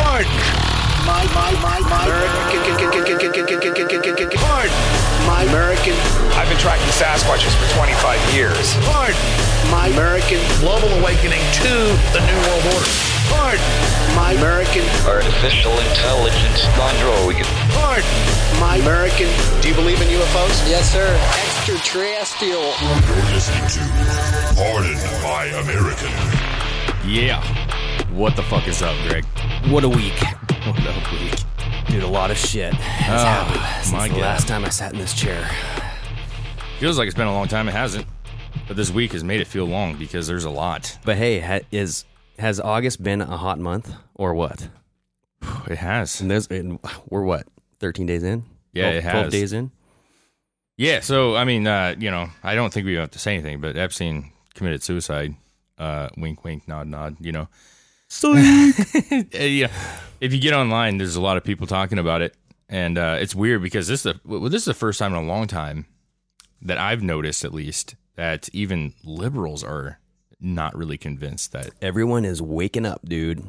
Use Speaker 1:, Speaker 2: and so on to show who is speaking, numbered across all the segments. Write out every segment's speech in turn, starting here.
Speaker 1: Pardon. My, my, my, my American. Pardon. My American.
Speaker 2: I've been tracking Sasquatches for 25 years.
Speaker 1: Pardon. My American.
Speaker 3: Global awakening to the New World Order.
Speaker 1: Pardon. My American.
Speaker 4: Artificial intelligence on droid.
Speaker 1: Pardon. My American.
Speaker 3: Do you believe in UFOs?
Speaker 5: Yes, sir. Extraterrestrial.
Speaker 6: You're listening to Pardon My American.
Speaker 7: Yeah. What the fuck is up, Greg?
Speaker 8: What a week.
Speaker 7: What a week.
Speaker 8: Dude, a lot of shit has
Speaker 7: Oh,
Speaker 8: happened since
Speaker 7: my
Speaker 8: the
Speaker 7: God.
Speaker 8: last time I sat in this chair.
Speaker 7: Feels like it's been a long time. It hasn't. But this week has made it feel long because there's a lot.
Speaker 8: But hey, ha- is has August been a hot month or what?
Speaker 7: It has.
Speaker 8: And there's and we're what? 13 days in?
Speaker 7: Yeah, it
Speaker 8: 12, 12
Speaker 7: has.
Speaker 8: days in?
Speaker 7: Yeah, so I mean, uh, you know, I don't think we have to say anything, but Epstein committed suicide. Uh, wink, wink, nod, nod. You know, Uh, yeah. If you get online, there's a lot of people talking about it, and uh, it's weird because this is the, well, this is the first time in a long time that I've noticed, at least, that even liberals are not really convinced that
Speaker 8: Everyone is waking up, dude.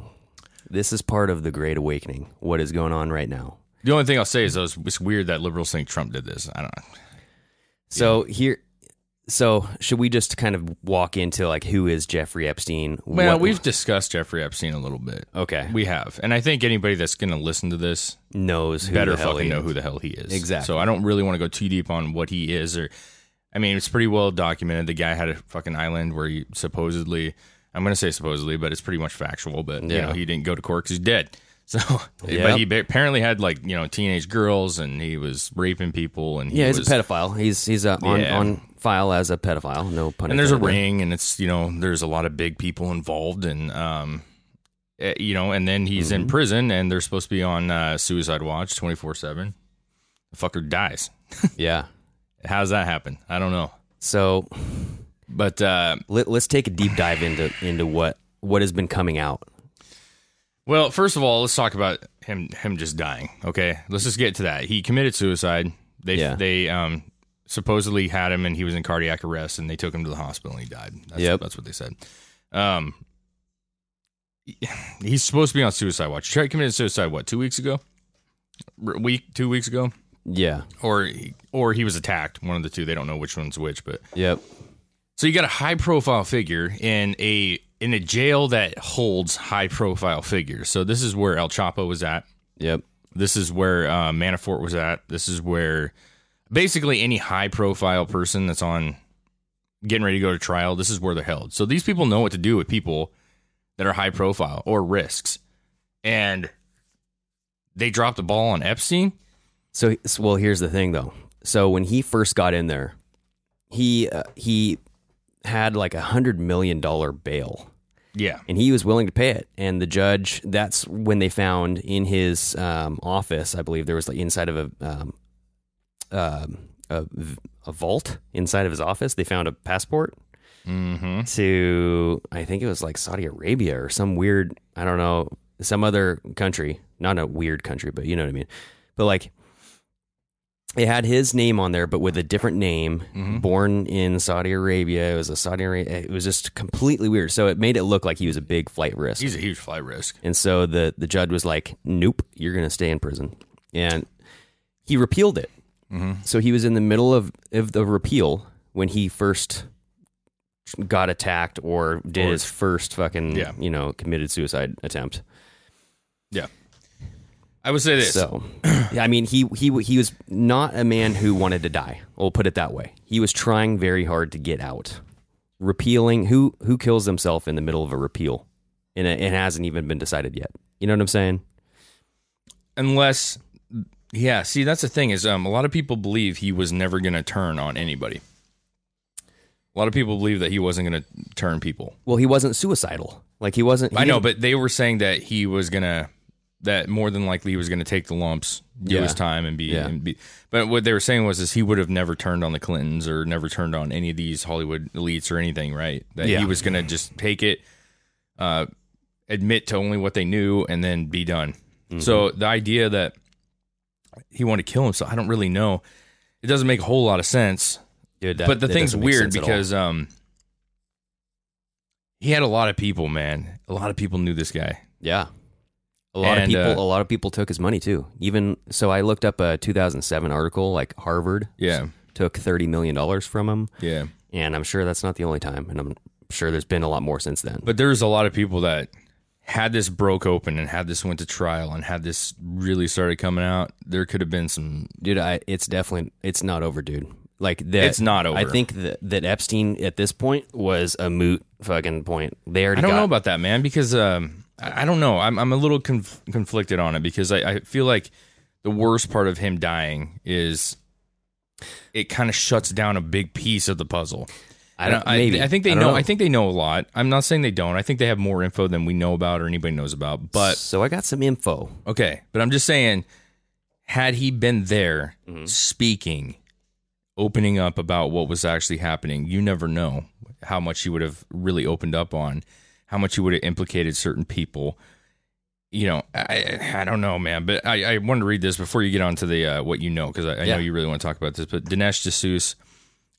Speaker 8: This is part of the great awakening. What is going on right now?
Speaker 7: The only thing I'll say is though, it's it's weird that liberals think Trump did this. I don't know.
Speaker 8: So here so should we just kind of walk into like who is Jeffrey Epstein?
Speaker 7: Well,
Speaker 8: What-
Speaker 7: we've discussed Jeffrey Epstein a little bit.
Speaker 8: Okay.
Speaker 7: We have. And I think anybody that's going to listen to this
Speaker 8: knows who
Speaker 7: better
Speaker 8: the hell
Speaker 7: fucking
Speaker 8: he
Speaker 7: know
Speaker 8: is.
Speaker 7: who the hell he is.
Speaker 8: Exactly.
Speaker 7: So I don't really want to go too deep on what he is or I mean, it's pretty well documented. The guy had a fucking island where he supposedly I'm going to say supposedly, but it's pretty much factual, but you
Speaker 8: Yeah.
Speaker 7: know, he didn't go to court cuz he's dead. So
Speaker 8: Yep.
Speaker 7: but he ba- apparently had like, you know, teenage girls and he was raping people and he
Speaker 8: Yeah, he's
Speaker 7: was
Speaker 8: a pedophile. He's he's uh, on
Speaker 7: Yeah.
Speaker 8: on file as a pedophile. No pun.
Speaker 7: and there's a
Speaker 8: intended.
Speaker 7: ring and it's you know there's a lot of big people involved and um eh, you know and then he's
Speaker 8: Mm-hmm.
Speaker 7: in prison and they're supposed to be on uh, suicide watch 24-7 the fucker dies
Speaker 8: Yeah.
Speaker 7: how's that happen i don't know
Speaker 8: So
Speaker 7: but uh
Speaker 8: let, let's take a deep dive into into what what has been coming out.
Speaker 7: well first of all let's talk about him him just dying okay let's just get to that he committed suicide they
Speaker 8: Yeah.
Speaker 7: they um supposedly had him and he was in cardiac arrest and they took him to the hospital and he died that's,
Speaker 8: Yep.
Speaker 7: that's what they said um he's supposed to be on suicide watch. He committed suicide what two weeks ago, R- week two weeks ago,
Speaker 8: Yeah.
Speaker 7: or he- or he was attacked. One of the two. They don't know which one's which. But
Speaker 8: Yep.
Speaker 7: so you got a high profile figure in a in a jail that holds high profile figures. So this is where El Chapo was at.
Speaker 8: Yep.
Speaker 7: This is where uh, Manafort was at. This is where basically any high profile person that's on getting ready to go to trial, this is where they're held. So these people know what to do with people that are high profile or risks. And they dropped the ball on Epstein.
Speaker 8: So so- well, here's the thing though. So when he first got in there, he uh, he had like a hundred million dollar bail.
Speaker 7: Yeah.
Speaker 8: and he was willing to pay it. And the judge, that's when they found in his um, office, I believe there was like inside of a, um, um a, v- a vault inside of his office, they found a passport to, I think it was like Saudi Arabia or some weird, I don't know, some other country, not a weird country, but you know what I mean. But like, it had his name on there, but with a different name. Born in Saudi Arabia, it was a Saudi Arabia. It was just completely weird. So it made it look like he was a big flight risk.
Speaker 7: He's a huge flight risk.
Speaker 8: and so the the judge was like, "Nope, you're going to stay in prison." And he repealed it.
Speaker 7: Mm-hmm.
Speaker 8: So he was in the middle of of the repeal when he first got attacked or did
Speaker 7: Or-
Speaker 8: his first fucking
Speaker 7: Yeah.
Speaker 8: you know committed suicide attempt.
Speaker 7: Yeah. I would say this.
Speaker 8: So, I mean, he he he was not a man who wanted to die. We'll put it that way. He was trying very hard to get out. Repealing who who kills themselves in the middle of a repeal, and it, it hasn't even been decided yet. You know what I'm saying?
Speaker 7: Unless yeah, see that's the thing is um a lot of people believe he was never gonna turn on anybody. A lot of people believe that he wasn't gonna turn people.
Speaker 8: Well, he wasn't suicidal. Like he wasn't. he
Speaker 7: I know,
Speaker 8: didn't-
Speaker 7: but they were saying that he was gonna that more than likely he was gonna take the lumps, do
Speaker 8: Yeah.
Speaker 7: his time, and be,
Speaker 8: Yeah.
Speaker 7: and be. But what they were saying was is he would have never turned on the Clintons or never turned on any of these Hollywood elites or anything, right? That
Speaker 8: Yeah.
Speaker 7: he was gonna just take it, uh, admit to only what they knew, and then be done.
Speaker 8: Mm-hmm.
Speaker 7: So the idea that he wanted to kill himself, I don't really know. It doesn't make a whole lot of sense
Speaker 8: Dude, that-
Speaker 7: but the
Speaker 8: that
Speaker 7: thing's
Speaker 8: doesn't make
Speaker 7: weird
Speaker 8: sense at all.
Speaker 7: because um he had a lot of people, man. A lot of people knew this guy.
Speaker 8: yeah, A lot
Speaker 7: And,
Speaker 8: of people,
Speaker 7: uh,
Speaker 8: a lot of people took his money too. Even so, I looked up a 2007 article like Harvard.
Speaker 7: Yeah.
Speaker 8: s- took 30 million dollars from him,
Speaker 7: Yeah.
Speaker 8: and I'm sure that's not the only time, and I'm sure there's been a lot more since then.
Speaker 7: But there's a lot of people that had this broke open and had this went to trial and had this really started coming out. There could have been some.
Speaker 8: dude, I it's definitely it's not over, dude. Like that,
Speaker 7: It's not over.
Speaker 8: I think that that Epstein at this point was a moot fucking point. They already
Speaker 7: I don't
Speaker 8: got,
Speaker 7: know about that, man, because um, I, I don't know. I'm I'm a little conf- conflicted on it because I, I feel like the worst part of him dying is it kind of shuts down a big piece of the puzzle.
Speaker 8: I don't.
Speaker 7: And I,
Speaker 8: maybe.
Speaker 7: I think they
Speaker 8: don't
Speaker 7: know, I think they know a lot. I'm not saying they don't. I think they have more info than we know about or anybody knows about. But
Speaker 8: so I got some info.
Speaker 7: Okay, but I'm just saying, had he been there
Speaker 8: Mm-hmm.
Speaker 7: speaking, opening up about what was actually happening, you never know how much he would have really opened up on, how much he would have implicated certain people. You know, I I don't know, man, but I, I wanted to read this before you get on to the uh, what you know because I, I know
Speaker 8: Yeah.
Speaker 7: you really want to talk about this. But Dinesh D'Souza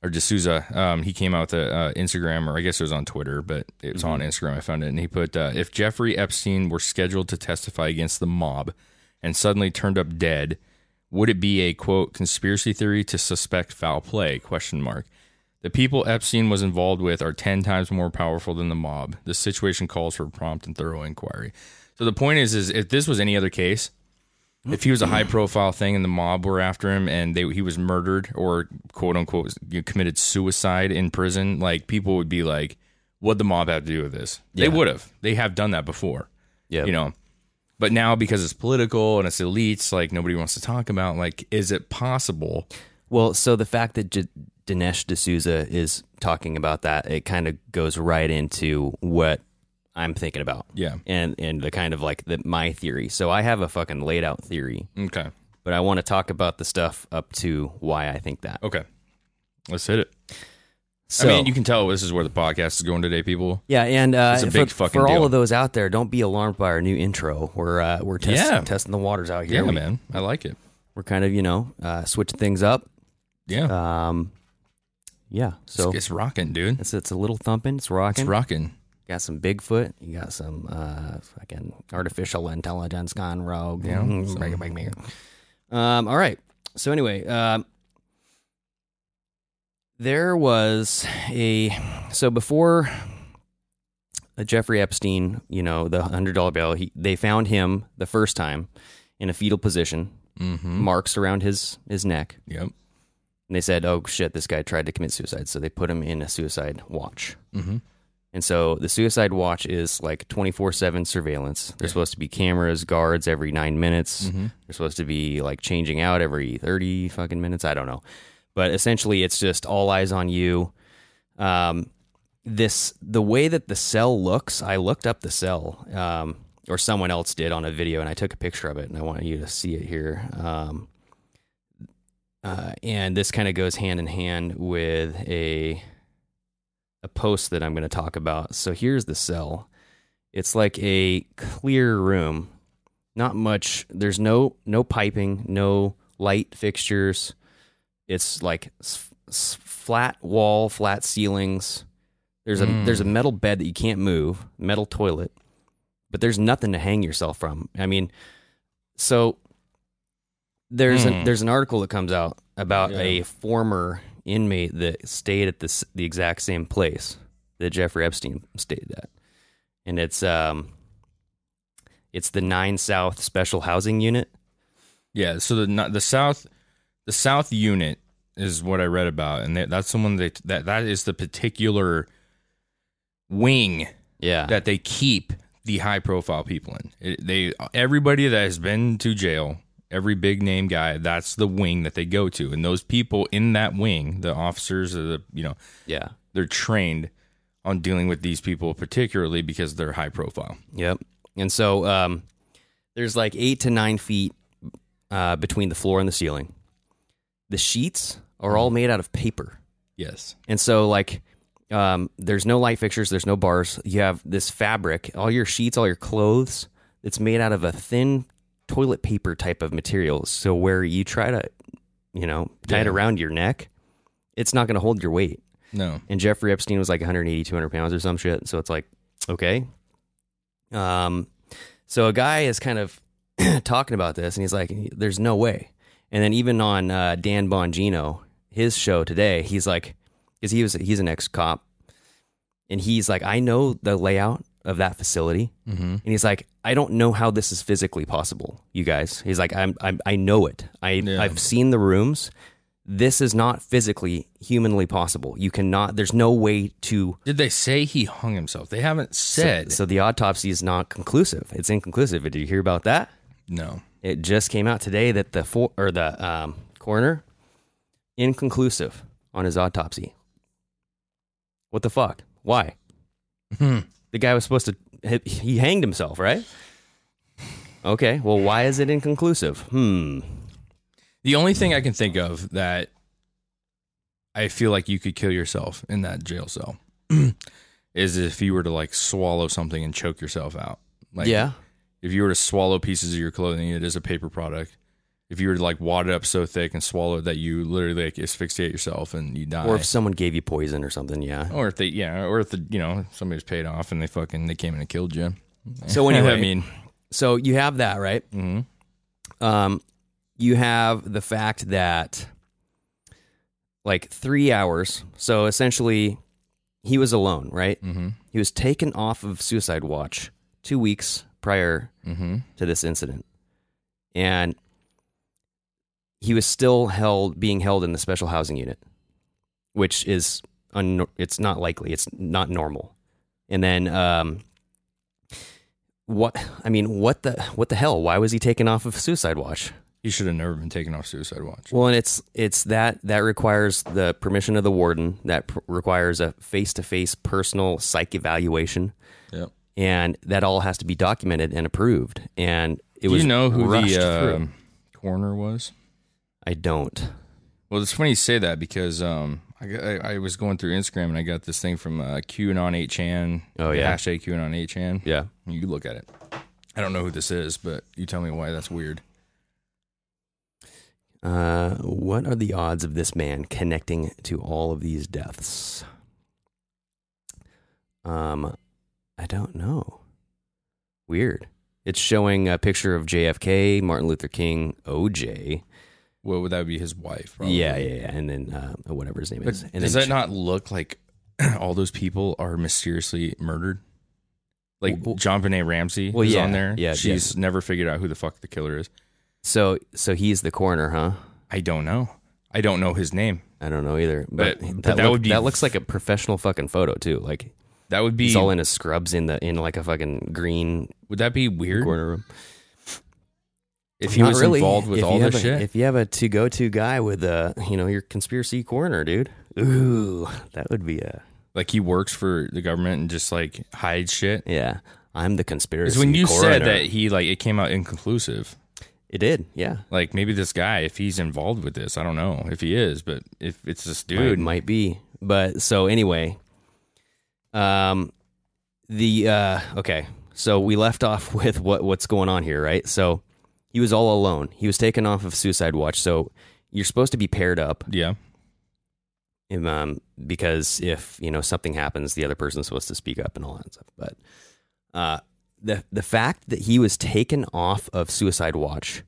Speaker 7: or D'Souza, um, he came out with a uh, Instagram, or I guess it was on Twitter, but it's on Instagram. I found it, and he put, uh, "If Jeffrey Epstein were scheduled to testify against the mob, and suddenly turned up dead, would it be a quote conspiracy theory to suspect foul play? Question mark. The people Epstein was involved with are ten times more powerful than the mob. The situation calls for prompt and thorough inquiry. So the point is, is if this was any other case, if he was a
Speaker 8: Mm.
Speaker 7: high profile thing and the mob were after him and they he was murdered or quote unquote you committed suicide in prison, like people would be like, "What the mob have to do with this?" They
Speaker 8: Yeah.
Speaker 7: would have. They have done that before.
Speaker 8: Yeah,
Speaker 7: You know. But now because it's political and it's elites, like nobody wants to talk about like is it possible?
Speaker 8: Well, so the fact that J- Dinesh D'Souza is talking about that, it kind of goes right into what I'm thinking about.
Speaker 7: Yeah.
Speaker 8: and and the kind of like the, my theory. So I have a fucking laid out theory,
Speaker 7: Okay.
Speaker 8: but I want to talk about the stuff up to why I think that.
Speaker 7: Okay. Let's hit it.
Speaker 8: So,
Speaker 7: I mean, you can tell this is where the podcast is going today, people.
Speaker 8: Yeah, and uh,
Speaker 7: It's
Speaker 8: for-
Speaker 7: a big
Speaker 8: for,
Speaker 7: fucking deal.
Speaker 8: all of those out there, don't be alarmed by our new intro. We're uh, we're testing
Speaker 7: Yeah.
Speaker 8: testing the waters out
Speaker 7: Yeah,
Speaker 8: here. we,
Speaker 7: man. I like it.
Speaker 8: We're kind of you know uh, switching things up.
Speaker 7: Yeah.
Speaker 8: Um, yeah, so
Speaker 7: it's, it's rocking, dude.
Speaker 8: it's it's a little thumping. It's rocking.
Speaker 7: It's rocking.
Speaker 8: got some Bigfoot. You got some uh, fucking artificial intelligence gone rogue. Break it, break it, break it. Um, all right. So anyway, um, there was a so before uh, Jeffrey Epstein, you know, the hundred dollar bill. He they found him the first time in a fetal position, marks around his his neck,
Speaker 7: Yep.
Speaker 8: and they said, "Oh shit, this guy tried to commit suicide." So they put him in a suicide watch. Mm-hmm. And so the suicide watch is like twenty four seven surveillance. There's supposed to be cameras, guards every nine minutes. They're supposed to be like changing out every thirty fucking minutes. I don't know, but essentially it's just all eyes on you. Um, this the way that the cell looks. I looked up the cell, um, or someone else did on a video, and I took a picture of it, and I want you to see it here. Um, uh, and this kind of goes hand in hand with a a post that I'm going to talk about. So here's the cell. It's like a clear room. Not much. There's no no piping, no light fixtures. It's like s- s- flat wall, flat ceilings. There's a there's a metal bed that you can't move, metal toilet, but there's nothing to hang yourself from. I mean, so there's an, there's an article that comes out about a former inmate that stayed at this the exact same place that Jeffrey Epstein stayed at, and it's um it's the Nine South Special Housing Unit.
Speaker 7: Yeah, so the no- the south the south unit is what I read about, and that, that's the one that that that is the particular wing
Speaker 8: Yeah,
Speaker 7: that they keep the high profile people in. It, they everybody that has been to jail, every big name guy, that's the wing that they go to, and those people in that wing, the officers, or the you know,
Speaker 8: yeah,
Speaker 7: they're trained on dealing with these people particularly because they're high profile.
Speaker 8: yep. And so um, there's like eight to nine feet uh, between the floor and the ceiling. The sheets are all made out of paper.
Speaker 7: Yes.
Speaker 8: And so like um, there's no light fixtures, there's no bars. You have this fabric, all your sheets, all your clothes, it's made out of a thin toilet paper type of material. So where you try to, you know, tie it
Speaker 7: Yeah.
Speaker 8: around your neck, it's not going to hold your weight.
Speaker 7: No.
Speaker 8: And Jeffrey Epstein was like 180, 200 pounds or some shit. So it's like, okay. Um, So a guy is kind of talking about this, and he's like, "There's no way." And then even on uh, Dan Bongino, his show today, he's like, "Cause he was he's an ex cop, and he's like, I know the layout of that facility, and he's like, I don't know how this is physically possible, you guys. He's like, I'm, I'm I know it. I I've seen the rooms. This is not physically humanly possible. You cannot. There's no way to
Speaker 7: Did they say he hung himself? They haven't said.
Speaker 8: So, so the autopsy is not conclusive. It's inconclusive. Did you hear about that?
Speaker 7: no.
Speaker 8: It just came out today that the for, or the um, coroner inconclusive on his autopsy. What the fuck? Why? the guy was supposed to he, he hanged himself, right? Okay, well, why is it inconclusive? Hmm.
Speaker 7: The only thing I can think of that I feel like you could kill yourself in that jail cell is if you were to like swallow something and choke yourself out. Like
Speaker 8: yeah,
Speaker 7: if you were to swallow pieces of your clothing, it is a paper product. If you were to like wad it up so thick and swallow it that you literally like asphyxiate yourself and you die.
Speaker 8: or if someone gave you poison or something, yeah.
Speaker 7: or if they yeah, or if the you know, somebody's paid off and they fucking they came in and killed you.
Speaker 8: So anyway,
Speaker 7: I mean
Speaker 8: so you have that right mm-hmm. um you have the fact that like three hours so essentially he was alone right mm-hmm. he was taken off of suicide watch two weeks prior to this incident and he was still held being held in the special housing unit which is un- it's not likely it's not normal and then um what I mean, what the what the hell? Why was he taken off of suicide watch?
Speaker 7: he should have never been taken off suicide watch.
Speaker 8: Well, and it's it's that that requires the permission of the warden. That pr- requires a face to face personal psych evaluation,
Speaker 7: Yep.
Speaker 8: and that all has to be documented and approved. And it
Speaker 7: Do
Speaker 8: was
Speaker 7: you know who
Speaker 8: rushed
Speaker 7: the uh,
Speaker 8: through.
Speaker 7: coroner was?
Speaker 8: I don't.
Speaker 7: Well, it's funny you say that because um, I, got- I, I was going through Instagram and I got this thing from uh, QAnon 8chan.
Speaker 8: Oh, yeah.
Speaker 7: Hashtag QAnon 8chan.
Speaker 8: Yeah,
Speaker 7: You look at it. I don't know who this is, but you tell me why that's weird.
Speaker 8: Uh, what are the odds of this man connecting to all of these deaths? Um, I don't know. Weird. It's showing a picture of JFK, Martin Luther King, OJ.
Speaker 7: Well, would that be his wife? Probably.
Speaker 8: Yeah, yeah, yeah. And then uh, whatever his name
Speaker 7: But
Speaker 8: is. And
Speaker 7: does
Speaker 8: then
Speaker 7: that not look like all those people are mysteriously murdered? Like
Speaker 8: Well,
Speaker 7: John Benet Ramsey
Speaker 8: well,
Speaker 7: is
Speaker 8: yeah,
Speaker 7: on there.
Speaker 8: yeah,
Speaker 7: She's never figured out who the fuck the killer is.
Speaker 8: So, so he's the coroner, huh?
Speaker 7: I don't know. I don't know his name.
Speaker 8: I don't know either. But,
Speaker 7: But-
Speaker 8: that,
Speaker 7: but that
Speaker 8: look-
Speaker 7: would be-
Speaker 8: that looks like a professional fucking photo too. Like
Speaker 7: That would be
Speaker 8: he's all in his scrubs in the in like a fucking green
Speaker 7: would that be weird
Speaker 8: corner room.
Speaker 7: if he
Speaker 8: Not
Speaker 7: was
Speaker 8: really.
Speaker 7: involved with
Speaker 8: If
Speaker 7: all
Speaker 8: you
Speaker 7: this
Speaker 8: have a-
Speaker 7: shit?
Speaker 8: If you have a to go to guy with a, you know, your conspiracy corner, dude. Ooh, that would be a
Speaker 7: like he works for the government and just like hides shit.
Speaker 8: yeah. I'm the conspiracy.
Speaker 7: Because when you said
Speaker 8: coroner.
Speaker 7: that he like it came out inconclusive.
Speaker 8: it did, yeah.
Speaker 7: Like maybe this guy, if he's involved with this, I don't know if he is, but if it's this
Speaker 8: Might-
Speaker 7: dude,
Speaker 8: might be. But so anyway, um, the uh, okay. So we left off with what what's going on here, right? So he was all alone. He was taken off of suicide watch. So you're supposed to be paired up
Speaker 7: yeah,
Speaker 8: um, because if you know something happens, the other person's supposed to speak up and all that stuff. But uh, the the fact that he was taken off of suicide watch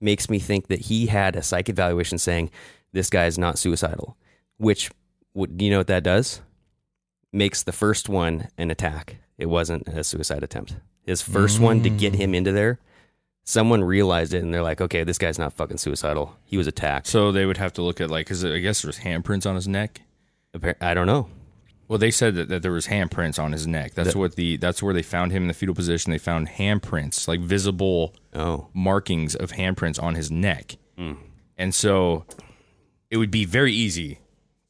Speaker 8: makes me think that he had a psych evaluation saying this guy is not suicidal. Which would do you know what that does? Makes the first one an attack. It wasn't a suicide attempt. His first one to get him into there. Someone realized it and they're like, okay, this guy's not fucking suicidal. He was attacked.
Speaker 7: so they would have to look at like because I guess there was handprints on his neck.
Speaker 8: Appar- I don't know.
Speaker 7: Well, they said that, that there was handprints on his neck. That's what the that's where they found him in the fetal position. They found handprints, like visible
Speaker 8: Oh.
Speaker 7: markings of handprints on his neck.
Speaker 8: Mm.
Speaker 7: And so it would be very easy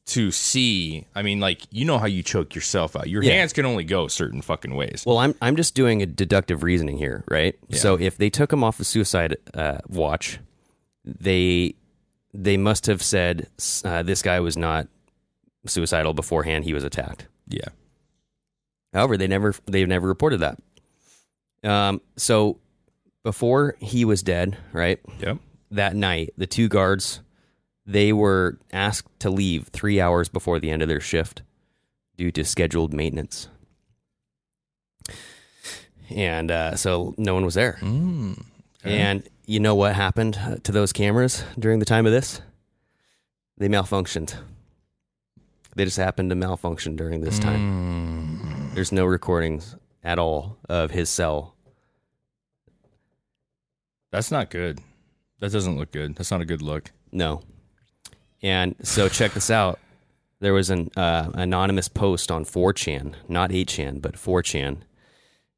Speaker 7: to see. I mean, like, you know how you choke yourself out. Your
Speaker 8: Yeah.
Speaker 7: hands can only go certain fucking ways.
Speaker 8: Well, I'm I'm just doing a deductive reasoning here, right? So if they took him off the suicide uh, watch, they they must have said uh, this guy was not suicidal beforehand; he was attacked.
Speaker 7: yeah.
Speaker 8: However, they never they've never reported that. Um, so before he was dead, right?
Speaker 7: Yep.
Speaker 8: That night, the two guards they were asked to leave three hours before the end of their shift due to scheduled maintenance. and uh, so no one was there. And you know what happened to those cameras during the time of this? They malfunctioned. They just happened to malfunction during this time. There's no recordings at all of his cell.
Speaker 7: That's not good. That doesn't look good. That's not a good look.
Speaker 8: No. And so check this out. There was an uh, anonymous post on 4chan, not 8chan, but 4chan. And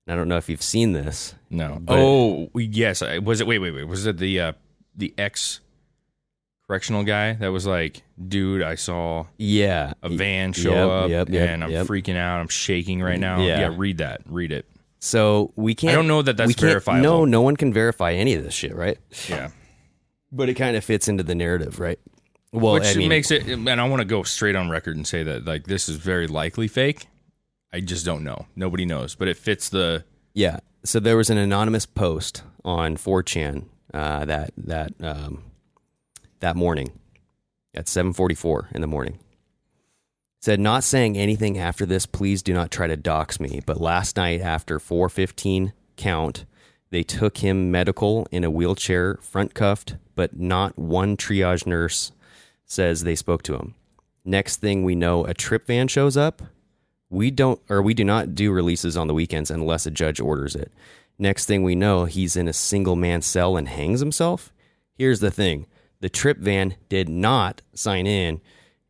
Speaker 8: I don't know if you've seen this.
Speaker 7: No.
Speaker 8: But-
Speaker 7: oh yes. I- Was it? Wait, wait, wait. Was it the uh, the ex correctional guy that was like, dude, I saw
Speaker 8: Yeah.
Speaker 7: a van show
Speaker 8: Yep,
Speaker 7: up,
Speaker 8: yep, yep,
Speaker 7: and I'm
Speaker 8: yep.
Speaker 7: freaking out. I'm shaking right now.
Speaker 8: Yeah.
Speaker 7: Yeah. read that. Read it.
Speaker 8: So we can't.
Speaker 7: don't know that that's
Speaker 8: we can't-
Speaker 7: verifiable.
Speaker 8: No, no one can verify any of this shit, right?
Speaker 7: Yeah.
Speaker 8: But it kind of fits into the narrative, right? Well,
Speaker 7: Which
Speaker 8: I mean,
Speaker 7: makes it, and I want to go straight on record and say that like this is very likely fake. I just don't know. Nobody knows, but it fits the.
Speaker 8: yeah. So there was an anonymous post on 4chan uh, that that um, that morning at 7:44 in the morning. It said not saying anything after this. Please do not try to dox me. But last night after 4:15 count, they took him medical in a wheelchair, front cuffed, but not one triage nurse says they spoke to him. Next thing we know, a trip van shows up. We don't or we do not do releases on the weekends unless a judge orders it. Next thing we know, he's in a single man cell and hangs himself. Here's the thing. The trip van did not sign in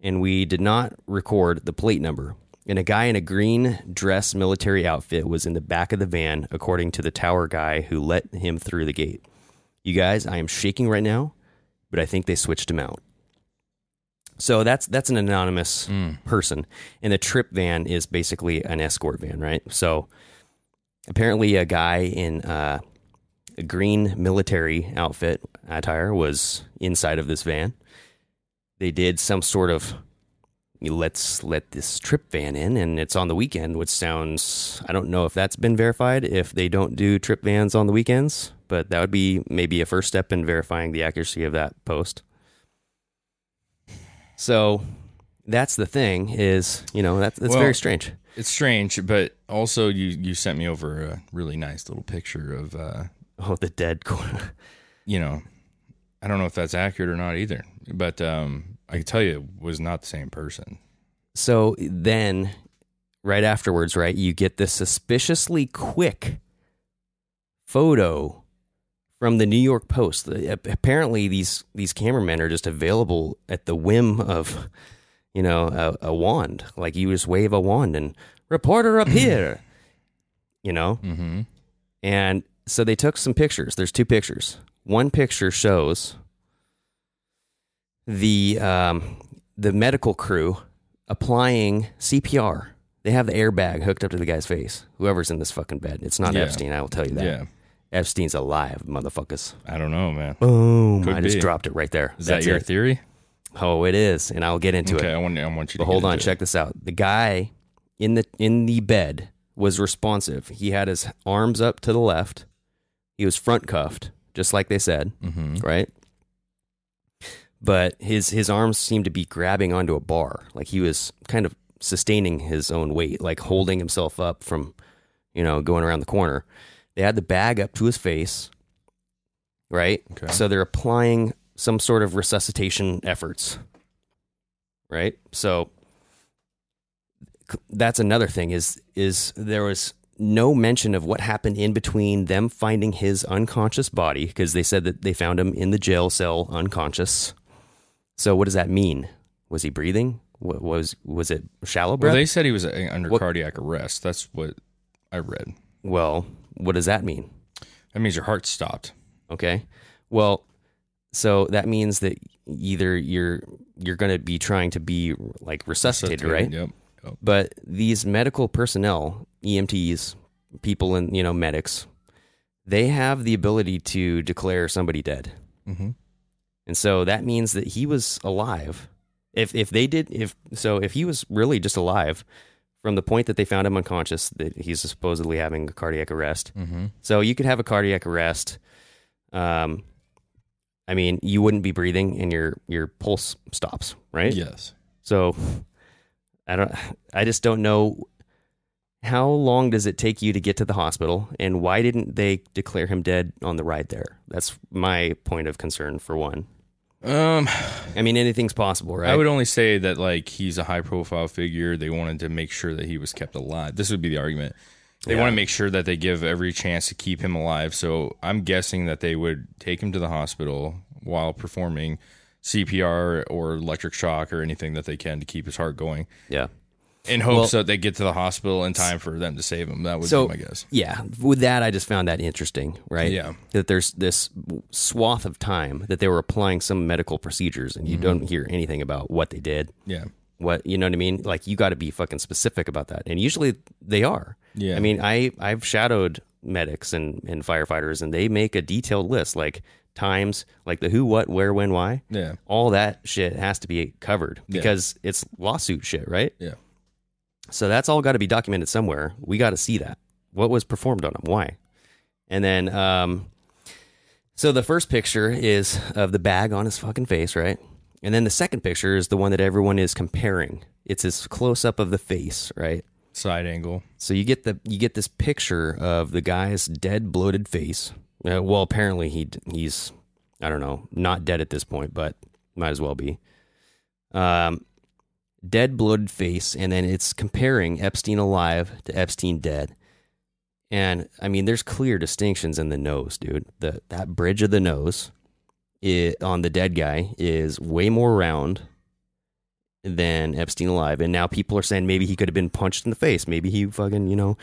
Speaker 8: and we did not record the plate number. And a guy in a green dress military outfit was in the back of the van according to the tower guy who let him through the gate. You guys, I am shaking right now, but I think they switched him out. So that's that's an anonymous person, and the trip van is basically an escort van, right? So apparently, a guy in uh, a green military outfit attire was inside of this van. They did some sort of you know, let's let this trip van in, and it's on the weekend, which sounds I don't know if that's been verified. If they don't do trip vans on the weekends, but that would be maybe a first step in verifying the accuracy of that post. So that's the thing is, you know, that's, that's
Speaker 7: Well-
Speaker 8: very strange.
Speaker 7: It's strange, but also you you sent me over a really nice little picture of uh,
Speaker 8: Oh, the dead corner.
Speaker 7: you know, I don't know if that's accurate or not either, but um, I can tell you it was not the same person.
Speaker 8: So then right afterwards, right, you get this suspiciously quick photo from the New York Post. The- ap- Apparently these these cameramen are just available at the whim of you know, a, a wand. Like you just wave a wand and reporter up here. You know?
Speaker 7: Mm-hmm.
Speaker 8: And so they took some pictures. There's two pictures. One picture shows the um, the medical crew applying CPR. They have the airbag hooked up to the guy's face. Whoever's in this fucking bed, it's not
Speaker 7: Yeah.
Speaker 8: Epstein. I will tell you that.
Speaker 7: Yeah.
Speaker 8: Epstein's alive, motherfuckers.
Speaker 7: I don't know, man.
Speaker 8: Boom!
Speaker 7: Could
Speaker 8: I just
Speaker 7: be.
Speaker 8: dropped it right there.
Speaker 7: Is that
Speaker 8: That's
Speaker 7: your
Speaker 8: it.
Speaker 7: theory?
Speaker 8: Oh, it is, and I'll get into
Speaker 7: okay,
Speaker 8: it.
Speaker 7: I want I want you to
Speaker 8: But hold
Speaker 7: get
Speaker 8: on,
Speaker 7: into
Speaker 8: check this out. The guy in the in the bed was responsive. He had his arms up to the left. He was front cuffed, just like they said,
Speaker 7: Mm-hmm.
Speaker 8: right? But his his arms seemed to be grabbing onto a bar, like he was kind of sustaining his own weight, like holding himself up from, you know, going around the corner. They had the bag up to his face, right?
Speaker 7: Okay.
Speaker 8: So they're applying some sort of resuscitation efforts, right? So c- that's another thing is is there was no mention of what happened in between them finding his unconscious body because they said that they found him in the jail cell unconscious. So what does that mean? Was he breathing? Wa- Was was it shallow
Speaker 7: it. Well,
Speaker 8: breath?
Speaker 7: they said he was uh, under
Speaker 8: What-
Speaker 7: cardiac arrest. That's what I read.
Speaker 8: well, what does that mean?
Speaker 7: That means your heart stopped.
Speaker 8: Okay. Well, so that means that either you're you're going to be trying to be like resuscitated, right?
Speaker 7: Yep. Oh, yep.
Speaker 8: But these medical personnel, EMTs, people in you know medics, they have the ability to declare somebody dead,
Speaker 7: Mhm.
Speaker 8: and so that means that he was alive. If if they did if so if he was really just alive from the point that they found him unconscious that he's supposedly having a cardiac arrest,
Speaker 7: Mhm.
Speaker 8: so you could have a cardiac arrest. Um, I mean, you wouldn't be breathing, and your your pulse stops, right?
Speaker 7: Yes.
Speaker 8: So I don't I just don't know how long does it take you to get to the hospital, and why didn't they declare him dead on the ride there? That's my point of concern for one.
Speaker 7: Um,
Speaker 8: I mean, anything's possible, right?
Speaker 7: I would only say that like he's a high profile figure. They wanted to make sure that he was kept alive. This would be the argument. They want to make sure that they give every chance to keep him alive. So I'm guessing that they would take him to the hospital while performing CPR or electric shock or anything that they can to keep his heart going
Speaker 8: yeah.
Speaker 7: in hopes that they get to the hospital in time for them to save him. That would
Speaker 8: so
Speaker 7: be my guess.
Speaker 8: yeah with that i just found that interesting right
Speaker 7: Yeah.
Speaker 8: that there's this swath of time that they were applying some medical procedures and you
Speaker 7: Mm-hmm.
Speaker 8: don't hear anything about what they did
Speaker 7: Yeah.
Speaker 8: what you know what i mean like you got to be fucking specific about that and usually they are
Speaker 7: Yeah.
Speaker 8: i mean i i've shadowed medics and and firefighters and they make a detailed list like times like the who what where when why
Speaker 7: Yeah.
Speaker 8: all that shit has to be covered
Speaker 7: Yeah.
Speaker 8: because it's lawsuit shit right
Speaker 7: Yeah.
Speaker 8: so that's all got to be documented somewhere. We got to see that. What was performed on him? Why? And then, um, so the first picture is of the bag on his fucking face, right? And then the second picture is the one that everyone is comparing. It's this close up of the face, right?
Speaker 7: Side angle.
Speaker 8: So you get the you get this picture of the guy's dead, bloated face. Uh, well, apparently he he's I don't know, not dead at this point, but might as well be. Um, dead, bloated face, and then it's comparing Epstein alive to Epstein dead. And I mean, there's clear distinctions in the nose, dude. The that bridge of the nose it, on the dead guy is way more round than Epstein alive. And now people are saying maybe he could have been punched in the face. Maybe he fucking, you know,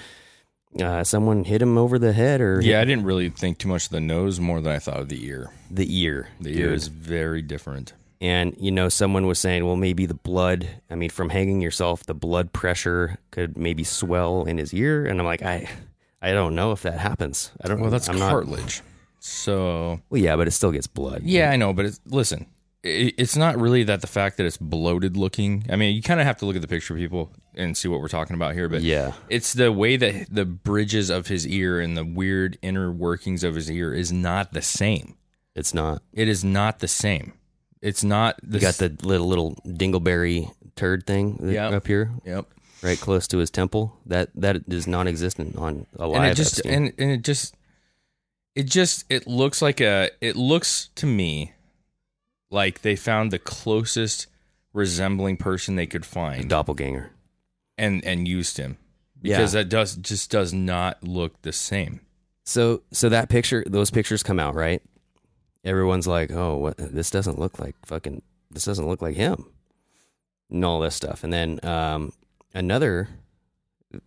Speaker 8: uh, someone hit him over the head or hit
Speaker 7: Yeah, I didn't really think too much of the nose more than I thought of the ear.
Speaker 8: the ear.
Speaker 7: The
Speaker 8: dude.
Speaker 7: ear is very different.
Speaker 8: And, you know, someone was saying, well, maybe the blood, I mean, from hanging yourself, the blood pressure could maybe swell in his ear. And I'm like, I. I don't know if that happens. I don't.
Speaker 7: Well, that's
Speaker 8: I'm not-
Speaker 7: cartilage. So
Speaker 8: well, yeah, but it still gets blood.
Speaker 7: Yeah, I know, but it's, listen, it, it's not really that the fact that it's bloated looking. I mean, you kind of have to look at the picture, people, and see what we're talking about here. But
Speaker 8: Yeah.
Speaker 7: it's the way that the bridges of his ear and the weird inner workings of his ear is not the same.
Speaker 8: it's not.
Speaker 7: It is not the same. It's not the
Speaker 8: You got the little little dingleberry turd thing that-
Speaker 7: Yeah.
Speaker 8: up here,
Speaker 7: yep.
Speaker 8: right close to his temple. That that is non-existent on alive.
Speaker 7: and it just
Speaker 8: Epstein.
Speaker 7: and, and it just it just it looks like a it looks to me like they found the closest resembling person they could find
Speaker 8: doppelganger.
Speaker 7: and and used him
Speaker 8: Yeah.
Speaker 7: because that does just does not look the same.
Speaker 8: So so that picture, those pictures come out, right? Everyone's like, "Oh, what, this doesn't look like fucking. This doesn't look like him," and all this stuff. And then um, another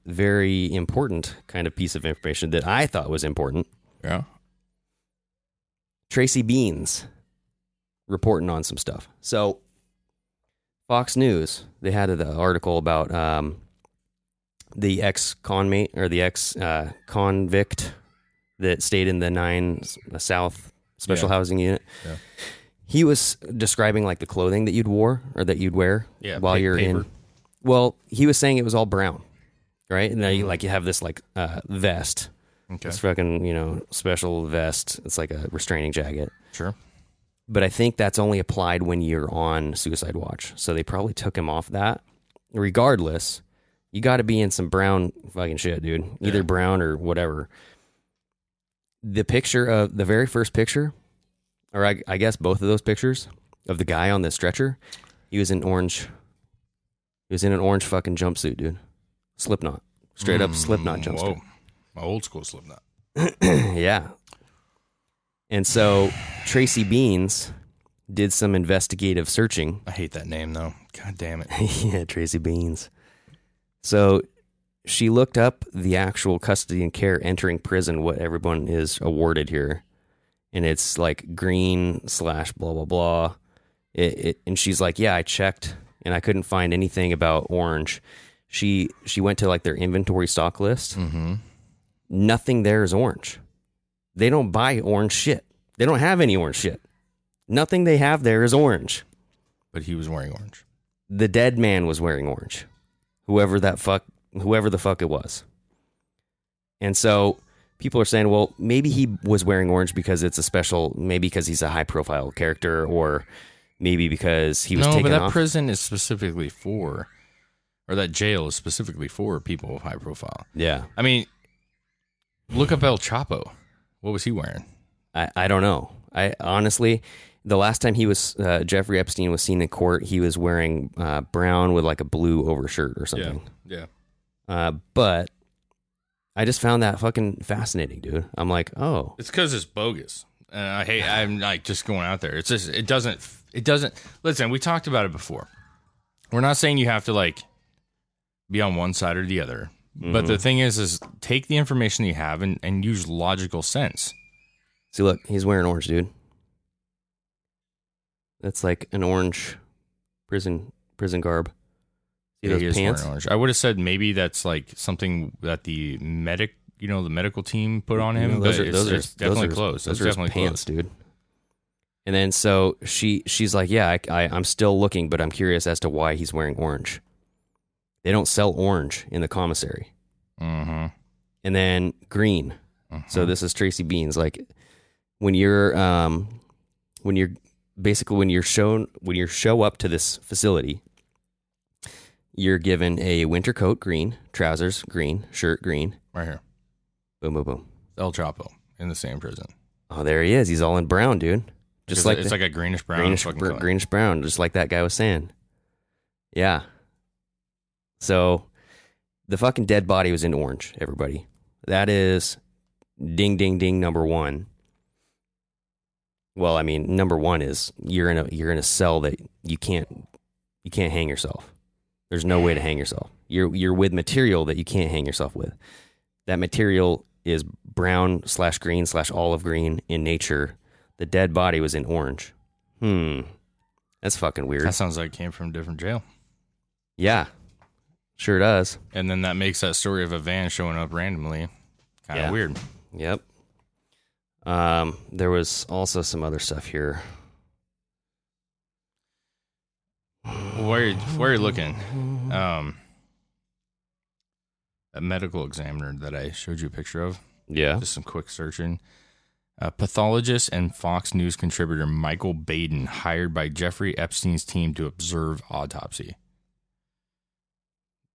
Speaker 8: very important kind of piece of information that I thought was important:
Speaker 7: Yeah.
Speaker 8: Tracy Beans reporting on some stuff. So Fox News, they had the article about um, the ex conmate or the ex uh, convict that stayed in the nine S- South special
Speaker 7: Yeah.
Speaker 8: housing unit.
Speaker 7: Yeah.
Speaker 8: He was describing like the clothing that you'd wore or that you'd wear
Speaker 7: Yeah,
Speaker 8: while
Speaker 7: pa-
Speaker 8: you're in.
Speaker 7: paper.
Speaker 8: Well, he was saying it was all brown, right? And then you like you have this like uh, vest,
Speaker 7: Mm-hmm. Okay.
Speaker 8: this fucking you know special vest. It's like a restraining jacket
Speaker 7: Sure.
Speaker 8: but I think that's only applied when you're on suicide watch. So they probably took him off that. Regardless, you got to be in some brown fucking shit, dude. Either brown or whatever. The picture of the very first picture, or I, I guess both of those pictures of the guy on the stretcher, he was in orange. He was in an orange fucking jumpsuit, dude. Slipknot, straight up Slipknot jumpsuit.
Speaker 7: Whoa. My old school Slipknot.
Speaker 8: Yeah. And so Tracy Beans did some investigative searching.
Speaker 7: I hate that name though. God damn it.
Speaker 8: yeah, Tracy Beans. So she looked up the actual custody and care entering prison, what everyone is awarded here. And it's like green slash blah, blah, blah. It, it, and she's like, yeah, I checked and I couldn't find anything about orange. She she went to like their inventory stock list. Mm-hmm. Nothing there is orange. They don't buy orange shit. They don't have any orange shit. Nothing they have there is orange
Speaker 7: But he was wearing orange.
Speaker 8: the dead man was wearing orange. Whoever that fuck, whoever the fuck it was. And so people are saying, well, maybe he was wearing orange because it's a special, maybe because he's a high profile character, or maybe because he was
Speaker 7: no,
Speaker 8: taken
Speaker 7: but that
Speaker 8: off.
Speaker 7: prison is specifically for or that jail is specifically for people of high profile.
Speaker 8: Yeah.
Speaker 7: I mean, look up El Chapo. What was he wearing?
Speaker 8: I, I don't know. I honestly, the last time he was uh, Jeffrey Epstein was seen in court, he was wearing uh, brown with like a blue overshirt or something.
Speaker 7: Yeah.
Speaker 8: Uh, but I just found that fucking fascinating, dude. I'm like, oh,
Speaker 7: It's because it's bogus. And I hate. I'm like just going out there. It's just. It doesn't. It doesn't. Listen, we talked about it before. We're not saying you have to like be on one side or the other. But
Speaker 8: Mm-hmm.
Speaker 7: the thing is, is take the information you have and, and use logical sense.
Speaker 8: see, look, he's wearing orange, dude. That's like an orange prison prison garb. See
Speaker 7: Yeah,
Speaker 8: those
Speaker 7: he is wearing
Speaker 8: pants?
Speaker 7: orange. I would have said maybe that's like something that the medic, you know, the medical team put on him.
Speaker 8: No, those
Speaker 7: but
Speaker 8: are
Speaker 7: it's-
Speaker 8: those are
Speaker 7: it's definitely
Speaker 8: those are,
Speaker 7: close.
Speaker 8: Those
Speaker 7: That's
Speaker 8: are his
Speaker 7: definitely
Speaker 8: pants,
Speaker 7: close.
Speaker 8: dude. And then so she she's like, yeah, I, I I'm still looking, but I'm curious as to why he's wearing orange. They don't sell orange in the commissary,
Speaker 7: Mm-hmm.
Speaker 8: and then green. So this is Tracy Beans. Like when you're um when you're basically when you're shown when you show up to this facility, you're given a winter coat green, trousers green, shirt green.
Speaker 7: Right here,
Speaker 8: Boom, boom, boom.
Speaker 7: El Chapo in the same prison.
Speaker 8: Oh, there he is. He's all in brown, dude. Just
Speaker 7: It's
Speaker 8: like
Speaker 7: a- it's
Speaker 8: the-
Speaker 7: like a greenish brown
Speaker 8: greenish,
Speaker 7: fucking
Speaker 8: br-
Speaker 7: color.
Speaker 8: greenish brown, just like that guy was saying. Yeah. So the fucking dead body was in orange, everybody. That is ding ding ding number 1. Well, I mean, number 1 is you're in a you're in a cell that you can't you can't hang yourself. There's no way to hang yourself. You're you're with material that you can't hang yourself with. That material is brown slash green slash olive green in nature. The dead body was in orange. Hmm. That's fucking weird.
Speaker 7: That sounds like it came from a different jail.
Speaker 8: yeah. Sure does.
Speaker 7: And then that makes that story of a van showing up randomly kind of
Speaker 8: Yeah.
Speaker 7: weird.
Speaker 8: Yep. Um, there was also some other stuff here.
Speaker 7: Where where are you looking? Um, a medical examiner that I showed you a picture of.
Speaker 8: Yeah.
Speaker 7: Just some quick searching. Uh, pathologist and Fox News contributor Michael Baden hired by Jeffrey Epstein's team to observe autopsy.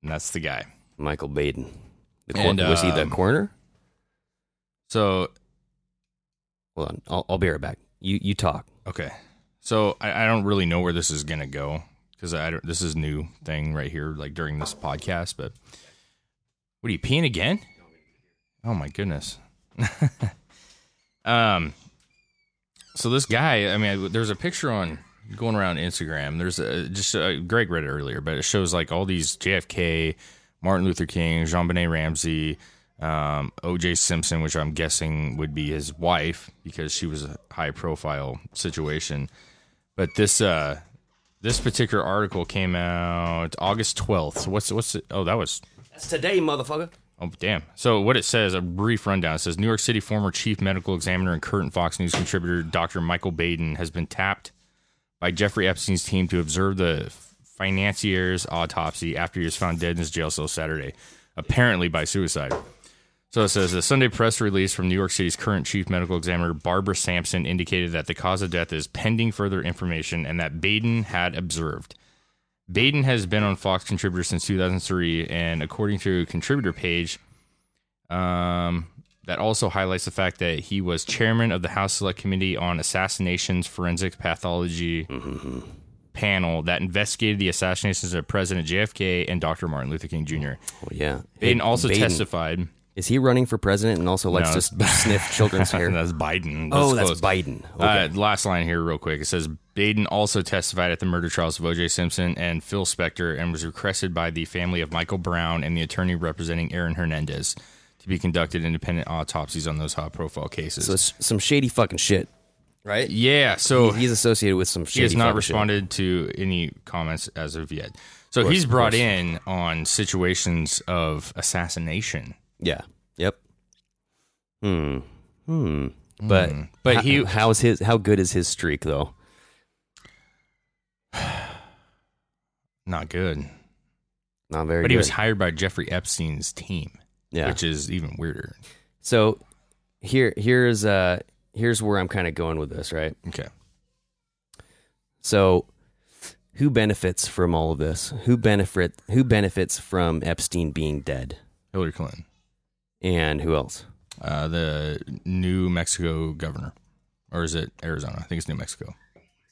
Speaker 7: And that's the guy.
Speaker 8: Michael Baden. The cor-
Speaker 7: And,
Speaker 8: was he the
Speaker 7: um,
Speaker 8: coroner?
Speaker 7: So
Speaker 8: Hold on. I'll, I'll be right back. You you talk.
Speaker 7: Okay. So I, I don't really know where this is gonna go because I don't, this is new thing right here, like during this podcast. But what are you peeing again? Oh my goodness. um. So this guy, I mean, I- there's a picture on going around Instagram. There's a, just a, Greg read it earlier, but it shows like all these JFK, Martin Luther King, Jean Benet Ramsey, um, OJ Simpson, which I'm guessing would be his wife because she was a high profile situation. But this uh, this particular article came out August 12th. What's what's it? Oh, that was
Speaker 8: That's today, motherfucker.
Speaker 7: Oh, damn. So, what it says, a brief rundown it says New York City former chief medical examiner and current Fox News contributor Dr. Michael Baden has been tapped by Jeffrey Epstein's team to observe the financier's autopsy after he was found dead in his jail cell Saturday, apparently by suicide. So it says the Sunday press release from New York City's current chief medical examiner Barbara Sampson indicated that the cause of death is pending further information and that Baden had observed. Baden has been on Fox contributor since 2003, and according to a contributor page, um, that also highlights the fact that he was chairman of the House Select Committee on Assassinations Forensic Pathology panel that investigated the assassinations of President JFK and Dr. Martin Luther King Jr.
Speaker 8: Oh, yeah.
Speaker 7: Baden
Speaker 8: Hey,
Speaker 7: also testified.
Speaker 8: Is he running for president and also likes
Speaker 7: No,
Speaker 8: to s- sniff children's hair?
Speaker 7: that's Biden.
Speaker 8: oh, that's
Speaker 7: close.
Speaker 8: Biden.
Speaker 7: Uh,
Speaker 8: Okay.
Speaker 7: last line here, real quick. It says Baden also testified at the murder trials of O.J. Simpson and Phil Spector, and was requested by the family of Michael Brown and the attorney representing Aaron Hernandez to be conducted independent autopsies on those high-profile cases.
Speaker 8: so it's some shady fucking shit, right?
Speaker 7: yeah, so
Speaker 8: He's associated with some shady.
Speaker 7: he has not
Speaker 8: fucking shit.
Speaker 7: responded to any comments as of yet. So
Speaker 8: course,
Speaker 7: he's
Speaker 8: of
Speaker 7: brought
Speaker 8: course.
Speaker 7: in on situations of assassination.
Speaker 8: Yeah. Yep. Hmm. Hmm. But
Speaker 7: Mm. But
Speaker 8: ho-
Speaker 7: he-
Speaker 8: how is his how good is his streak though?
Speaker 7: Not good.
Speaker 8: Not very.
Speaker 7: But
Speaker 8: good.
Speaker 7: he was hired by Jeffrey Epstein's team,
Speaker 8: Yeah.
Speaker 7: which is even weirder.
Speaker 8: so here here's uh here's where I'm kind of going with this, right?
Speaker 7: Okay.
Speaker 8: So who benefits from all of this? Who benefit who benefits from Epstein being dead?
Speaker 7: Hillary Clinton,
Speaker 8: And who else?
Speaker 7: uh, the New Mexico governor, or is it Arizona? I think it's New Mexico.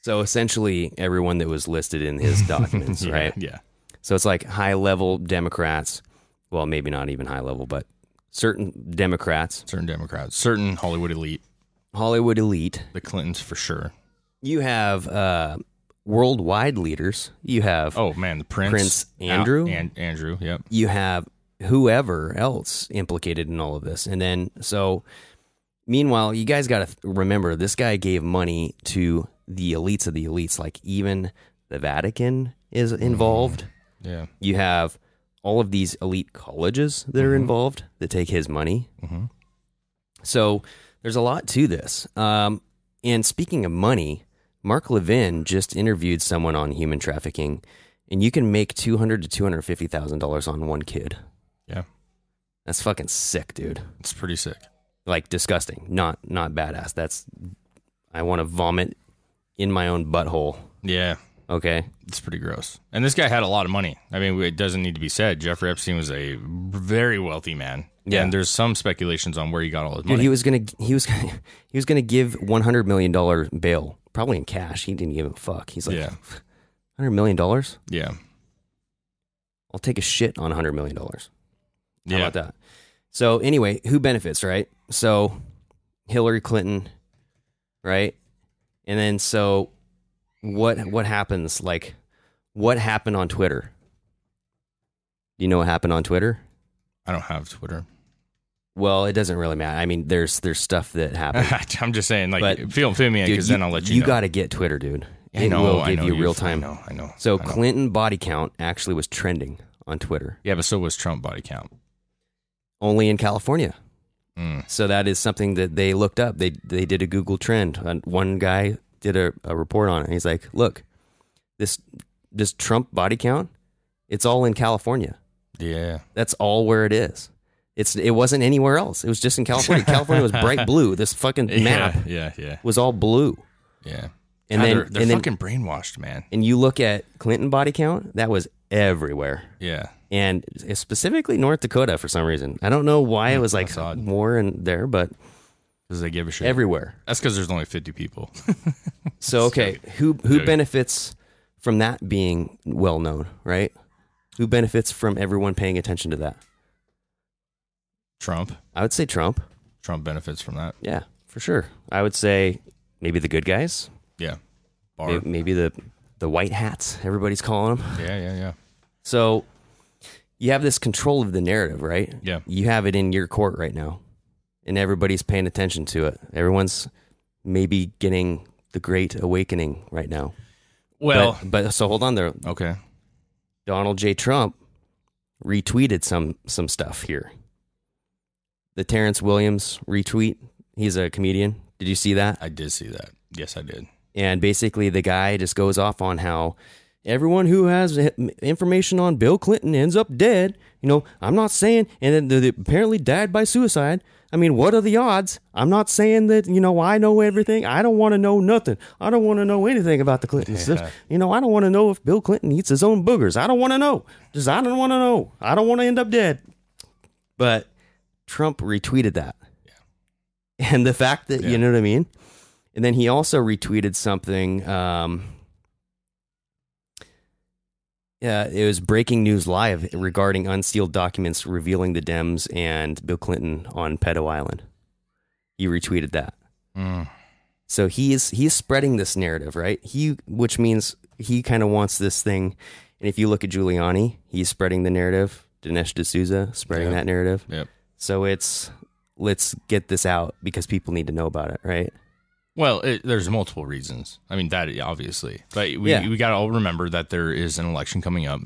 Speaker 8: So essentially everyone that was listed in his documents,
Speaker 7: Yeah,
Speaker 8: right?
Speaker 7: Yeah.
Speaker 8: So it's like high level Democrats, well maybe not even high level, but certain Democrats,
Speaker 7: Certain Democrats, certain Hollywood elite,
Speaker 8: Hollywood elite.
Speaker 7: the Clintons for sure.
Speaker 8: You have uh worldwide leaders. You have
Speaker 7: Oh man, the Prince,
Speaker 8: Prince Andrew?
Speaker 7: and Andrew. Yep.
Speaker 8: you have whoever else implicated in all of this. And then, so meanwhile, you guys got to remember this guy gave money to the elites of the elites. Like, even the Vatican is
Speaker 7: Mm.
Speaker 8: involved.
Speaker 7: Yeah.
Speaker 8: You have all of these elite colleges that are involved that take his money. So there's a lot to this. Um, and speaking of money, Mark Levin just interviewed someone on human trafficking, and you can make two hundred to two hundred fifty thousand dollars on one kid.
Speaker 7: Yeah.
Speaker 8: That's fucking sick, dude.
Speaker 7: It's pretty sick.
Speaker 8: Like disgusting. Not not badass. That's I want to vomit in my own butthole.
Speaker 7: Yeah.
Speaker 8: Okay.
Speaker 7: It's pretty gross. And this guy had a lot of money. I mean, it doesn't need to be said. Jeffrey Epstein was a very wealthy man.
Speaker 8: Yeah.
Speaker 7: And there's some speculations on where he got all his
Speaker 8: Dude,
Speaker 7: money.
Speaker 8: he was gonna he was he was gonna give one hundred million dollar bail, probably in cash. He didn't give a fuck. He's like,
Speaker 7: Yeah.
Speaker 8: hundred million dollars.
Speaker 7: yeah.
Speaker 8: I'll take a shit on hundred million dollars. How
Speaker 7: yeah.
Speaker 8: about that? So anyway, who benefits, right? So Hillary Clinton, right? And then so what what happens? Like what happened on Twitter? Do you know what happened on Twitter?
Speaker 7: I don't have Twitter.
Speaker 8: Well, it doesn't really matter. I mean, there's there's stuff that happened.
Speaker 7: I'm just saying, like,
Speaker 8: But,
Speaker 7: feel, feel me in because then I'll let you, know.
Speaker 8: got to get Twitter, dude.
Speaker 7: I
Speaker 8: it
Speaker 7: know,
Speaker 8: will
Speaker 7: I
Speaker 8: give
Speaker 7: know,
Speaker 8: you
Speaker 7: you've-
Speaker 8: real time.
Speaker 7: I know. I know.
Speaker 8: So
Speaker 7: I know.
Speaker 8: Clinton body count actually was trending on Twitter.
Speaker 7: Yeah, but so was Trump body count.
Speaker 8: only in California.
Speaker 7: Mm.
Speaker 8: So that is something that they looked up. They they did a Google trend. And One guy did a, a report on it. He's like, look, this this Trump body count, it's all in California.
Speaker 7: Yeah.
Speaker 8: That's all where it is. It's it wasn't anywhere else. It was just in California. California was bright blue. This fucking map
Speaker 7: Yeah. Yeah.
Speaker 8: was all blue.
Speaker 7: Yeah. yeah.
Speaker 8: And
Speaker 7: God,
Speaker 8: then
Speaker 7: they're, they're
Speaker 8: and then
Speaker 7: fucking brainwashed, man.
Speaker 8: and you look at Clinton body count, that was everywhere.
Speaker 7: Yeah.
Speaker 8: and specifically North Dakota for some reason. I don't know why it was like
Speaker 7: Hmm, that's odd.
Speaker 8: more in there, but
Speaker 7: Because they give a shit.
Speaker 8: everywhere.
Speaker 7: That's because there's only 50 people.
Speaker 8: So okay, who who
Speaker 7: Joking.
Speaker 8: benefits from that being well known, right? Who benefits from everyone paying attention to that?
Speaker 7: Trump.
Speaker 8: I would say Trump.
Speaker 7: Trump benefits from that.
Speaker 8: Yeah, for sure. I would say maybe the good guys,
Speaker 7: Yeah. Barr.
Speaker 8: maybe, maybe the the white hats. Everybody's calling them.
Speaker 7: Yeah. Yeah. Yeah.
Speaker 8: So you have this control of the narrative, right?
Speaker 7: Yeah.
Speaker 8: You have it in your court right now, and everybody's paying attention to it. Everyone's maybe getting the great awakening right now.
Speaker 7: Well,
Speaker 8: but, but so hold on there.
Speaker 7: okay.
Speaker 8: Donald J. Trump retweeted some some stuff here. The Terrence Williams retweet. He's a comedian. Did you see that?
Speaker 7: I did see that. Yes, I did.
Speaker 8: And basically, the guy just goes off on how everyone who has i- information on Bill Clinton ends up dead. You know, I'm not saying, and then they- they apparently died by suicide. I mean, what are the odds? I'm not saying that, you know, I know everything. I don't want to know nothing. I don't want to know anything about the Clintons. You know, I don't want to know if Bill Clinton eats his own boogers. I don't want to know. Just, I don't want to know. I don't want to end up dead. But Trump retweeted that. And the fact that, you
Speaker 7: Yeah.
Speaker 8: know what I mean? And then he also retweeted something. Um, yeah, uh, it was breaking news live regarding unsealed documents revealing the Dems and Bill Clinton on Pedo Island. He retweeted that.
Speaker 7: Mm.
Speaker 8: So he is he is spreading this narrative, right? He, which means he kind of wants this thing. And if you look at Giuliani, he's spreading the narrative. Dinesh D'Souza spreading
Speaker 7: Yeah.
Speaker 8: that narrative.
Speaker 7: Yep.
Speaker 8: So it's let's get this out because people need to know about it, right?
Speaker 7: Well, it, there's multiple reasons. I mean, that obviously, but we
Speaker 8: Yeah.
Speaker 7: we got to all remember that there is an election coming up.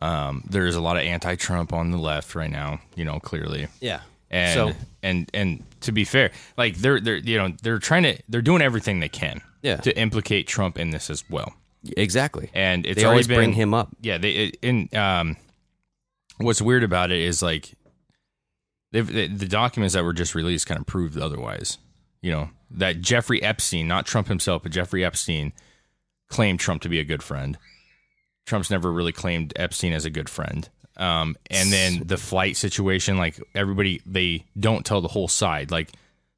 Speaker 7: Um, there is a lot of anti-Trump on the left right now. You know, clearly,
Speaker 8: Yeah.
Speaker 7: and
Speaker 8: so
Speaker 7: and and to be fair, like they're they're you know they're trying to they're doing everything they can
Speaker 8: Yeah.
Speaker 7: to implicate Trump in this as well.
Speaker 8: exactly.
Speaker 7: And it's
Speaker 8: they
Speaker 7: already
Speaker 8: always
Speaker 7: been,
Speaker 8: bring him up.
Speaker 7: yeah they it, and um what's weird about it is like they've, the the documents that were just released kind of proved otherwise you know that jeffrey epstein not trump himself but jeffrey epstein claimed Trump to be a good friend. Trump's never really claimed Epstein as a good friend. Um, and then the flight situation, like everybody, they don't tell the whole side. Like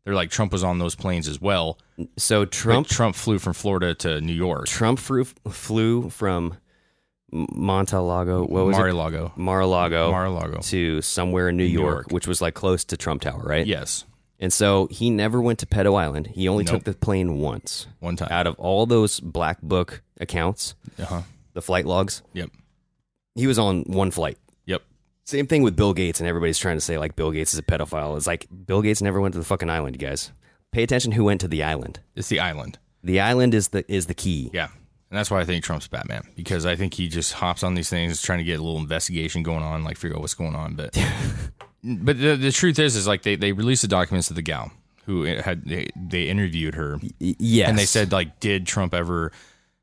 Speaker 7: they're like Trump was on those planes as well.
Speaker 8: So Trump
Speaker 7: Trump Trump flew from Florida to New York,
Speaker 8: Trump flew, flew from Montalago. What was it? Oh.
Speaker 7: Mar-a-Lago.
Speaker 8: Mar-a-Lago.
Speaker 7: Mar-a-lago.
Speaker 8: to somewhere in New, York,
Speaker 7: York.
Speaker 8: which was like close to Trump Tower, right?
Speaker 7: Yes,
Speaker 8: And so he never went to Pedo Island. He only
Speaker 7: Nope.
Speaker 8: took the plane once.
Speaker 7: one time.
Speaker 8: Out of all those black book accounts,
Speaker 7: Uh-huh.
Speaker 8: the flight logs,
Speaker 7: Yep.
Speaker 8: he was on one flight.
Speaker 7: Yep.
Speaker 8: Same thing with Bill Gates, and everybody's trying to say like Bill Gates is a pedophile. It's like Bill Gates never went to the fucking island, you guys. Pay attention who went to the island.
Speaker 7: It's the island.
Speaker 8: The island is the is the key.
Speaker 7: Yeah. And that's why I think Trump's Batman because I think he just hops on these things trying to get a little investigation going on, like figure out what's going on. But but the, the truth is, is like they, they released the documents of the gal who had they, they interviewed her
Speaker 8: Y- yes.
Speaker 7: and they said like, did Trump ever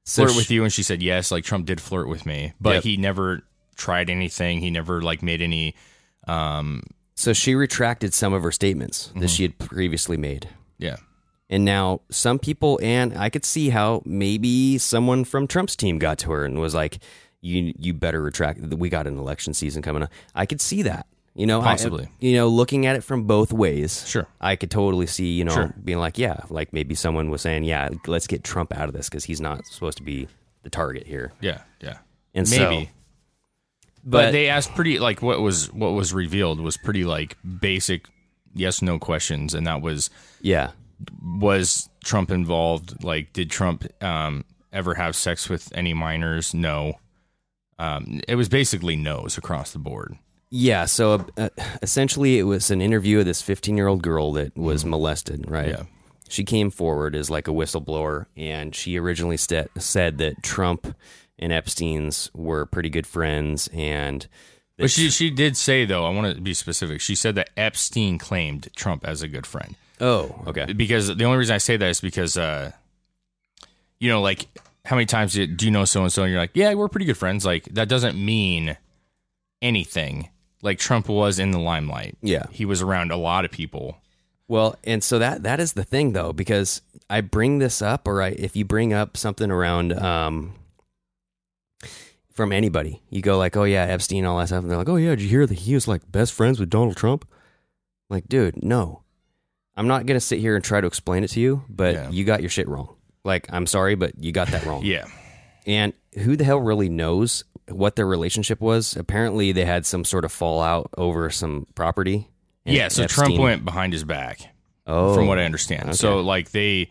Speaker 8: So
Speaker 7: flirt
Speaker 8: sh-
Speaker 7: with you? And she said yes. Like Trump did flirt with me, but
Speaker 8: Yep.
Speaker 7: he never tried anything. He never like made any.
Speaker 8: So she retracted some of her statements
Speaker 7: Mm-hmm.
Speaker 8: that she had previously made.
Speaker 7: Yeah.
Speaker 8: And now some people, and I could see how maybe someone from Trump's team got to her and was like, "You, you better retract. We got an election season coming up." I could see that, you know, I- uh,
Speaker 7: Possibly.
Speaker 8: you know, looking at it from both ways.
Speaker 7: Sure.
Speaker 8: I could totally see, you know,
Speaker 7: Sure.
Speaker 8: being like, "Yeah, like maybe someone was saying, yeah, let's get Trump out of this because he's not supposed to be the target here."
Speaker 7: Yeah. Yeah.
Speaker 8: And
Speaker 7: Maybe.
Speaker 8: so,
Speaker 7: but,
Speaker 8: but
Speaker 7: they asked pretty like what was what was revealed was pretty like basic yes no questions and that was
Speaker 8: yeah,
Speaker 7: was Trump involved? Like, did Trump um, ever have sex with any minors? No. Um, it was basically no's across the board.
Speaker 8: Yeah, so uh, essentially it was an interview of this 15-year-old girl that was molested, right?
Speaker 7: Yeah.
Speaker 8: She came forward as like a whistleblower and she originally st- said that Trump and Epstein's were pretty good friends and that
Speaker 7: But she she did say though, I want to be specific. She said that Epstein claimed Trump as a good friend
Speaker 8: Oh, okay.
Speaker 7: because the only reason I say that is because uh, you know, like how many times do you, do you know so and so, and you're like, yeah, we're pretty good friends. Like that doesn't mean anything. Like Trump was in the limelight.
Speaker 8: Yeah.
Speaker 7: he was around a lot of people.
Speaker 8: Well, and so that that is the thing though because I bring this up or I if you bring up something around um from anybody, you go like, "Oh yeah, Epstein all that stuff." And they're like, "Oh yeah, did you hear that he was like best friends with Donald Trump?" Like, dude, no. I'm not going to sit here and try to explain it to you, but
Speaker 7: Yeah.
Speaker 8: you got your shit wrong. Like, I'm sorry, but you got that wrong.
Speaker 7: Yeah,
Speaker 8: And who the hell really knows what their relationship was? Apparently, they had some sort of fallout over some property. and
Speaker 7: yeah. So Trump
Speaker 8: Epstein-
Speaker 7: went behind his back.
Speaker 8: Oh,
Speaker 7: from what I understand.
Speaker 8: okay.
Speaker 7: So like they,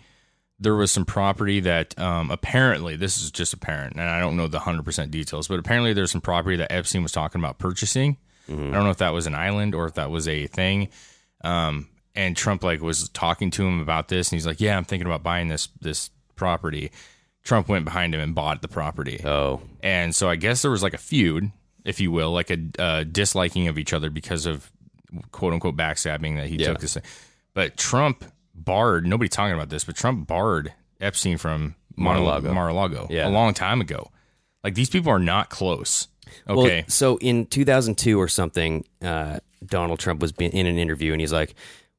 Speaker 7: there was some property that um, apparently this is just apparent, and I don't know the hundred percent details, but apparently there's some property that Epstein was talking about purchasing.
Speaker 8: Mm-hmm.
Speaker 7: I don't know if that was an island or if that was a thing. Um, and Trump like was talking to him about this, and he's like, "Yeah, I'm thinking about buying this this property." Trump went behind him and bought the property.
Speaker 8: Oh,
Speaker 7: And so I guess there was like a feud, if you will, like a uh, disliking of each other because of quote unquote backstabbing that he took this thing. But Trump barred, nobody talking about this, but Trump barred Epstein from Mar-a-Lago,
Speaker 8: Mar-a-Lago.
Speaker 7: Mar-a-Lago
Speaker 8: Yeah.
Speaker 7: a long time ago. Like these people are not close. Okay.
Speaker 8: Well, so in 2002 or something, uh, Donald Trump was be- in an interview and he's like,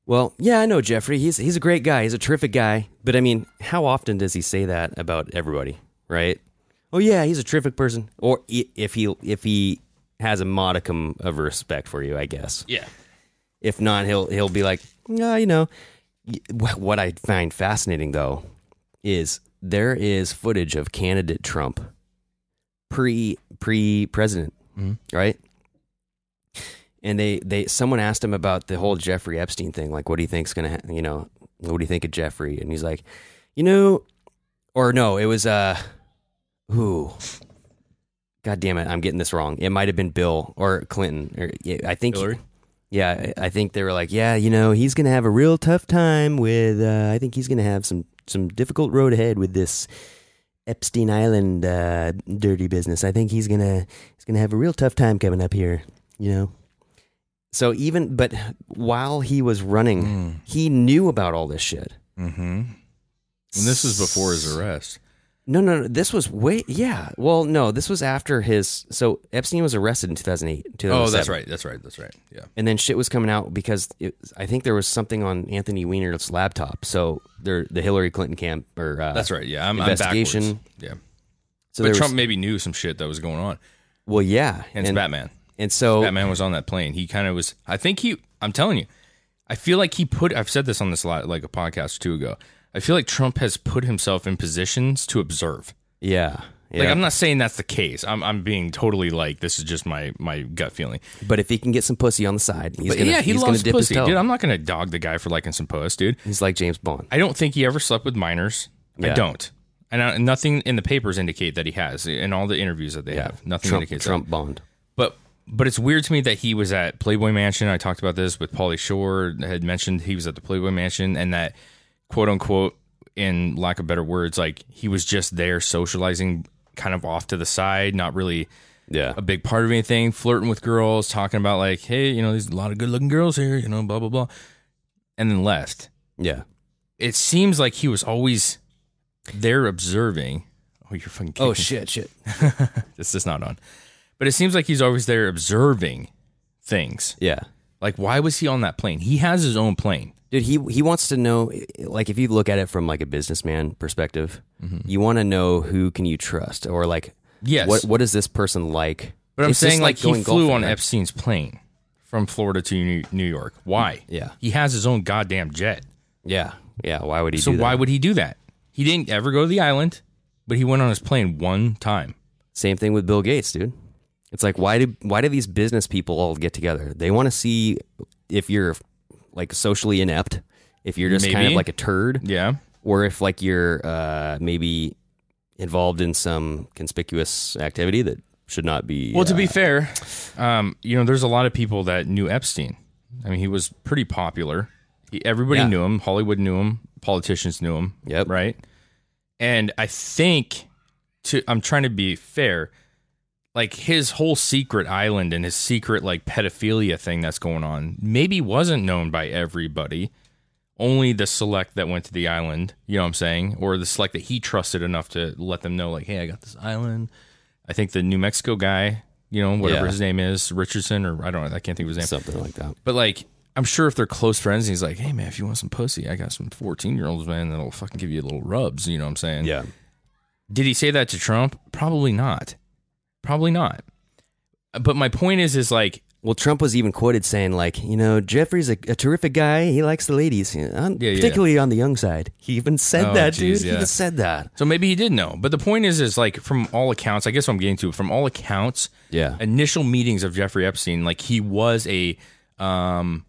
Speaker 8: "Well, yeah, I know Jeffrey. He's he's a great guy. He's a terrific guy." But I mean, how often does he say that about everybody, right? Oh yeah, he's a terrific person. Or i- if he if he has a modicum of respect for you, I guess.
Speaker 7: yeah.
Speaker 8: If not, he'll he'll be like, no, you know. Y- wh- What I find fascinating though is there is footage of candidate Trump, pre pre president, right? And they they someone asked him about the whole Jeffrey Epstein thing, like, what do you think's gonna, ha- you know, what do you think of Jeffrey? And he's like, you know, or no, it was uh, who. God damn it! I'm getting this wrong. It might have been Bill or Clinton, or yeah, I think
Speaker 7: Hillary?
Speaker 8: yeah, I I think they were like, yeah, you know, he's going to have a real tough time with. Uh, I think he's going to have some some difficult road ahead with this Epstein Island uh, dirty business. I think he's gonna he's gonna have a real tough time coming up here. You know. So even but while he was running,
Speaker 7: Hmm.
Speaker 8: he knew about all this shit.
Speaker 7: And this is before his arrest.
Speaker 8: No, no, no. This was way yeah. Well, no, this was after his. So Epstein was arrested in 2008. 2007.
Speaker 7: Oh, that's right. That's right. That's right. Yeah.
Speaker 8: and then shit was coming out because it, I think there was something on Anthony Weiner's laptop. So there, the Hillary Clinton camp or uh,
Speaker 7: That's right. Yeah. I'm, I'm
Speaker 8: investigation.
Speaker 7: backwards. Yeah.
Speaker 8: So
Speaker 7: but
Speaker 8: there
Speaker 7: Trump
Speaker 8: was,
Speaker 7: maybe knew some shit that was going on,
Speaker 8: well, yeah,
Speaker 7: and, it's Batman.
Speaker 8: And so
Speaker 7: Batman was on that plane. He kind of was. I think he. I'm telling you, I feel like he put. I've said this on this lot, like a podcast or two ago. I feel like Trump has put himself in positions to observe.
Speaker 8: yeah, yeah.
Speaker 7: Like I'm not saying that's the case. I'm I'm being totally like this is just my my gut feeling.
Speaker 8: but if he can get some pussy on the side, he's
Speaker 7: But
Speaker 8: gonna,
Speaker 7: yeah, he
Speaker 8: he's
Speaker 7: loves
Speaker 8: gonna dip
Speaker 7: pussy,
Speaker 8: his toe.
Speaker 7: dude. I'm not gonna dog the guy for liking some puss, dude.
Speaker 8: he's like James Bond.
Speaker 7: I don't think he ever slept with minors. I
Speaker 8: Yeah.
Speaker 7: don't. And I, nothing in the papers indicate that he has. In all the interviews that they have, nothing
Speaker 8: Trump,
Speaker 7: indicates that.
Speaker 8: Trump Bond.
Speaker 7: But but it's weird to me that he was at Playboy Mansion. I talked about this with Paulie Shore. I Had mentioned he was at the Playboy Mansion, and that quote unquote, in lack of better words, like he was just there socializing, kind of off to the side, not really
Speaker 8: Yeah,
Speaker 7: a big part of anything, flirting with girls, talking about like, hey, you know, there's a lot of good looking girls here, you know, blah blah blah, and then left.
Speaker 8: yeah.
Speaker 7: It seems like he was always there observing. Oh, you're fucking. Kicking.
Speaker 8: Oh shit, shit.
Speaker 7: It's just not on. But it seems like he's always there observing things.
Speaker 8: Yeah,
Speaker 7: Like, why was he on that plane? He has his own plane.
Speaker 8: dude. He he wants to know. Like, if you look at it from like a businessman perspective, you want to know who can you trust, or like,
Speaker 7: Mm-hmm. Yes.
Speaker 8: what what is this person like?
Speaker 7: But I'm
Speaker 8: It's just
Speaker 7: saying, like, he
Speaker 8: going
Speaker 7: flew
Speaker 8: golfing,
Speaker 7: on
Speaker 8: right?
Speaker 7: Epstein's plane from Florida to New New York. Why?
Speaker 8: Yeah.
Speaker 7: He has his own goddamn jet.
Speaker 8: Yeah, yeah. Why would he?
Speaker 7: So
Speaker 8: do that?
Speaker 7: why would he do that? He didn't ever go to the island, but he went on his plane one time.
Speaker 8: Same thing with Bill Gates, dude. It's like why do why do these business people all get together? They want to see if you're like socially inept, if you're just kind of
Speaker 7: Maybe.
Speaker 8: like a turd,
Speaker 7: Yeah.
Speaker 8: or if like you're uh, maybe involved in some conspicuous activity that should not be.
Speaker 7: Well, to be
Speaker 8: uh,
Speaker 7: fair, um, you know, there's a lot of people that knew Epstein. I mean, he was pretty popular. He, everybody
Speaker 8: Yeah.
Speaker 7: knew him. Hollywood knew him. Politicians knew him.
Speaker 8: Yep.
Speaker 7: Right. And I think, to I'm trying to be fair, like his whole secret island and his secret like pedophilia thing that's going on maybe wasn't known by everybody. Only the select that went to the island, you know what I'm saying, or the select that he trusted enough to let them know, like, hey, I got this island. I think the New Mexico guy, you know, whatever
Speaker 8: Yeah.
Speaker 7: his name is, Richardson or I don't know, I can't think of his name.
Speaker 8: something like that.
Speaker 7: But like, I'm sure if they're close friends, he's like, "Hey man, if you want some pussy, I got some 14 year olds, man, that'll fucking give you little rubs." You know what I'm saying? Did he say that to Trump? Probably not. Probably not. But my point is, is like,
Speaker 8: Well, Trump was even quoted saying like, you know, Jeffrey's a, a terrific guy. He likes the ladies, you know, on-
Speaker 7: Yeah, yeah.
Speaker 8: particularly on the young side. He even said
Speaker 7: Oh,
Speaker 8: that,
Speaker 7: geez,
Speaker 8: dude.
Speaker 7: yeah.
Speaker 8: He even said that.
Speaker 7: so maybe he did know. But the point is, is like, from all accounts, I guess what I'm getting to, from all accounts,
Speaker 8: Yeah.
Speaker 7: initial meetings of Jeffrey Epstein, like he was a um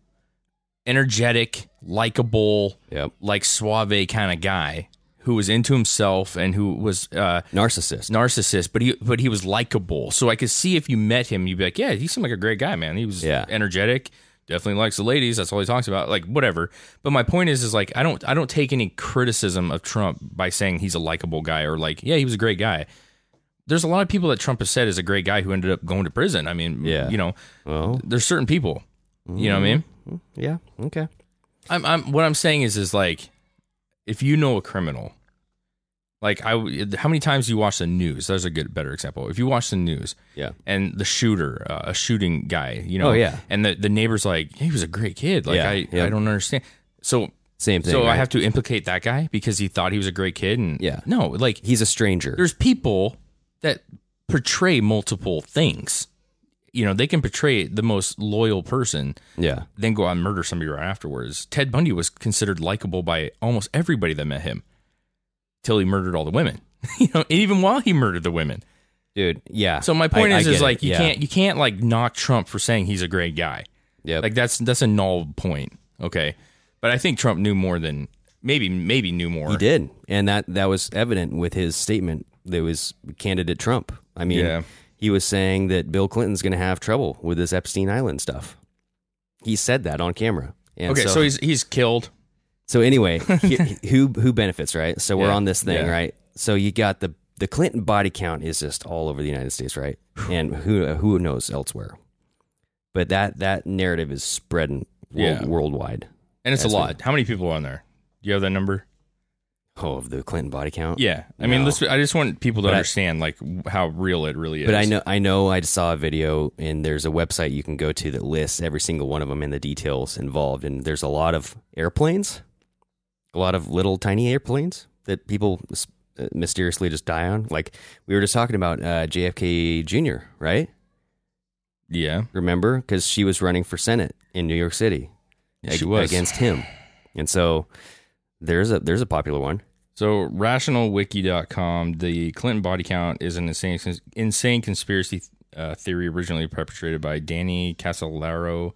Speaker 7: energetic, likable,
Speaker 8: Yep.
Speaker 7: like suave kind of guy who was into himself and who was uh
Speaker 8: Narcissist.
Speaker 7: narcissist, but he but he was likable. So I could see if you met him, you'd be like, yeah, he seemed like a great guy, man. He was
Speaker 8: Yeah.
Speaker 7: energetic, definitely likes the ladies. That's all he talks about, like whatever. But my point is, is like I don't I don't take any criticism of Trump by saying he's a likable guy or like yeah, he was a great guy. There's a lot of people that Trump has said is a great guy who ended up going to prison. I mean,
Speaker 8: Yeah.
Speaker 7: you know,
Speaker 8: Well,
Speaker 7: there's certain people. You know what I mean?
Speaker 8: yeah. Okay.
Speaker 7: I'm, I'm what I'm saying is is like if you know a criminal, like I w- how many times do you watch the news? There's a good better example. If you watch the news,
Speaker 8: Yeah.
Speaker 7: and the shooter, uh, a shooting guy, you know,
Speaker 8: Oh, yeah.
Speaker 7: and the the neighbor's like he was a great kid. Like
Speaker 8: Yeah,
Speaker 7: I
Speaker 8: yeah.
Speaker 7: I don't understand. So
Speaker 8: Same thing.
Speaker 7: so I
Speaker 8: right?
Speaker 7: have to implicate that guy because he thought he was a great kid and
Speaker 8: Yeah.
Speaker 7: no like
Speaker 8: He's a stranger.
Speaker 7: there's people that portray multiple things. You know, they can portray the most loyal person
Speaker 8: yeah.
Speaker 7: then go out and murder somebody right afterwards. Ted Bundy was considered likable by almost everybody that met him till he murdered all the women. you know, and even while he murdered the women.
Speaker 8: Dude. Yeah.
Speaker 7: So my point
Speaker 8: I- I
Speaker 7: is
Speaker 8: get
Speaker 7: is
Speaker 8: it.
Speaker 7: like you
Speaker 8: Yeah.
Speaker 7: can't you can't like knock Trump for saying he's a great guy.
Speaker 8: Yep.
Speaker 7: Like that's that's a null point. Okay. But I think Trump knew more than maybe maybe knew more.
Speaker 8: he did, and that that was evident with his statement. That was candidate Trump. I mean,
Speaker 7: Yeah.
Speaker 8: he was saying that Bill Clinton's going to have trouble with this Epstein Island stuff. He said that on camera. And
Speaker 7: Okay, so, he's he's killed.
Speaker 8: So anyway, he, who who benefits, right? So we're
Speaker 7: Yeah,
Speaker 8: on this thing,
Speaker 7: yeah.
Speaker 8: right? So you got the the Clinton body count is just all over the United States, right? And who who knows elsewhere? But that that narrative is spreading world,
Speaker 7: Yeah.
Speaker 8: worldwide.
Speaker 7: And it's a
Speaker 8: That's
Speaker 7: lot. How many people are on there? Do you have that number?
Speaker 8: Oh, of the Clinton body count.
Speaker 7: Yeah. I mean,
Speaker 8: No.
Speaker 7: let's, I just want people to
Speaker 8: But I-
Speaker 7: understand like how real it really is.
Speaker 8: But I know I know I saw a video and there's a website you can go to that lists every single one of them and the details involved and there's a lot of airplanes, a lot of little tiny airplanes that people s- uh, mysteriously just die on? Like we were just talking about uh, JFK Jr. Right?
Speaker 7: Yeah,
Speaker 8: Remember? Because she was running for Senate in New York City.
Speaker 7: Yeah, she was.
Speaker 8: against him, and so there's a there's a popular one.
Speaker 7: So, rationalwiki.com, the Clinton body count is an insane, insane conspiracy uh, theory originally perpetrated by Danny Casolaro,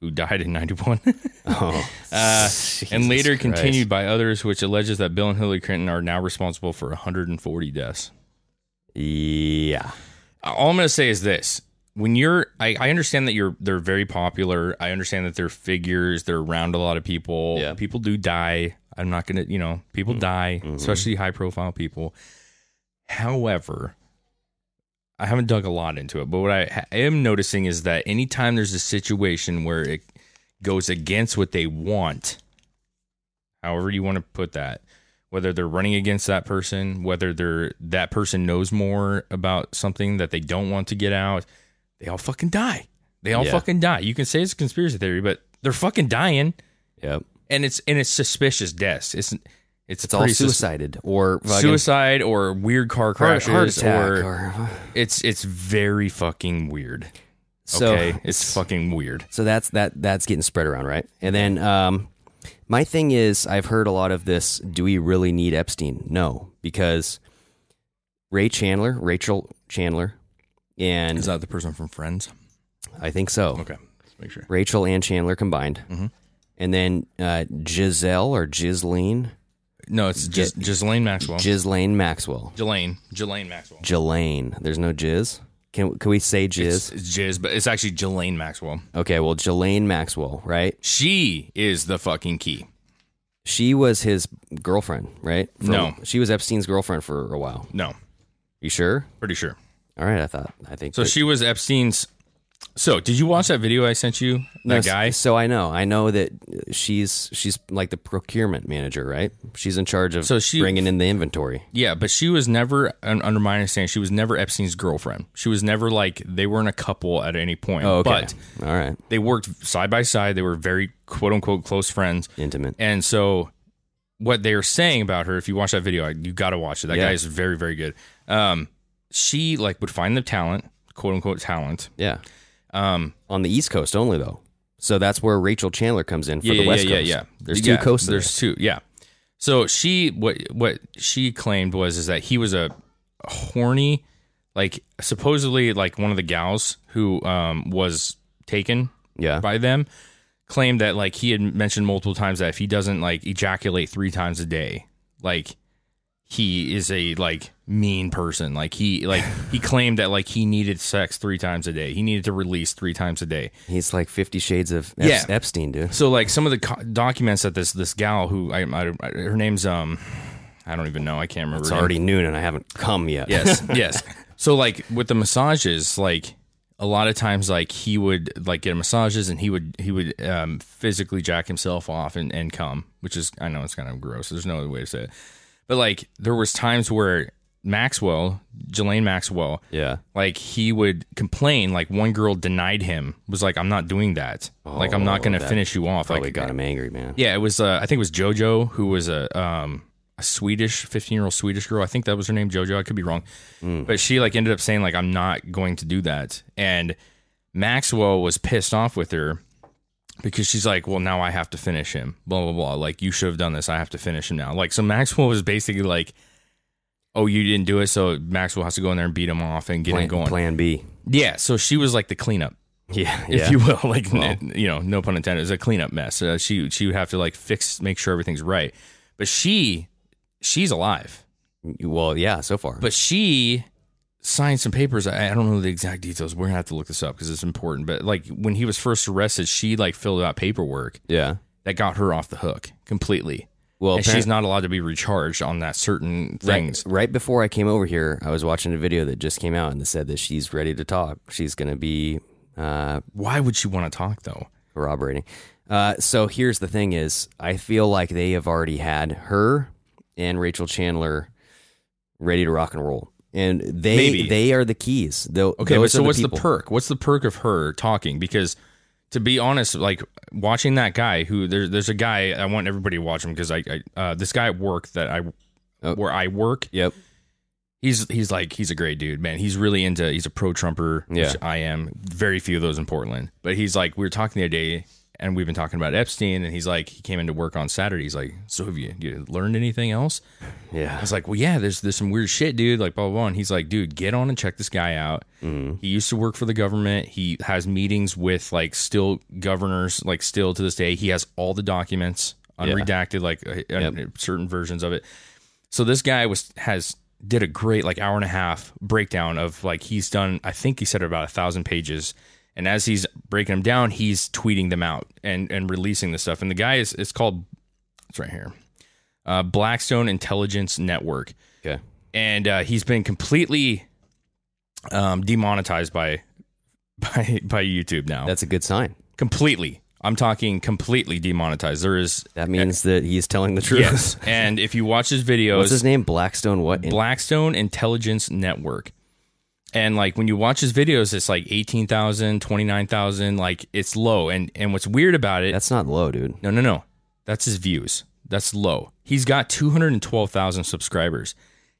Speaker 7: who died in 91,
Speaker 8: Oh,
Speaker 7: uh, and
Speaker 8: Jesus
Speaker 7: later
Speaker 8: Christ.
Speaker 7: continued by others, which alleges that Bill and Hillary Clinton are now responsible for 140 deaths.
Speaker 8: Yeah.
Speaker 7: all I'm going to say is this: when you're, I, I understand that you're they're very popular. I understand that they're figures. They're around a lot of people.
Speaker 8: Yeah.
Speaker 7: People do die. I'm not going to, you know, people die, especially high profile people. However, I haven't dug a lot into it, but what I ha- am noticing is that anytime there's a situation where it goes against what they want, however you want to put that, whether they're running against that person, whether they're that person knows more about something that they don't want to get out, they all fucking die. They all
Speaker 8: Yeah.
Speaker 7: fucking die. You can say it's a conspiracy theory, but they're fucking dying,
Speaker 8: Yep.
Speaker 7: and it's and it's suspicious deaths. It's it's,
Speaker 8: It's all
Speaker 7: pretty sus-
Speaker 8: suicided or fucking
Speaker 7: suicide or weird car
Speaker 8: heart-
Speaker 7: crashes
Speaker 8: heart attack
Speaker 7: or
Speaker 8: or-
Speaker 7: it's it's very fucking weird.
Speaker 8: so
Speaker 7: Okay, it's fucking weird.
Speaker 8: so that's that that's getting spread around, right? And then um, my thing is, I've heard a lot of this. Do we really need Epstein? No, because Ray Chandler, Rachel Chandler, and
Speaker 7: Is that the person from Friends?
Speaker 8: I think so.
Speaker 7: Okay, Mm-hmm. let's make sure.
Speaker 8: Rachel and Chandler combined, and then uh, Giselle or Gislaine,
Speaker 7: No, it's just Ghislaine Maxwell.
Speaker 8: Gislaine Maxwell,
Speaker 7: Ghislaine, Ghislaine Maxwell.
Speaker 8: Jelaine. There's no Giz. Can can we say
Speaker 7: It's,
Speaker 8: Jiz?
Speaker 7: it's Jizz, but it's actually Jelaine Maxwell.
Speaker 8: Okay, well, Jelaine Maxwell, right?
Speaker 7: She is the fucking key.
Speaker 8: She was his girlfriend, right? For-
Speaker 7: No.
Speaker 8: she was Epstein's girlfriend for a while.
Speaker 7: No,
Speaker 8: You sure?
Speaker 7: pretty sure.
Speaker 8: All right, I thought. I think
Speaker 7: So
Speaker 8: that-
Speaker 7: she was Epstein's. So did you watch that video I sent you? That
Speaker 8: No, s-
Speaker 7: guy.
Speaker 8: So I know, I know that she's she's like the procurement manager, right? She's in charge of
Speaker 7: So she-
Speaker 8: bringing in the inventory.
Speaker 7: Yeah, but she was never, un- under my understanding, she was never Epstein's girlfriend. She was never like they weren't a couple at any point.
Speaker 8: Oh, okay.
Speaker 7: But
Speaker 8: All right,
Speaker 7: they worked side by side. They were very quote unquote close friends.
Speaker 8: intimate.
Speaker 7: And so, what they're saying about her, if you watch that video, I- you got to watch it. That
Speaker 8: Yeah.
Speaker 7: guy is very, very good. Um, she like would find the talent, quote unquote talent.
Speaker 8: Yeah,
Speaker 7: Um,
Speaker 8: on the East Coast only though. So that's where Rachel Chandler comes in for
Speaker 7: yeah,
Speaker 8: the
Speaker 7: yeah,
Speaker 8: West
Speaker 7: yeah,
Speaker 8: Coast.
Speaker 7: yeah, yeah.
Speaker 8: There's
Speaker 7: Yeah,
Speaker 8: two coasts.
Speaker 7: There's
Speaker 8: There's
Speaker 7: two. Yeah. So she what what she claimed was is that he was a horny, like supposedly like one of the gals who um was taken
Speaker 8: yeah,
Speaker 7: by them claimed that like he had mentioned multiple times that if he doesn't like ejaculate three times a day like he is a like mean person like he like he claimed that like he needed sex three times a day he needed to release three times a day
Speaker 8: he's like Fifty Shades of Ep-
Speaker 7: Yeah.
Speaker 8: Epstein, dude.
Speaker 7: so like some of the co- documents that this this gal who I, I her name's um i don't even know i can't remember
Speaker 8: It's
Speaker 7: her name.
Speaker 8: already noon and I haven't come yet.
Speaker 7: Yes, yes. So like with the massages, like a lot of times, like he would like get massages and he would he would um, physically jack himself off and and come, which is I know it's kind of gross. There's no other way to say it, but like there was times where Maxwell, Jelaine Maxwell,
Speaker 8: yeah.
Speaker 7: like he would complain. Like one girl denied him, was like, "I'm not doing that. like I'm not
Speaker 8: Oh,
Speaker 7: going to
Speaker 8: that
Speaker 7: finish you off."
Speaker 8: Probably
Speaker 7: like
Speaker 8: got him angry, man.
Speaker 7: yeah, it was. Uh, I think it was JoJo who was a um a Swedish fifteen year old Swedish girl. I think that was her name, JoJo. I could be wrong,
Speaker 8: Mm.
Speaker 7: but she like ended up saying like I'm not going to do that, and Maxwell was pissed off with her because she's like, well, now I have to finish him. Blah blah blah. Like you should have done this. I have to finish him now. Like so, Maxwell was basically like. Oh, you didn't do it, so Maxwell has to go in there and beat him off and get
Speaker 8: Plan,
Speaker 7: him going.
Speaker 8: plan B.
Speaker 7: Yeah, so she was like the cleanup
Speaker 8: Yeah.
Speaker 7: if
Speaker 8: yeah.
Speaker 7: you will. Like, n- you know, no pun intended. It was a cleanup mess. Uh, she she would have to like fix, make sure everything's right. But she she's alive.
Speaker 8: well, yeah, so far.
Speaker 7: But she signed some papers. I, I don't know the exact details. We're gonna have to look this up because it's important. But like when he was first arrested, she like filled out paperwork
Speaker 8: yeah.
Speaker 7: that got her off the hook completely.
Speaker 8: Well,
Speaker 7: and she's not allowed to be recharged on that certain things.
Speaker 8: Right, right before I came over here, I was watching a video that just came out and it said that she's ready to talk. She's going to be uh,
Speaker 7: Why would she want to talk though?
Speaker 8: corroborating. Uh, so here's the thing: is I feel like they have already had her and Rachel Chandler ready to rock and roll, and they
Speaker 7: Maybe.
Speaker 8: they are the keys. Though,
Speaker 7: Okay, but
Speaker 8: those
Speaker 7: so
Speaker 8: are the
Speaker 7: what's
Speaker 8: people.
Speaker 7: the perk? What's the perk of her talking? Because to be honest, like watching that guy who there, there's a guy I want everybody to watch him because I, I uh, this guy at work that I
Speaker 8: Oh.
Speaker 7: where I work.
Speaker 8: Yep.
Speaker 7: He's he's like he's a great dude, man. He's really into he's a pro Trumper,
Speaker 8: Yeah.
Speaker 7: which I am. Very few of those in Portland, but he's like we were talking the other day, and we've been talking about Epstein, and he's like he came into work on Saturday. He's like, so have you, you learned anything else? I
Speaker 8: Yeah.
Speaker 7: was like, well, yeah, there's there's some weird shit, dude. Like blah blah. blah. And he's like, dude, get on and check this guy out. He used to work for the government. He has meetings with like still governors, like still to this day. He has all the documents unredacted, like uh, uh, certain versions of it. So this guy was has did a great like hour and a half breakdown of like he's done. I think he said about a thousand pages. And as he's breaking them down, he's tweeting them out and and releasing this stuff. And the guy is it's called it's right here uh, Blackstone Intelligence Network,
Speaker 8: Okay.
Speaker 7: and uh, he's been completely um, demonetized by by by YouTube now.
Speaker 8: That's a good sign.
Speaker 7: completely. I'm talking completely demonetized. There is
Speaker 8: That means that he's telling the truth.
Speaker 7: yes, and if you watch his videos,
Speaker 8: What's his name? Blackstone. What?
Speaker 7: Blackstone Intelligence Network. And like when you watch his videos, it's like 18,000, 29,000, like it's low. And and what's weird about it,
Speaker 8: That's not low, dude.
Speaker 7: No, no, no. That's his views. That's low. He's got 212,000 subscribers.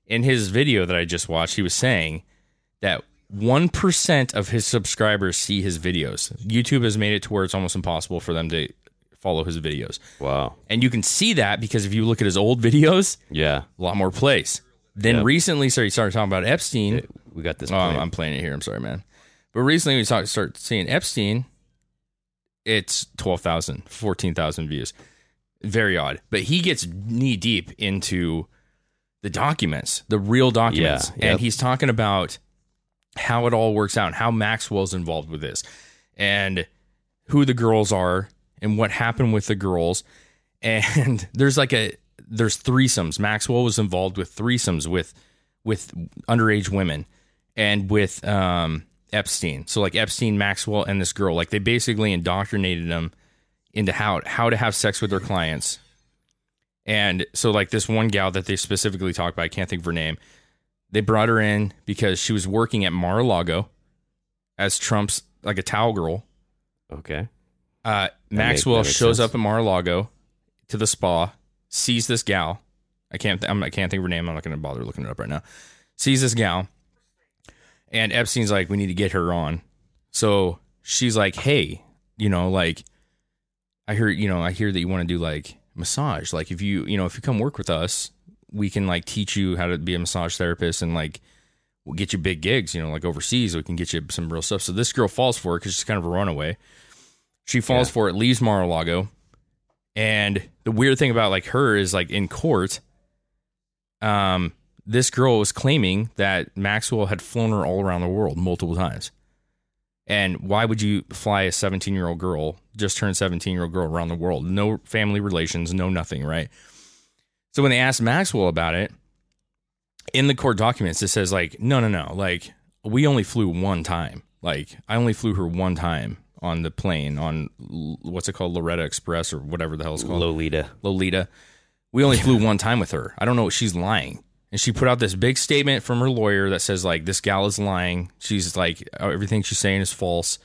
Speaker 7: In his video that I just watched, he was saying that 1% of his subscribers see his videos. YouTube has made it to where it's almost impossible for them to follow his videos.
Speaker 8: Wow.
Speaker 7: And you can see that because if you look at his old videos,
Speaker 8: Yeah.
Speaker 7: a lot more plays. Then
Speaker 8: Yep.
Speaker 7: recently, so he started talking about Epstein.
Speaker 8: We got this.
Speaker 7: Oh, I'm,
Speaker 8: plate.
Speaker 7: I'm playing it here. I'm sorry, man. But recently we saw, start seeing Epstein. It's 12,000, 14,000 views. Very odd. But he gets knee deep into the documents, the real documents.
Speaker 8: Yeah, yep.
Speaker 7: And he's talking about how it all works out and how Maxwell's involved with this and who the girls are and what happened with the girls. And there's like a there's threesomes. Maxwell was involved with threesomes with with underage women and with um Epstein. So like Epstein, Maxwell, and this girl. Like they basically indoctrinated them into how how to have sex with their clients. And so like this one gal that they specifically talked about, I can't think of her name. They brought her in because she was working at Mar-a-Lago as Trump's like a towel girl.
Speaker 8: okay.
Speaker 7: Uh,
Speaker 8: make-
Speaker 7: Maxwell
Speaker 8: that makes
Speaker 7: shows
Speaker 8: sense.
Speaker 7: up at Mar-a-Lago to the spa, sees this gal. I can't. Th- I'm, I can't think of her name. I'm not going to bother looking it up right now. Sees this gal, and Epstein's like, "We need to get her on." So she's like, "Hey, you know, like, I hear, you know, I hear that you want to do like massage. Like, if you, you know, if you come work with us, we can like teach you how to be a massage therapist and like." We'll get you big gigs, you know, like overseas. We can get you some real stuff. So this girl falls for it because she's kind of a runaway. She falls for it, leaves Mar-a-Lago. And the weird thing about like her is like in court, um, this girl was claiming that Maxwell had flown her all around the world multiple times. And why would you fly a 17 year old girl, just turned 17 year old girl around the world? No family relations, no nothing, right? So when they asked Maxwell about it, in the court documents, it says like, no, no, no, like we only flew one time. Like I only flew her one time on the plane on L- what's it called, Loretta Express or whatever the hell it's called.
Speaker 8: Lolita.
Speaker 7: Lolita. We only flew one time with her. I don't know. She's lying. And she put out this big statement from her lawyer that says, like, this gal is lying. She's like, oh, everything she's saying is false.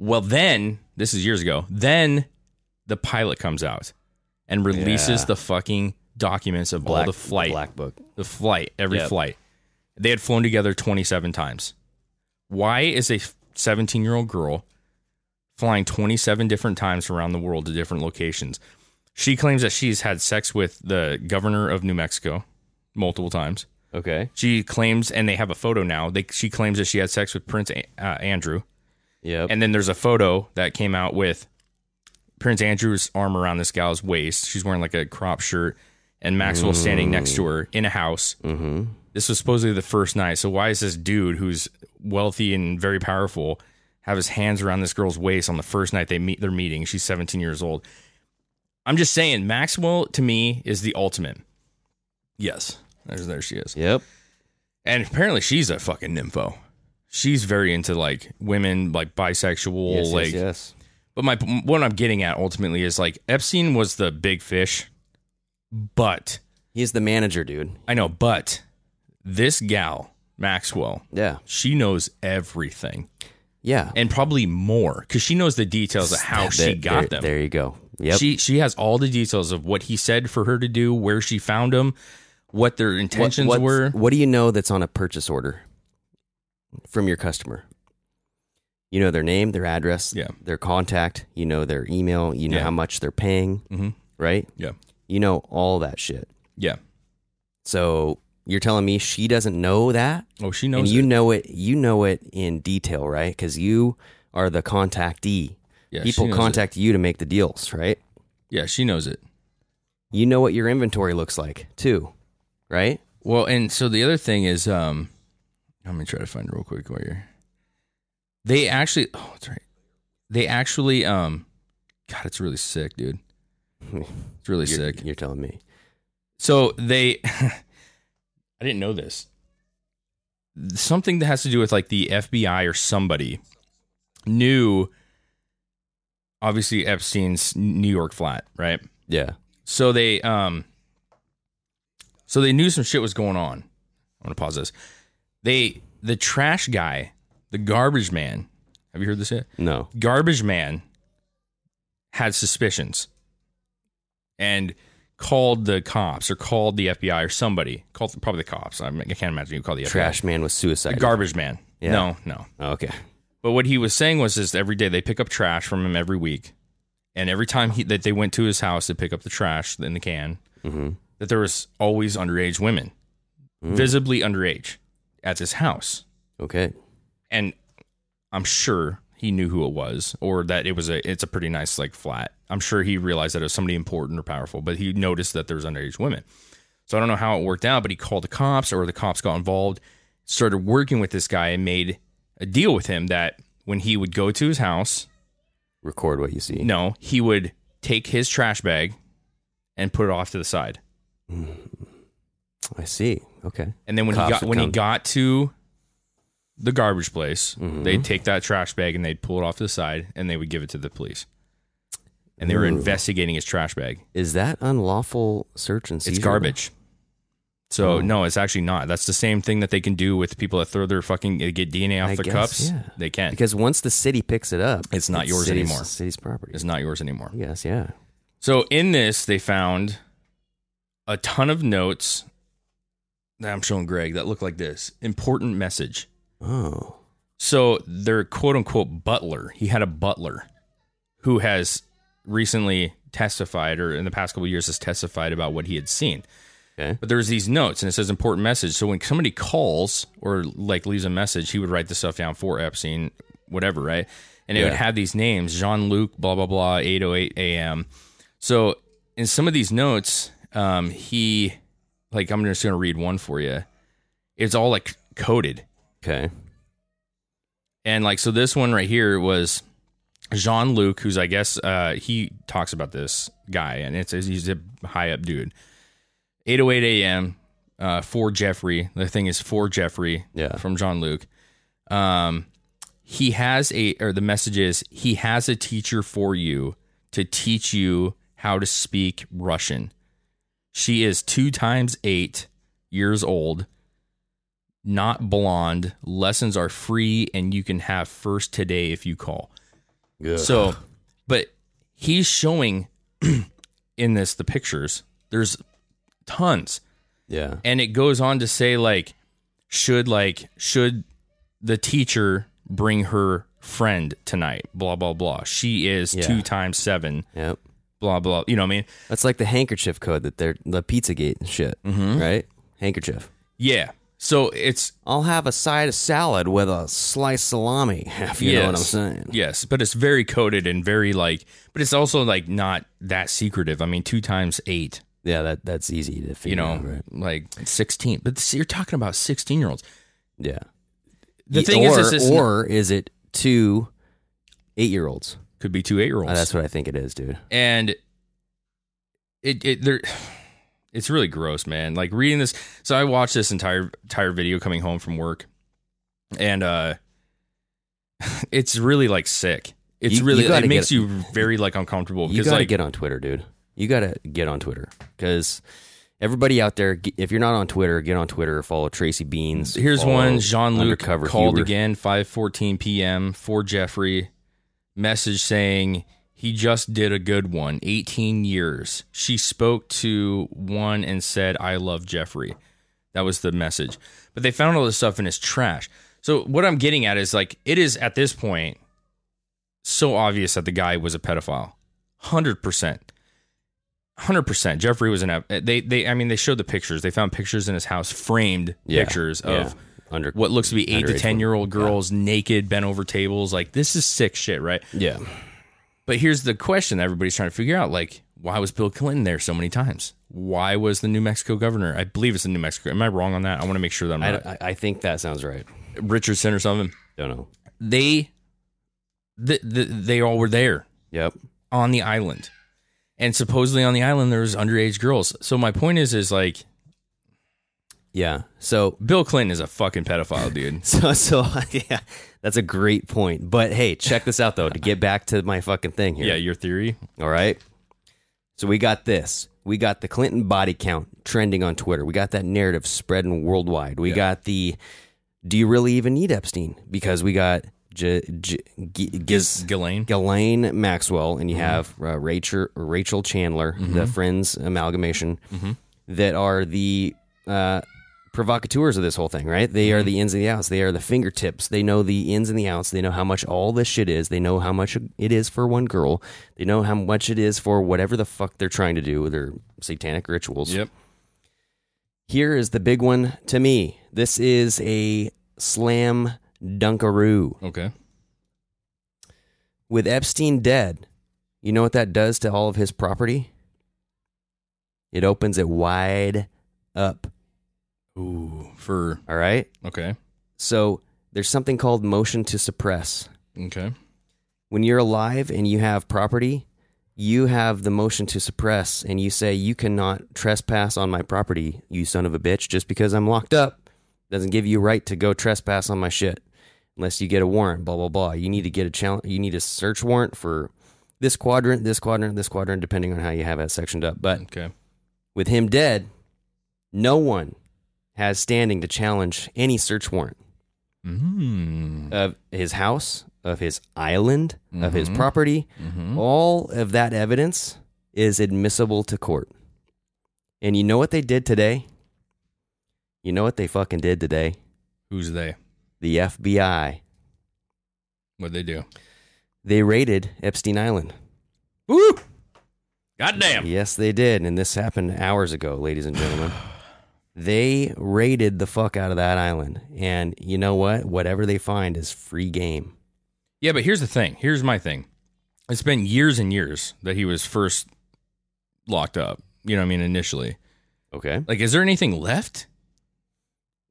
Speaker 7: Well, then, this is years ago, then the pilot comes out and releases
Speaker 8: Yeah.
Speaker 7: the fucking documents of all the flight,
Speaker 8: Black book.
Speaker 7: the flight, every
Speaker 8: Yep.
Speaker 7: flight. They had flown together 27 times. Why is a 17 year old girl flying 27 different times around the world to different locations? She claims that she's had sex with the governor of New Mexico multiple times.
Speaker 8: Okay.
Speaker 7: She claims, and they have a photo now. They, she claims that she had sex with Prince A- uh, Andrew,
Speaker 8: Yep.
Speaker 7: and then there's a photo that came out with Prince Andrew's arm around this gal's waist. She's wearing like a crop shirt, and Maxwell standing next to her in a house. Mm. Mm-hmm. This was supposedly the first night. So why is this dude who's wealthy and very powerful have his hands around this girl's waist on the first night they meet their meeting? She's 17 years old. I'm just saying, Maxwell to me is the ultimate. Yes, there's there she is.
Speaker 8: yep.
Speaker 7: And apparently she's a fucking nympho. She's very into like women, like bisexual,
Speaker 8: Yes, yes,
Speaker 7: like.
Speaker 8: yes.
Speaker 7: But my what I'm getting at ultimately is like Epstein was the big fish, but
Speaker 8: He's the manager, dude.
Speaker 7: I know, but this gal Maxwell,
Speaker 8: Yeah.
Speaker 7: she knows everything
Speaker 8: Yeah.
Speaker 7: and probably more because she knows the details of how she
Speaker 8: There-
Speaker 7: got
Speaker 8: there-
Speaker 7: them.
Speaker 8: There you go. Yep.
Speaker 7: She she has all the details of what he said for her to do, where she found him, what their
Speaker 8: What-
Speaker 7: intentions
Speaker 8: what's-
Speaker 7: were.
Speaker 8: What do you know that's on a purchase order from your customer? You know their name, their address,
Speaker 7: Yeah.
Speaker 8: their contact. You know their email. You know
Speaker 7: Yeah.
Speaker 8: how much they're paying,
Speaker 7: Mm-hmm.
Speaker 8: right?
Speaker 7: Yeah.
Speaker 8: You know all that shit.
Speaker 7: Yeah.
Speaker 8: So you're telling me she doesn't know that,
Speaker 7: Oh, she knows.
Speaker 8: and you
Speaker 7: it.
Speaker 8: know it. You know it in detail, right? Because you are the contactee.
Speaker 7: Yeah, she
Speaker 8: People
Speaker 7: knows it.
Speaker 8: contact you to make the deals, right?
Speaker 7: Yeah, she knows it.
Speaker 8: You know what your inventory looks like too, right?
Speaker 7: Well, and so the other thing is, um, I'm gonna try to find real quick where you're. They actually, oh, that's right. They actually, um, God, it's really sick, dude. It's
Speaker 8: You're-
Speaker 7: really sick.
Speaker 8: You're telling me.
Speaker 7: So they, I didn't know this. Something that has to do with like the FBI or somebody knew, obviously Epstein's New York flat, right?
Speaker 8: Yeah.
Speaker 7: so they um so they knew some shit was going on i'm gonna pause this they the trash guy the garbage man have you heard this yet
Speaker 8: No.
Speaker 7: garbage man had suspicions and called the cops or called the fbi or somebody called probably the cops i, mean, I can't imagine you called the FBI.
Speaker 8: Trash man was
Speaker 7: the
Speaker 8: suicide.
Speaker 7: garbage man
Speaker 8: Yeah.
Speaker 7: no no
Speaker 8: okay.
Speaker 7: but what he was saying was just every day they pick up trash from him every week, and every time he, that they went to his house to pick up the trash in the can, that there was always underage women, visibly underage, at his house,
Speaker 8: Okay.
Speaker 7: and I'm sure he knew who it was, or that it was a it's a pretty nice like flat. I'm sure he realized that it was somebody important or powerful, but he noticed that there was underage women. So I don't know how it worked out, but he called the cops, or the cops got involved, started working with this guy, and made a deal with him that when he would go to his house,
Speaker 8: Record what you see.
Speaker 7: no, he would take his trash bag and put it off to the side.
Speaker 8: I see. Okay.
Speaker 7: And then when
Speaker 8: Cops
Speaker 7: he got
Speaker 8: would
Speaker 7: when he
Speaker 8: come.
Speaker 7: got to the garbage place,
Speaker 8: Mm-hmm.
Speaker 7: they'd take that trash bag and they'd pull it off to the side and they would give it to the police. And they were
Speaker 8: Ooh.
Speaker 7: investigating his trash bag.
Speaker 8: Is that unlawful search and seizure? Oh.
Speaker 7: It's garbage. So no, it's actually not. That's the same thing that they can do with people that throw their fucking they get DNA off
Speaker 8: I
Speaker 7: their
Speaker 8: guess,
Speaker 7: cups.
Speaker 8: yeah.
Speaker 7: They can. not
Speaker 8: Because once the city picks it up,
Speaker 7: It's not yours
Speaker 8: city's-
Speaker 7: anymore.
Speaker 8: City's property.
Speaker 7: it's not yours anymore.
Speaker 8: Yes. Yeah.
Speaker 7: So in this, they found a ton of notes that I'm showing Greg that look like this. Important message.
Speaker 8: Oh.
Speaker 7: So their quote unquote butler, he had a butler who has recently testified or in the past couple of years has testified about what he had seen.
Speaker 8: Okay.
Speaker 7: But there's these notes and it says important message. So when somebody calls or like leaves a message, he would write this stuff down for Epstein, whatever, right? And it would
Speaker 8: Yeah.
Speaker 7: have these names, Jean Luc, blah, blah, blah, 808 AM. So in some of these notes, um, he like I'm just gonna read one for you. It's all like coded.
Speaker 8: Okay.
Speaker 7: And like so this one right here was Jean Luc, who's I guess uh he talks about this guy and it's he's a high up dude. 808 AM uh for Jeffrey. The thing is for Jeffrey
Speaker 8: Yeah.
Speaker 7: from Jean Luc. Um he has a or the message is he has a teacher for you to teach you how to speak Russian. She is two times eight years old not blonde. Lessons are free, and you can have first today if you call.
Speaker 8: Good.
Speaker 7: So, but he's showing in this the pictures. There's tons,
Speaker 8: yeah.
Speaker 7: and it goes on to say like, should like should the teacher bring her friend tonight? Blah blah blah. She is
Speaker 8: Yeah.
Speaker 7: two times seven.
Speaker 8: Yep.
Speaker 7: Blah blah. You know what I mean?
Speaker 8: That's like the handkerchief code that they're the Pizzagate shit,
Speaker 7: Mm-hmm.
Speaker 8: right? Handkerchief.
Speaker 7: Yeah. So it's
Speaker 8: I'll have a side of salad with a sliced salami. If you know what I'm
Speaker 7: Yes.
Speaker 8: saying.
Speaker 7: Yes, but it's very coded and very like, but it's also like not that secretive. I mean, two times eight,
Speaker 8: Yeah, that that's easy to figure
Speaker 7: you know,
Speaker 8: out, right?
Speaker 7: like sixteen. But see, you're talking about sixteen-year-olds.
Speaker 8: Yeah.
Speaker 7: The
Speaker 8: Y-
Speaker 7: thing
Speaker 8: or,
Speaker 7: is, is, this
Speaker 8: or is it two eight year olds?
Speaker 7: could be two eight-year-olds.
Speaker 8: Oh, that's what I think it is, dude.
Speaker 7: and it it there. It's really gross, man. Like reading this. So I watched this entire entire video coming home from work, and uh, it's really like sick. It's
Speaker 8: You-
Speaker 7: really
Speaker 8: you
Speaker 7: it
Speaker 8: gotta
Speaker 7: makes
Speaker 8: get-
Speaker 7: you very like uncomfortable
Speaker 8: You
Speaker 7: because
Speaker 8: gotta
Speaker 7: like
Speaker 8: get on Twitter, dude. You gotta get on Twitter because everybody out there, g- if you're not on Twitter, get on Twitter. Follow Tracy Beans.
Speaker 7: Here's
Speaker 8: follow
Speaker 7: one Jean Luc
Speaker 8: Undercover
Speaker 7: called
Speaker 8: Huber.
Speaker 7: again 5:14 p.m. for Jeffrey message saying He just did a good one. 18 years. She spoke to one and said, I love Jeffrey. That was the message. But they found all this stuff in his trash. So what I'm getting at is like, it is at this point so obvious that the guy was a pedophile. 100%. 100%. Jeffrey was an. They, they, I mean, they showed the pictures. They found pictures in his house, framed
Speaker 8: Yeah,
Speaker 7: pictures
Speaker 8: yeah.
Speaker 7: of
Speaker 8: Under-
Speaker 7: what looks to be eight to
Speaker 8: underage
Speaker 7: 10 year old
Speaker 8: women. Yeah.
Speaker 7: girls naked, bent over tables. Like, this is sick shit, right?
Speaker 8: Yeah.
Speaker 7: But here's the question that everybody's trying to figure out: like, why was Bill Clinton there so many times? Why was the New Mexico governor? I believe it's the New Mexico. Am I wrong on that? I want to make sure that I'm
Speaker 8: I,
Speaker 7: not
Speaker 8: I- I think that sounds right.
Speaker 7: Richardson or something.
Speaker 8: Don't know.
Speaker 7: They, th- th- they all were there
Speaker 8: Yep.
Speaker 7: on the island, and supposedly on the island there was underage girls. So my point is, is like
Speaker 8: Yeah. So
Speaker 7: Bill Clinton is a fucking pedophile, dude.
Speaker 8: So, so yeah, that's a great point. But hey, check this out though. To get back to my fucking thing here.
Speaker 7: yeah, your theory.
Speaker 8: All right. So we got this. We got the Clinton body count trending on Twitter. We got that narrative spreading worldwide. We got the. Do you really even need Epstein? Because we got J, J, G, Giz,
Speaker 7: Ghislaine.
Speaker 8: Ghislaine Maxwell, and you have uh, Rachel Rachel Chandler, the Friends amalgamation, that are the uh, provocateurs of this whole thing, right? They are the ins and the outs. They are the fingertips. They know the ins and the outs. They know how much all this shit is. They know how much it is for one girl. They know how much it is for whatever the fuck they're trying to do with their satanic rituals.
Speaker 7: Yep.
Speaker 8: Here is the big one to me. This is a slam dunkaroo
Speaker 7: Okay.
Speaker 8: with Epstein dead, you know what that does to all of his property? It opens it wide up.
Speaker 7: Ooh, for
Speaker 8: All right.
Speaker 7: okay,
Speaker 8: So there's something called motion to suppress.
Speaker 7: okay,
Speaker 8: When you're alive and you have property, you have the motion to suppress, and you say, You cannot trespass on my property, you son of a bitch, just because I'm locked up. Doesn't give you right to go trespass on my shit unless you get a warrant, blah, blah, blah. You need to get a challenge, you need a search warrant for this quadrant, this quadrant, this quadrant, depending on how you have it sectioned up. But
Speaker 7: okay.
Speaker 8: with him dead, no one has standing to challenge any search warrant
Speaker 7: Mm.
Speaker 8: of his house, of his island, of his property. All of that evidence is admissible to court. And you know what they did today? You know what they fucking did today?
Speaker 7: Who's they?
Speaker 8: The FBI.
Speaker 7: What'd they do?
Speaker 8: They raided Epstein Island.
Speaker 7: Woo! Goddamn.
Speaker 8: Yes, they did. And this happened hours ago, ladies and gentlemen. They raided the fuck out of that island. And you know what? Whatever they find is free game.
Speaker 7: Yeah, but here's the thing. Here's my thing. It's been years and years that he was first locked up. You know what I mean? Initially.
Speaker 8: Okay.
Speaker 7: Like, is there anything left?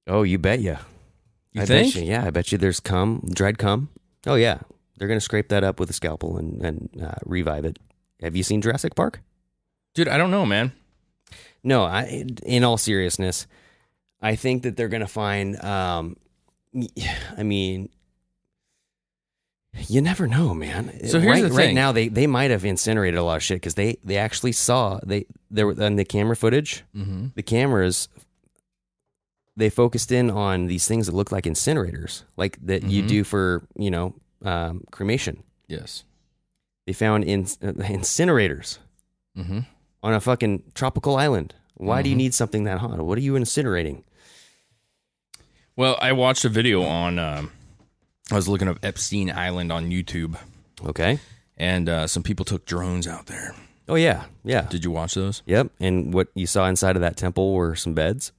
Speaker 8: Oh, you bet ya.
Speaker 7: You
Speaker 8: I
Speaker 7: think?
Speaker 8: Bet you, yeah, I bet you there's cum, dried cum. Oh yeah, they're gonna scrape that up with a scalpel and and uh, revive it. Have you seen Jurassic Park?
Speaker 7: Dude, I don't know, man.
Speaker 8: No, I. In all seriousness, I think that they're gonna find. Um, I mean, you never know, man.
Speaker 7: So here's
Speaker 8: right,
Speaker 7: the
Speaker 8: right
Speaker 7: thing.
Speaker 8: now, they they might have incinerated a lot of shit because they they actually saw they there were on the camera footage.
Speaker 7: Mm-hmm.
Speaker 8: The cameras they focused in on these things that look like incinerators, like that
Speaker 7: Mm-hmm.
Speaker 8: you do for you know um, cremation.
Speaker 7: Yes.
Speaker 8: They found in, uh, incinerators Mm-hmm.
Speaker 7: Mhm.
Speaker 8: on a fucking tropical island. Why do you need something that hot? What are you incinerating?
Speaker 7: Well, I watched a video on. Um, I was looking up Epstein Island on YouTube,
Speaker 8: Okay.
Speaker 7: and uh, some people took drones out there.
Speaker 8: Oh yeah, yeah,
Speaker 7: Did you watch those?
Speaker 8: yep. And what you saw inside of that temple were some beds.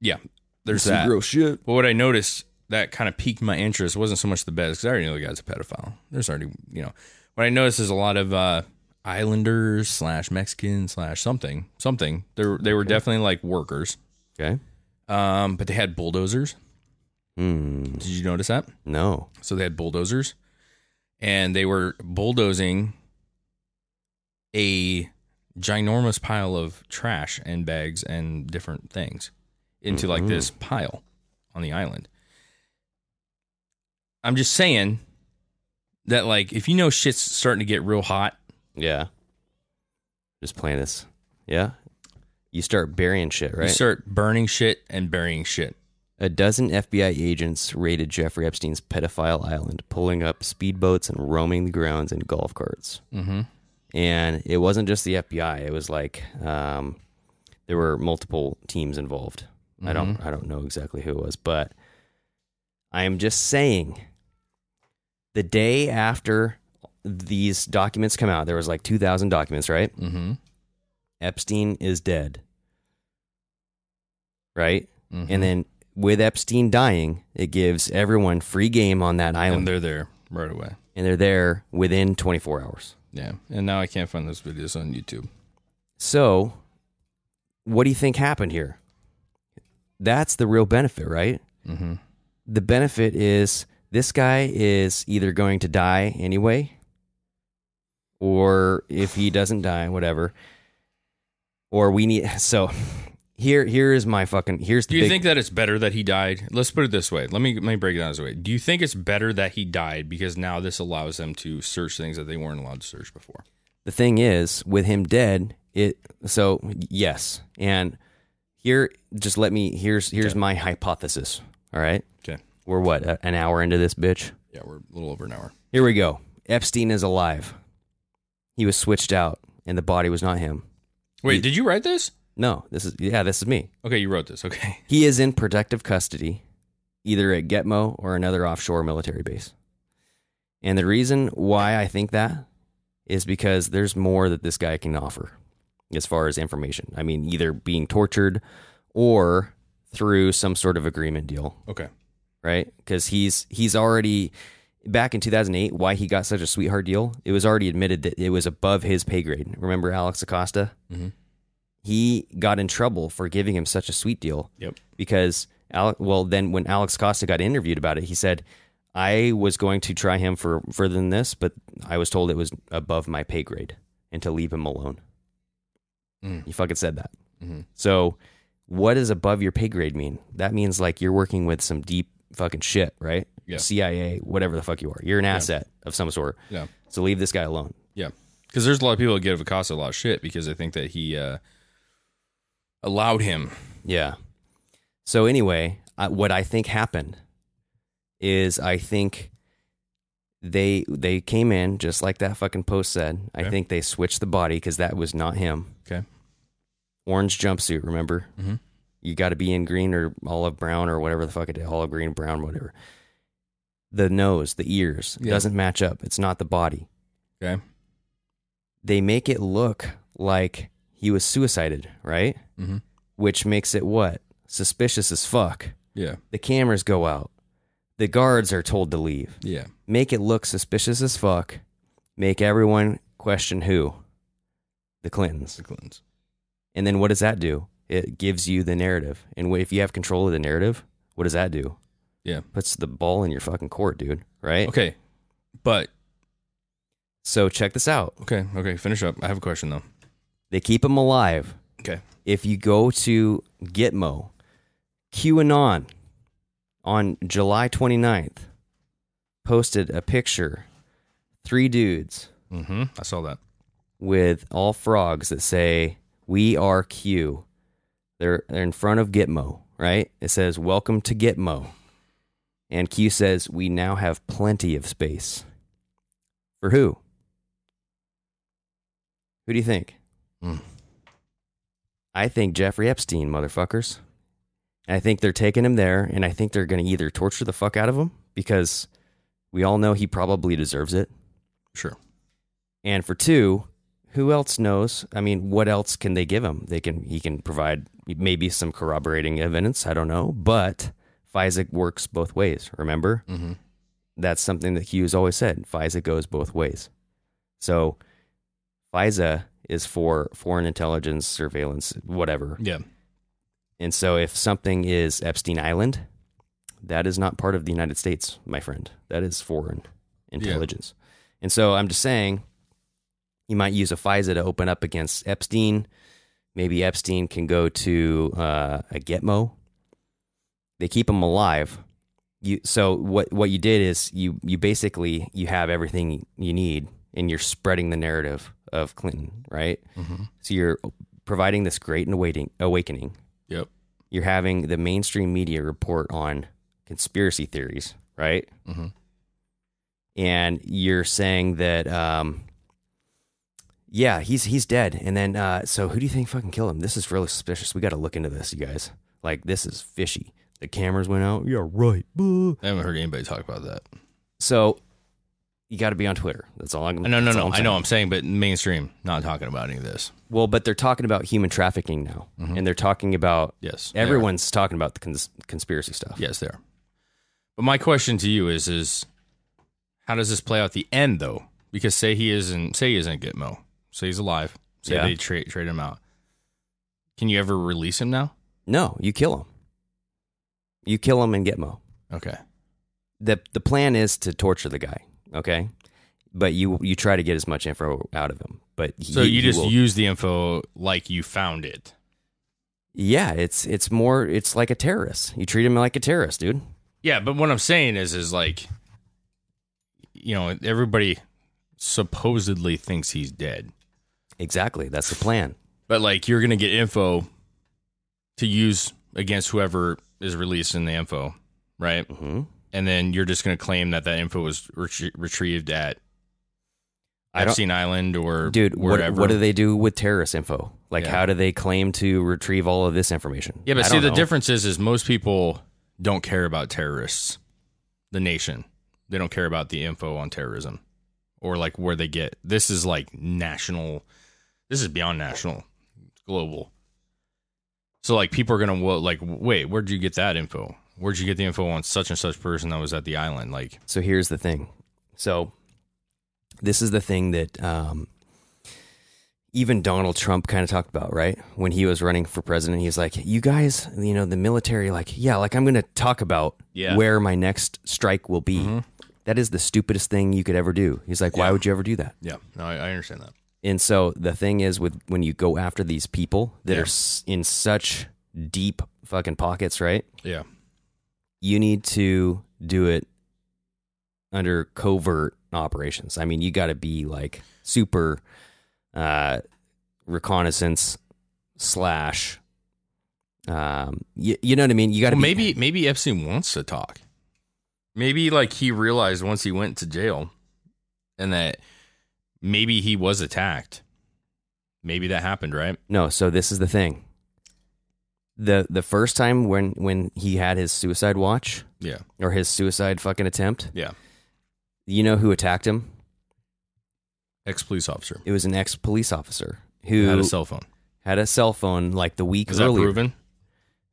Speaker 7: Yeah. There's that.
Speaker 8: shit.
Speaker 7: But what I noticed that kind of piqued my interest wasn't so much the beds because I already know the guy's a pedophile. There's already, you know, what I noticed is a lot of uh, Islanders slash Mexicans slash something, something. They were, they were definitely like workers,
Speaker 8: Okay.
Speaker 7: um, but they had bulldozers.
Speaker 8: Hmm.
Speaker 7: Did you notice that?
Speaker 8: No.
Speaker 7: So they had bulldozers, and they were bulldozing a ginormous pile of trash and bags and different things into like this pile on the island. I'm just saying that like if you know shit's starting to get real hot,
Speaker 8: Yeah. Just playing this. Yeah. You start burying shit, right?
Speaker 7: you start burning shit and burying shit.
Speaker 8: A dozen FBI agents raided Jeffrey Epstein's pedophile island, pulling up speedboats and roaming the grounds in golf carts. Mm-hmm. And it wasn't just the FBI; it was like um, there were multiple teams involved. I don't,
Speaker 9: Mm-hmm.
Speaker 8: I don't know exactly who it was, but I am just saying. The day after these documents come out, there was like two thousand documents, right?
Speaker 9: Mm-hmm.
Speaker 8: Epstein is dead. Right?
Speaker 9: Mm-hmm.
Speaker 8: And then with Epstein dying, it gives everyone free game on that island.
Speaker 9: And they're there right away.
Speaker 8: there within 24 hours.
Speaker 9: Yeah. And now I can't find those videos on YouTube.
Speaker 8: So, what do you think happened here? That's the real benefit, right? Mm-hmm. The benefit is this guy is either going to die anyway, or if he doesn't die, whatever. Or we need so. Here, here is my fucking. Here's the
Speaker 7: Do you
Speaker 8: big,
Speaker 7: think that it's better that he died? Let's put it this way. Let me let me break it down this way. Do you think it's better that he died because now this allows them to search things that they weren't allowed to search before?
Speaker 8: the thing is with him dead it so yes and here just let me here's here's my hypothesis all right
Speaker 7: Okay.
Speaker 8: we're what a- an hour into this bitch
Speaker 7: Yeah, we're a little over an hour.
Speaker 8: here we go epstein is alive he was switched out and the body was not him
Speaker 7: Wait, did you write this?
Speaker 8: no this is yeah this is me
Speaker 7: Okay, you wrote this. Okay.
Speaker 8: he is in protective custody either at getmo or another offshore military base and the reason why i think that is because there's more that this guy can offer as far as information. I mean, either being tortured or through some sort of agreement deal,
Speaker 7: Okay.
Speaker 8: right? Because he's he's already back in 2008. Why he got such a sweetheart deal? It was already admitted that it was above his pay grade. Remember Alex Acosta? He got in trouble for giving him such a sweet deal.
Speaker 7: Yep.
Speaker 8: Because Al- well, then when Alex Acosta got interviewed about it, he said. I was going to try him for further than this, but I was told it was above my pay grade and to leave him alone. You fucking said that. So, what does above your pay grade mean? That means like you're working with some deep fucking shit, right?
Speaker 7: Yeah.
Speaker 8: CIA, whatever the fuck you are. You're an asset of some sort.
Speaker 7: Yeah.
Speaker 8: So leave this guy alone.
Speaker 7: Yeah, because there's a lot of people that give Acosta a lot of shit because they think that he uh, allowed him.
Speaker 8: Yeah. So anyway, I, what I think happened is I think they they came in just like that fucking post said. I
Speaker 7: Okay.
Speaker 8: think they switched the body because that was not him.
Speaker 7: Okay.
Speaker 8: Orange jumpsuit, remember? Mm-hmm. You got to be in green or olive brown or whatever the fuck it is, olive green, brown, whatever. The nose, the ears
Speaker 7: Yeah.
Speaker 8: doesn't match up. It's not the body.
Speaker 7: Okay.
Speaker 8: They make it look like he was suicided, right?
Speaker 7: Mhm.
Speaker 8: Which makes it what suspicious as fuck.
Speaker 7: Yeah.
Speaker 8: The cameras go out. The guards are told to leave.
Speaker 7: Yeah.
Speaker 8: Make it look suspicious as fuck. Make everyone question who? The Clintons.
Speaker 7: The Clintons.
Speaker 8: And then what does that do? It gives you the narrative. And if you have control of the narrative, what does that do?
Speaker 7: Yeah.
Speaker 8: Puts the ball in your fucking court, dude. Right?
Speaker 7: Okay. But
Speaker 8: So check this out.
Speaker 7: okay. Okay. Finish up. I have a question though.
Speaker 8: They keep him alive.
Speaker 7: Okay.
Speaker 8: If you go to Gitmo, QAnon on July 29th posted a picture, three dudes
Speaker 7: Mm-hmm. I saw that.
Speaker 8: with all frogs that say "We are Q." They're they're in front of Gitmo, right? It says "Welcome to Gitmo," and Q says, "We now have plenty of space." For who? Who do you think? I think Jeffrey Epstein, motherfuckers. And I think they're taking him there, and I think they're going to either torture the fuck out of him because we all know he probably deserves it.
Speaker 7: Sure.
Speaker 8: And for two, who else knows? I mean, what else can they give him? They can he can provide maybe some corroborating evidence. I don't know, but FISA works both ways. Remember, mm-hmm. that's something that Hughes always said. FISA goes both ways. So FISA is for foreign intelligence surveillance, whatever.
Speaker 7: Yeah.
Speaker 8: And so, if something is Epstein Island, that is not part of the United States, my friend. That is foreign intelligence. And so, I'm just saying, you might use a FISA to open up against Epstein. Maybe Epstein can go to uh, a Getmo. They keep him alive. You so what? What you did is you you basically you have everything you need, and you're spreading the narrative of Clinton, right? So you're providing this great awakening, awakening
Speaker 7: Yep.
Speaker 8: you're having the mainstream media report on conspiracy theories, right? Mm-hmm. And you're saying that, um, yeah, he's he's dead. And then, uh, so who do you think fucking killed him? This is really suspicious. We got to look into this, you guys. Like, this is fishy. The cameras went out. Yeah, right. Boo.
Speaker 9: I haven't heard anybody talk about that.
Speaker 8: So you got to be on Twitter. That's all I'm.
Speaker 7: No, no,
Speaker 8: that's all
Speaker 7: no.
Speaker 8: I'm
Speaker 7: I
Speaker 8: saying.
Speaker 7: know I'm saying, but mainstream not talking about any of this.
Speaker 8: Well, but they're talking about human trafficking now,
Speaker 7: Mm-hmm.
Speaker 8: and they're talking about
Speaker 7: Yes, they are.
Speaker 8: Everyone's talking about the cons- conspiracy stuff.
Speaker 7: Yes, there. But my question to you is: is how does this play out at the end though? Because say he isn't, say he isn't Gitmo, say he's alive, say
Speaker 8: Yeah.
Speaker 7: they trade trade him out. Can you ever release him now?
Speaker 8: No, you kill him. You kill him and get Mo.
Speaker 7: Okay,
Speaker 8: the The plan is to torture the guy. Okay, but you you try to get as much info out of him. But he,
Speaker 7: so
Speaker 8: he
Speaker 7: you, just
Speaker 8: will-
Speaker 7: use the info like you found it.
Speaker 8: yeah, it's it's more it's like a terrorist. You treat him like a terrorist, dude.
Speaker 7: Yeah, but what I'm saying is, is like, you know, everybody supposedly thinks he's dead,
Speaker 8: Exactly, that's the plan.
Speaker 7: but like you're gonna get info to use against whoever is releasing the info, right?
Speaker 8: hmm
Speaker 7: and then you're just going to claim that that info was retrie- retrieved at
Speaker 8: I don't-
Speaker 7: Epstein Island or
Speaker 8: Dude, what,
Speaker 7: wherever.
Speaker 8: what do they do with terrorist info? Like,
Speaker 7: Yeah.
Speaker 8: how do they claim to retrieve all of this information?
Speaker 7: yeah, but
Speaker 8: I
Speaker 7: see,
Speaker 8: don't
Speaker 7: the
Speaker 8: know.
Speaker 7: difference is, is most people don't care about terrorists, the nation. They don't care about the info on terrorism or like where they get. This is like national. This is beyond national, It's global. So like people are gonna wo- like wait, where'd you get that info? Where'd you get the info on such and such person that was at the island? Like
Speaker 8: So here's the thing. So this is the thing that um, even Donald Trump kind of talked about, right? When he was running for president, he's like, "You guys, you know, the military, like, yeah, like I'm going to talk about
Speaker 7: Yeah. Mm-hmm.
Speaker 8: where my next strike will be." That is the stupidest thing you could ever do. He's like, "Why would you ever do that?"
Speaker 7: yeah, no, I, I understand that.
Speaker 8: And so the thing is with when you go after these people that
Speaker 7: Yeah.
Speaker 8: are s- in such deep fucking pockets, right?
Speaker 7: Yeah,
Speaker 8: you need to do it under covert operations. I mean, you got to be like super uh, reconnaissance slash. Um, you, you know what I mean? You got to
Speaker 7: Well, maybe maybe Epstein wants to talk. Maybe like he realized once he went to jail, and that maybe he was attacked. Maybe that happened, right?
Speaker 8: no. So this is the thing. the The first time when when he had his suicide watch
Speaker 7: Yeah,
Speaker 8: or his suicide fucking attempt,
Speaker 7: yeah.
Speaker 8: you know who attacked him?
Speaker 7: Ex police officer
Speaker 8: It was an ex police officer who
Speaker 7: had a cell phone.
Speaker 8: had a cell phone like the week
Speaker 7: Is that
Speaker 8: earlier.
Speaker 7: proven?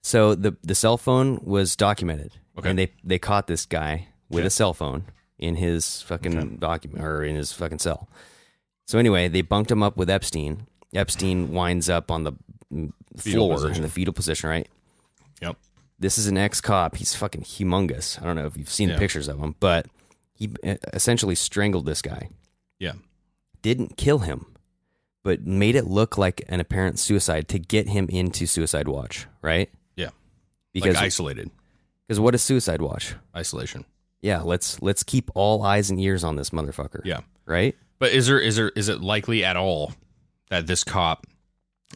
Speaker 8: So the the cell phone was documented,
Speaker 7: Okay.
Speaker 8: and they they caught this guy with a cell phone in his fucking document or in his fucking cell. So anyway, they bunked him up with Epstein. Epstein winds up on the mm, floor in
Speaker 7: position.
Speaker 8: the fetal position, right?
Speaker 7: Yep.
Speaker 8: This is an ex cop. He's fucking humongous. I don't know if you've seen
Speaker 7: Yeah.
Speaker 8: pictures of him, but he uh, essentially strangled this guy.
Speaker 7: Yeah.
Speaker 8: Didn't kill him, but made it look like an apparent suicide to get him into suicide watch, right?
Speaker 7: Yeah.
Speaker 8: Because
Speaker 7: like isolated,
Speaker 8: because what is Suicide Watch?
Speaker 7: isolation.
Speaker 8: Yeah, let's let's keep all eyes and ears on this motherfucker.
Speaker 7: Yeah.
Speaker 8: Right?
Speaker 7: But is there is there is it likely at all that this cop,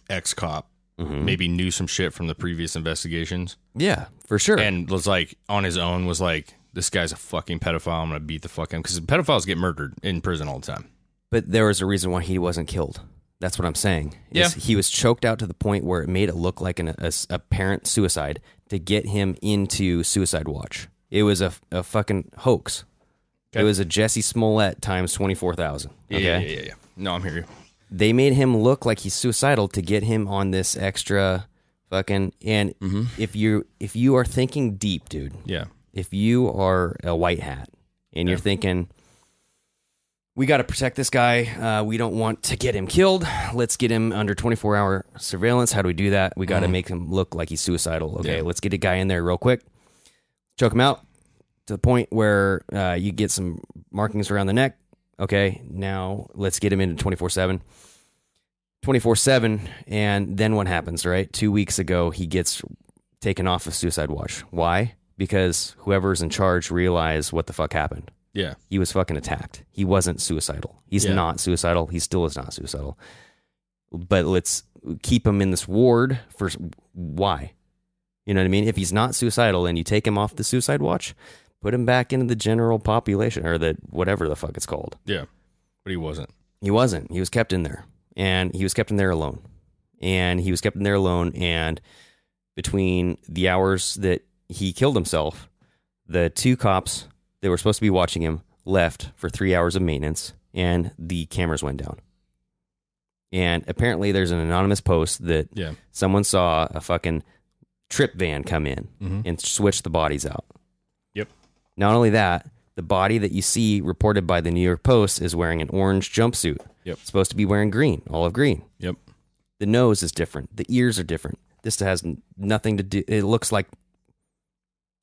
Speaker 7: ex cop,
Speaker 8: Mm-hmm.
Speaker 7: maybe knew some shit from the previous investigations?
Speaker 8: Yeah, for sure.
Speaker 7: and was like on his own was like this guy's a fucking pedophile i'm gonna beat the fuck him because pedophiles get murdered in prison all the time
Speaker 8: but there was a reason why he wasn't killed. That's what I'm saying. is
Speaker 7: Yeah.
Speaker 8: He was choked out to the point where it made it look like an a, s- apparent suicide to get him into Suicide Watch. It was a, a fucking hoax. It
Speaker 7: Okay.
Speaker 8: was a Jesse Smollett times 24,000. Okay.
Speaker 7: yeah yeah yeah, yeah. no i'm here
Speaker 8: They made him look like he's suicidal to get him on this extra fucking and
Speaker 7: Mm-hmm.
Speaker 8: if you if you are thinking deep, dude.
Speaker 7: yeah
Speaker 8: if you are a white hat and you're thinking we got to protect this guy uh, we don't want to get him killed let's get him under 24 hour surveillance how do we do that we got to make him look like he's suicidal okay
Speaker 7: Yeah.
Speaker 8: let's get a guy in there real quick choke him out to the point where uh, you get some markings around the neck okay now let's get him into 24 7 24 7 and then what happens right two weeks ago he gets taken off of suicide watch why because whoever's in charge realized what the fuck happened
Speaker 7: yeah
Speaker 8: he was fucking attacked he wasn't suicidal he's
Speaker 7: Yeah.
Speaker 8: not suicidal he still is not suicidal but let's keep him in this ward for s- why You know what I mean? If he's not suicidal and you take him off the suicide watch, put him back into the general population or the whatever the fuck it's called.
Speaker 7: Yeah, but he wasn't.
Speaker 8: He wasn't. He was kept in there. And he was kept in there alone. And he was kept in there alone. And between the hours that he killed himself, the two cops that were supposed to be watching him left for three hours of maintenance and the cameras went down. And apparently there's an anonymous post that
Speaker 7: Yeah.
Speaker 8: someone saw a fucking trip van come in and switch the bodies out.
Speaker 7: Yep.
Speaker 8: Not only that, the body that you see reported by the New York Post is wearing an orange jumpsuit.
Speaker 7: Yep.
Speaker 8: It's supposed to be wearing green, olive green.
Speaker 7: Yep.
Speaker 8: The nose is different. The ears are different. This has n- nothing to do. It looks like,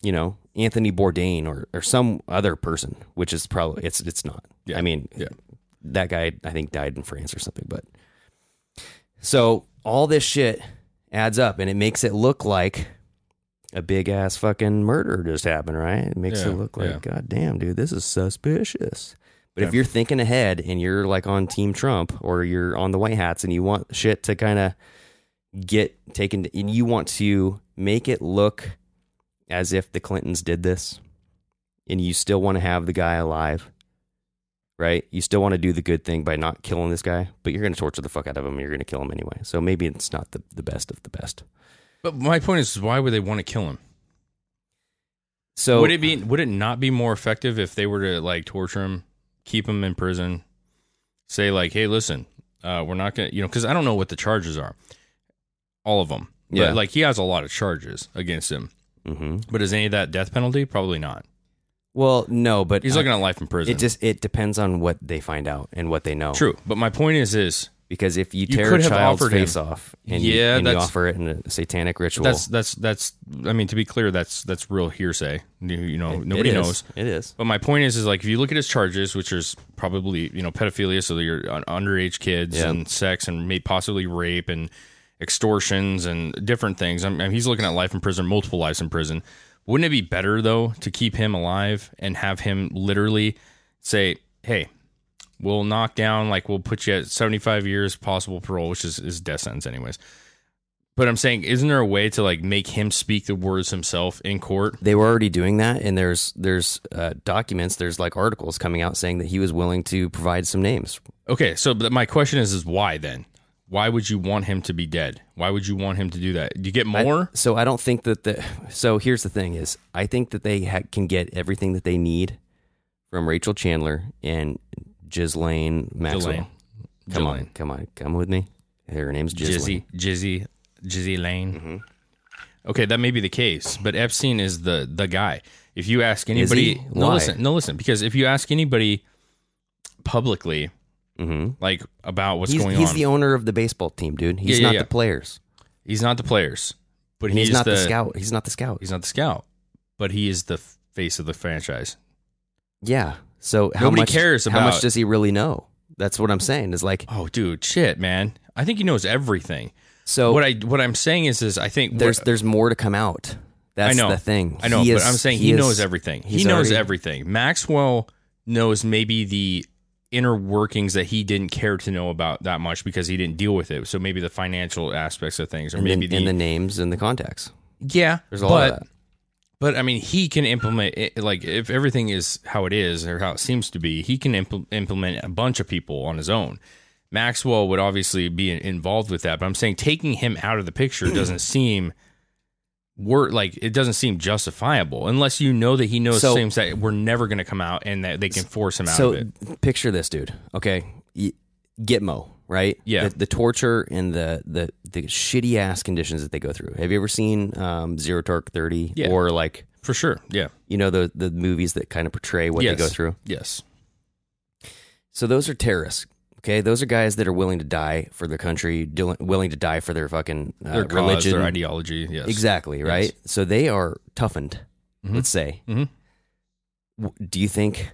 Speaker 8: you know, Anthony Bourdain or, or some other person, which is probably it's it's not.
Speaker 7: Yeah.
Speaker 8: I mean,
Speaker 7: Yeah.
Speaker 8: that guy I think died in France or something. But so all this shit adds up, and it makes it look like a big ass fucking murder just happened, right? It makes
Speaker 7: Yeah,
Speaker 8: it look like,
Speaker 7: yeah.
Speaker 8: God damn, dude, this is suspicious. But if you're thinking ahead and you're like on Team Trump or you're on the White Hats and you want shit to kind of get taken, and you want to make it look as if the Clintons did this, and you still want to have the guy alive, right? You still want to do the good thing by not killing this guy, but you're going to torture the fuck out of him. and You're going to kill him anyway. So maybe it's not the, the best of the best.
Speaker 7: But my point is, why would they want to kill him?
Speaker 8: So
Speaker 7: would it be? Would it not be more effective if they were to like torture him, keep him in prison, say like, "Hey, listen, uh, we're not gonna," you know, because I don't know what the charges are, all of them.
Speaker 8: Yeah.
Speaker 7: But like he has a lot of charges against him.
Speaker 8: hmm
Speaker 7: But is any of that death penalty? Probably not.
Speaker 8: Well, no, but
Speaker 7: He's
Speaker 8: I-
Speaker 7: looking at life in prison.
Speaker 8: Uh, It just it depends on what they find out and what they know.
Speaker 7: True, but my point is, is
Speaker 8: because if you
Speaker 7: You
Speaker 8: tear
Speaker 7: could
Speaker 8: a
Speaker 7: have
Speaker 8: child's
Speaker 7: offered him-
Speaker 8: face off and, you,
Speaker 7: Yeah,
Speaker 8: and you
Speaker 7: that's-
Speaker 8: offer it in a satanic ritual,
Speaker 7: that's that's that's. I mean, to be clear, that's that's real hearsay. You, you know,
Speaker 8: it-
Speaker 7: nobody
Speaker 8: it is.
Speaker 7: knows.
Speaker 8: It is.
Speaker 7: But my point is, is like if you look at his charges, which is probably you know pedophilia, so you're on underage kids
Speaker 8: Yeah.
Speaker 7: and sex and may possibly rape and extortions and different things. I mean, he's looking at life in prison, multiple lives in prison. Wouldn't it be better though to keep him alive and have him literally say, "Hey, we'll knock down like we'll put you at 75 years possible parole, which is is death sentence anyways." But I'm saying, isn't there a way to like make him speak the words himself in court?
Speaker 8: They were already doing that, and there's there's uh, documents, there's like articles coming out saying that he was willing to provide some names.
Speaker 7: Okay, so but my question is, is why then? Why would you want him to be dead? Why would you want him to do that? Do you get
Speaker 8: I-
Speaker 7: more?
Speaker 8: so I don't think that the. So here's the thing: is I think that they ha- can get everything that they need from Rachel Chandler and Ghislaine Maxwell.
Speaker 7: Ghislaine.
Speaker 8: Come on,
Speaker 7: Ghislaine.
Speaker 8: come on, come with me. Her name's Ghislaine.
Speaker 7: Jizzy, Jizzy, Jizzy Lane.
Speaker 8: Mm-hmm.
Speaker 7: Okay, that may be the case, but Epstein is the the guy. If you ask
Speaker 8: Is he?
Speaker 7: anybody, no,
Speaker 8: Why?
Speaker 7: listen, no, listen, because if you ask anybody publicly,
Speaker 8: Mm-hmm.
Speaker 7: like about what's
Speaker 8: he's,
Speaker 7: going
Speaker 8: he's
Speaker 7: on,
Speaker 8: the owner of the baseball team, dude. He's
Speaker 7: Yeah, yeah,
Speaker 8: not
Speaker 7: yeah.
Speaker 8: the players.
Speaker 7: he's not the players, but
Speaker 8: And
Speaker 7: he's,
Speaker 8: he's, not the,
Speaker 7: the,
Speaker 8: scout. He's not the scout.
Speaker 7: He's not the scout, but he is the f- face of the franchise.
Speaker 8: yeah. So how
Speaker 7: Nobody
Speaker 8: much
Speaker 7: cares
Speaker 8: how much
Speaker 7: about-
Speaker 8: does he really know? That's what I'm saying. Is like
Speaker 7: Oh, dude, shit, man! I think he knows everything.
Speaker 8: so.
Speaker 7: what I what I'm saying is is I think
Speaker 8: there's
Speaker 7: we're-
Speaker 8: there's more to come out. That's
Speaker 7: I know
Speaker 8: the thing.
Speaker 7: I know,
Speaker 8: He
Speaker 7: but
Speaker 8: is-
Speaker 7: I'm saying he,
Speaker 8: is-
Speaker 7: knows everything. He
Speaker 8: he's
Speaker 7: knows
Speaker 8: already-
Speaker 7: everything. Maxwell knows maybe the inner workings that he didn't care to know about that much because he didn't deal with it. So maybe the financial aspects of things, or
Speaker 8: And,
Speaker 7: maybe
Speaker 8: the, and
Speaker 7: the,
Speaker 8: the names and the contacts.
Speaker 7: yeah.
Speaker 8: There's a lot
Speaker 7: but,
Speaker 8: of that.
Speaker 7: But I mean, he can implement it, like if everything is how it is or how it seems to be, he can impl- implement a bunch of people on his own. Maxwell would obviously be in- involved with that, but I'm saying taking him out of the picture doesn't seem wor- like it doesn't seem justifiable unless you know that he knows
Speaker 8: So-
Speaker 7: things that we're never going to come out and that they can force him out
Speaker 8: so
Speaker 7: of it.
Speaker 8: picture this dude okay Y- gitmo right
Speaker 7: Yeah.
Speaker 8: the, the torture and the, the the shitty ass conditions that they go through have you ever seen um, zero dark 30
Speaker 7: Yeah.
Speaker 8: or like
Speaker 7: For sure. Yeah.
Speaker 8: you know the the movies that kind of portray what
Speaker 7: yes.
Speaker 8: they go through
Speaker 7: Yes.
Speaker 8: so those are terrorists okay those are guys that are willing to die for their country dil- willing to die for their fucking uh,
Speaker 7: Their cause,
Speaker 8: religion
Speaker 7: their ideology. Yes.
Speaker 8: Exactly, right? So they are toughened, let's say.
Speaker 7: Mhm.
Speaker 8: W- Do you think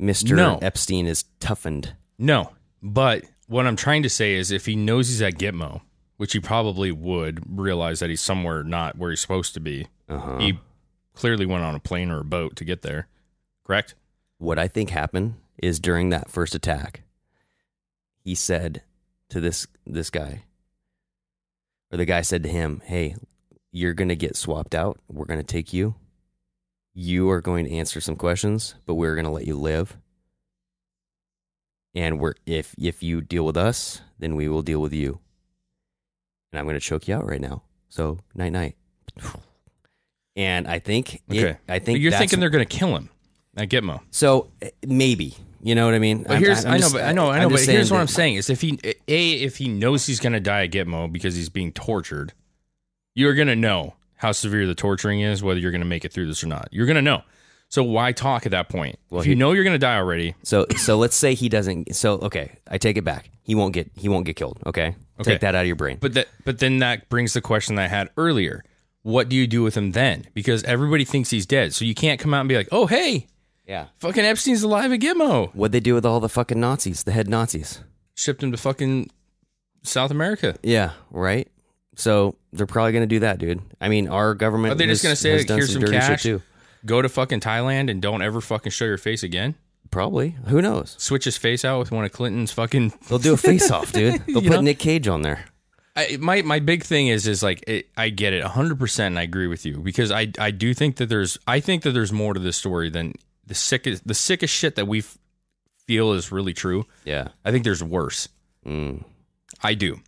Speaker 8: Mr.
Speaker 7: No.
Speaker 8: Epstein is toughened?
Speaker 7: No, but what I'm trying to say is if he knows he's at Gitmo, which he probably would realize that he's somewhere not where he's supposed to be,
Speaker 8: Uh-huh.
Speaker 7: he clearly went on a plane or a boat to get there, correct?
Speaker 8: What I think happened is during that first attack, he said to this this guy, or the guy said to him, "Hey, you're going to get swapped out. We're going to take you. You are going to answer some questions, but we're going to let you live. And we're if if you deal with us, then we will deal with you. And I'm going to choke you out right now. So night night. And I think it-
Speaker 7: Okay.
Speaker 8: I think
Speaker 7: But you're
Speaker 8: that's-
Speaker 7: thinking they're going to kill him at Gitmo.
Speaker 8: so eh, maybe you know what I mean.
Speaker 7: But
Speaker 8: I'm-
Speaker 7: here's
Speaker 8: I'm
Speaker 7: i know,
Speaker 8: just-
Speaker 7: but I know, I know,
Speaker 8: I'm
Speaker 7: but
Speaker 8: just
Speaker 7: here's what I'm
Speaker 8: that-
Speaker 7: saying is if he a if he knows he's gonna die at Gitmo because he's being tortured, you're gonna know how severe the torturing is, whether you're gonna make it through this or not. You're gonna know. So why talk at that point?
Speaker 8: Well,
Speaker 7: if you
Speaker 8: he-
Speaker 7: know you're gonna die already,
Speaker 8: So so let's say he doesn't. So okay, I take it back. He won't get he won't get killed. Okay,
Speaker 7: Okay.
Speaker 8: take that out of your brain.
Speaker 7: but that but then that brings the question that I had earlier. What do you do with him then? Because everybody thinks he's dead, so you can't come out and be like, "Oh, hey,
Speaker 8: yeah,
Speaker 7: fucking Epstein's alive at Gitmo."
Speaker 8: what they do with all the fucking Nazis, the head Nazis?
Speaker 7: Shipped him to fucking South America.
Speaker 8: Yeah, right. So they're probably gonna do that, dude. I mean, our government.
Speaker 7: Are they just
Speaker 8: has-
Speaker 7: gonna say,
Speaker 8: has
Speaker 7: like,
Speaker 8: done
Speaker 7: "Here's some
Speaker 8: dirty shit,
Speaker 7: cash.
Speaker 8: too?
Speaker 7: Go to fucking Thailand and don't ever fucking show your face again.
Speaker 8: Probably. Who knows?
Speaker 7: switch his face out with one of Clinton's fucking.
Speaker 8: They'll do a face off, dude. They'll put
Speaker 7: know?
Speaker 8: Nick Cage on there.
Speaker 7: I, my my big thing is is like it, I get it 100 percent and I agree with you because I I do think that there's I think that there's more to this story than the sickest the sickest shit that we f- feel is really true.
Speaker 8: Yeah.
Speaker 7: I think there's worse. Mm. I do.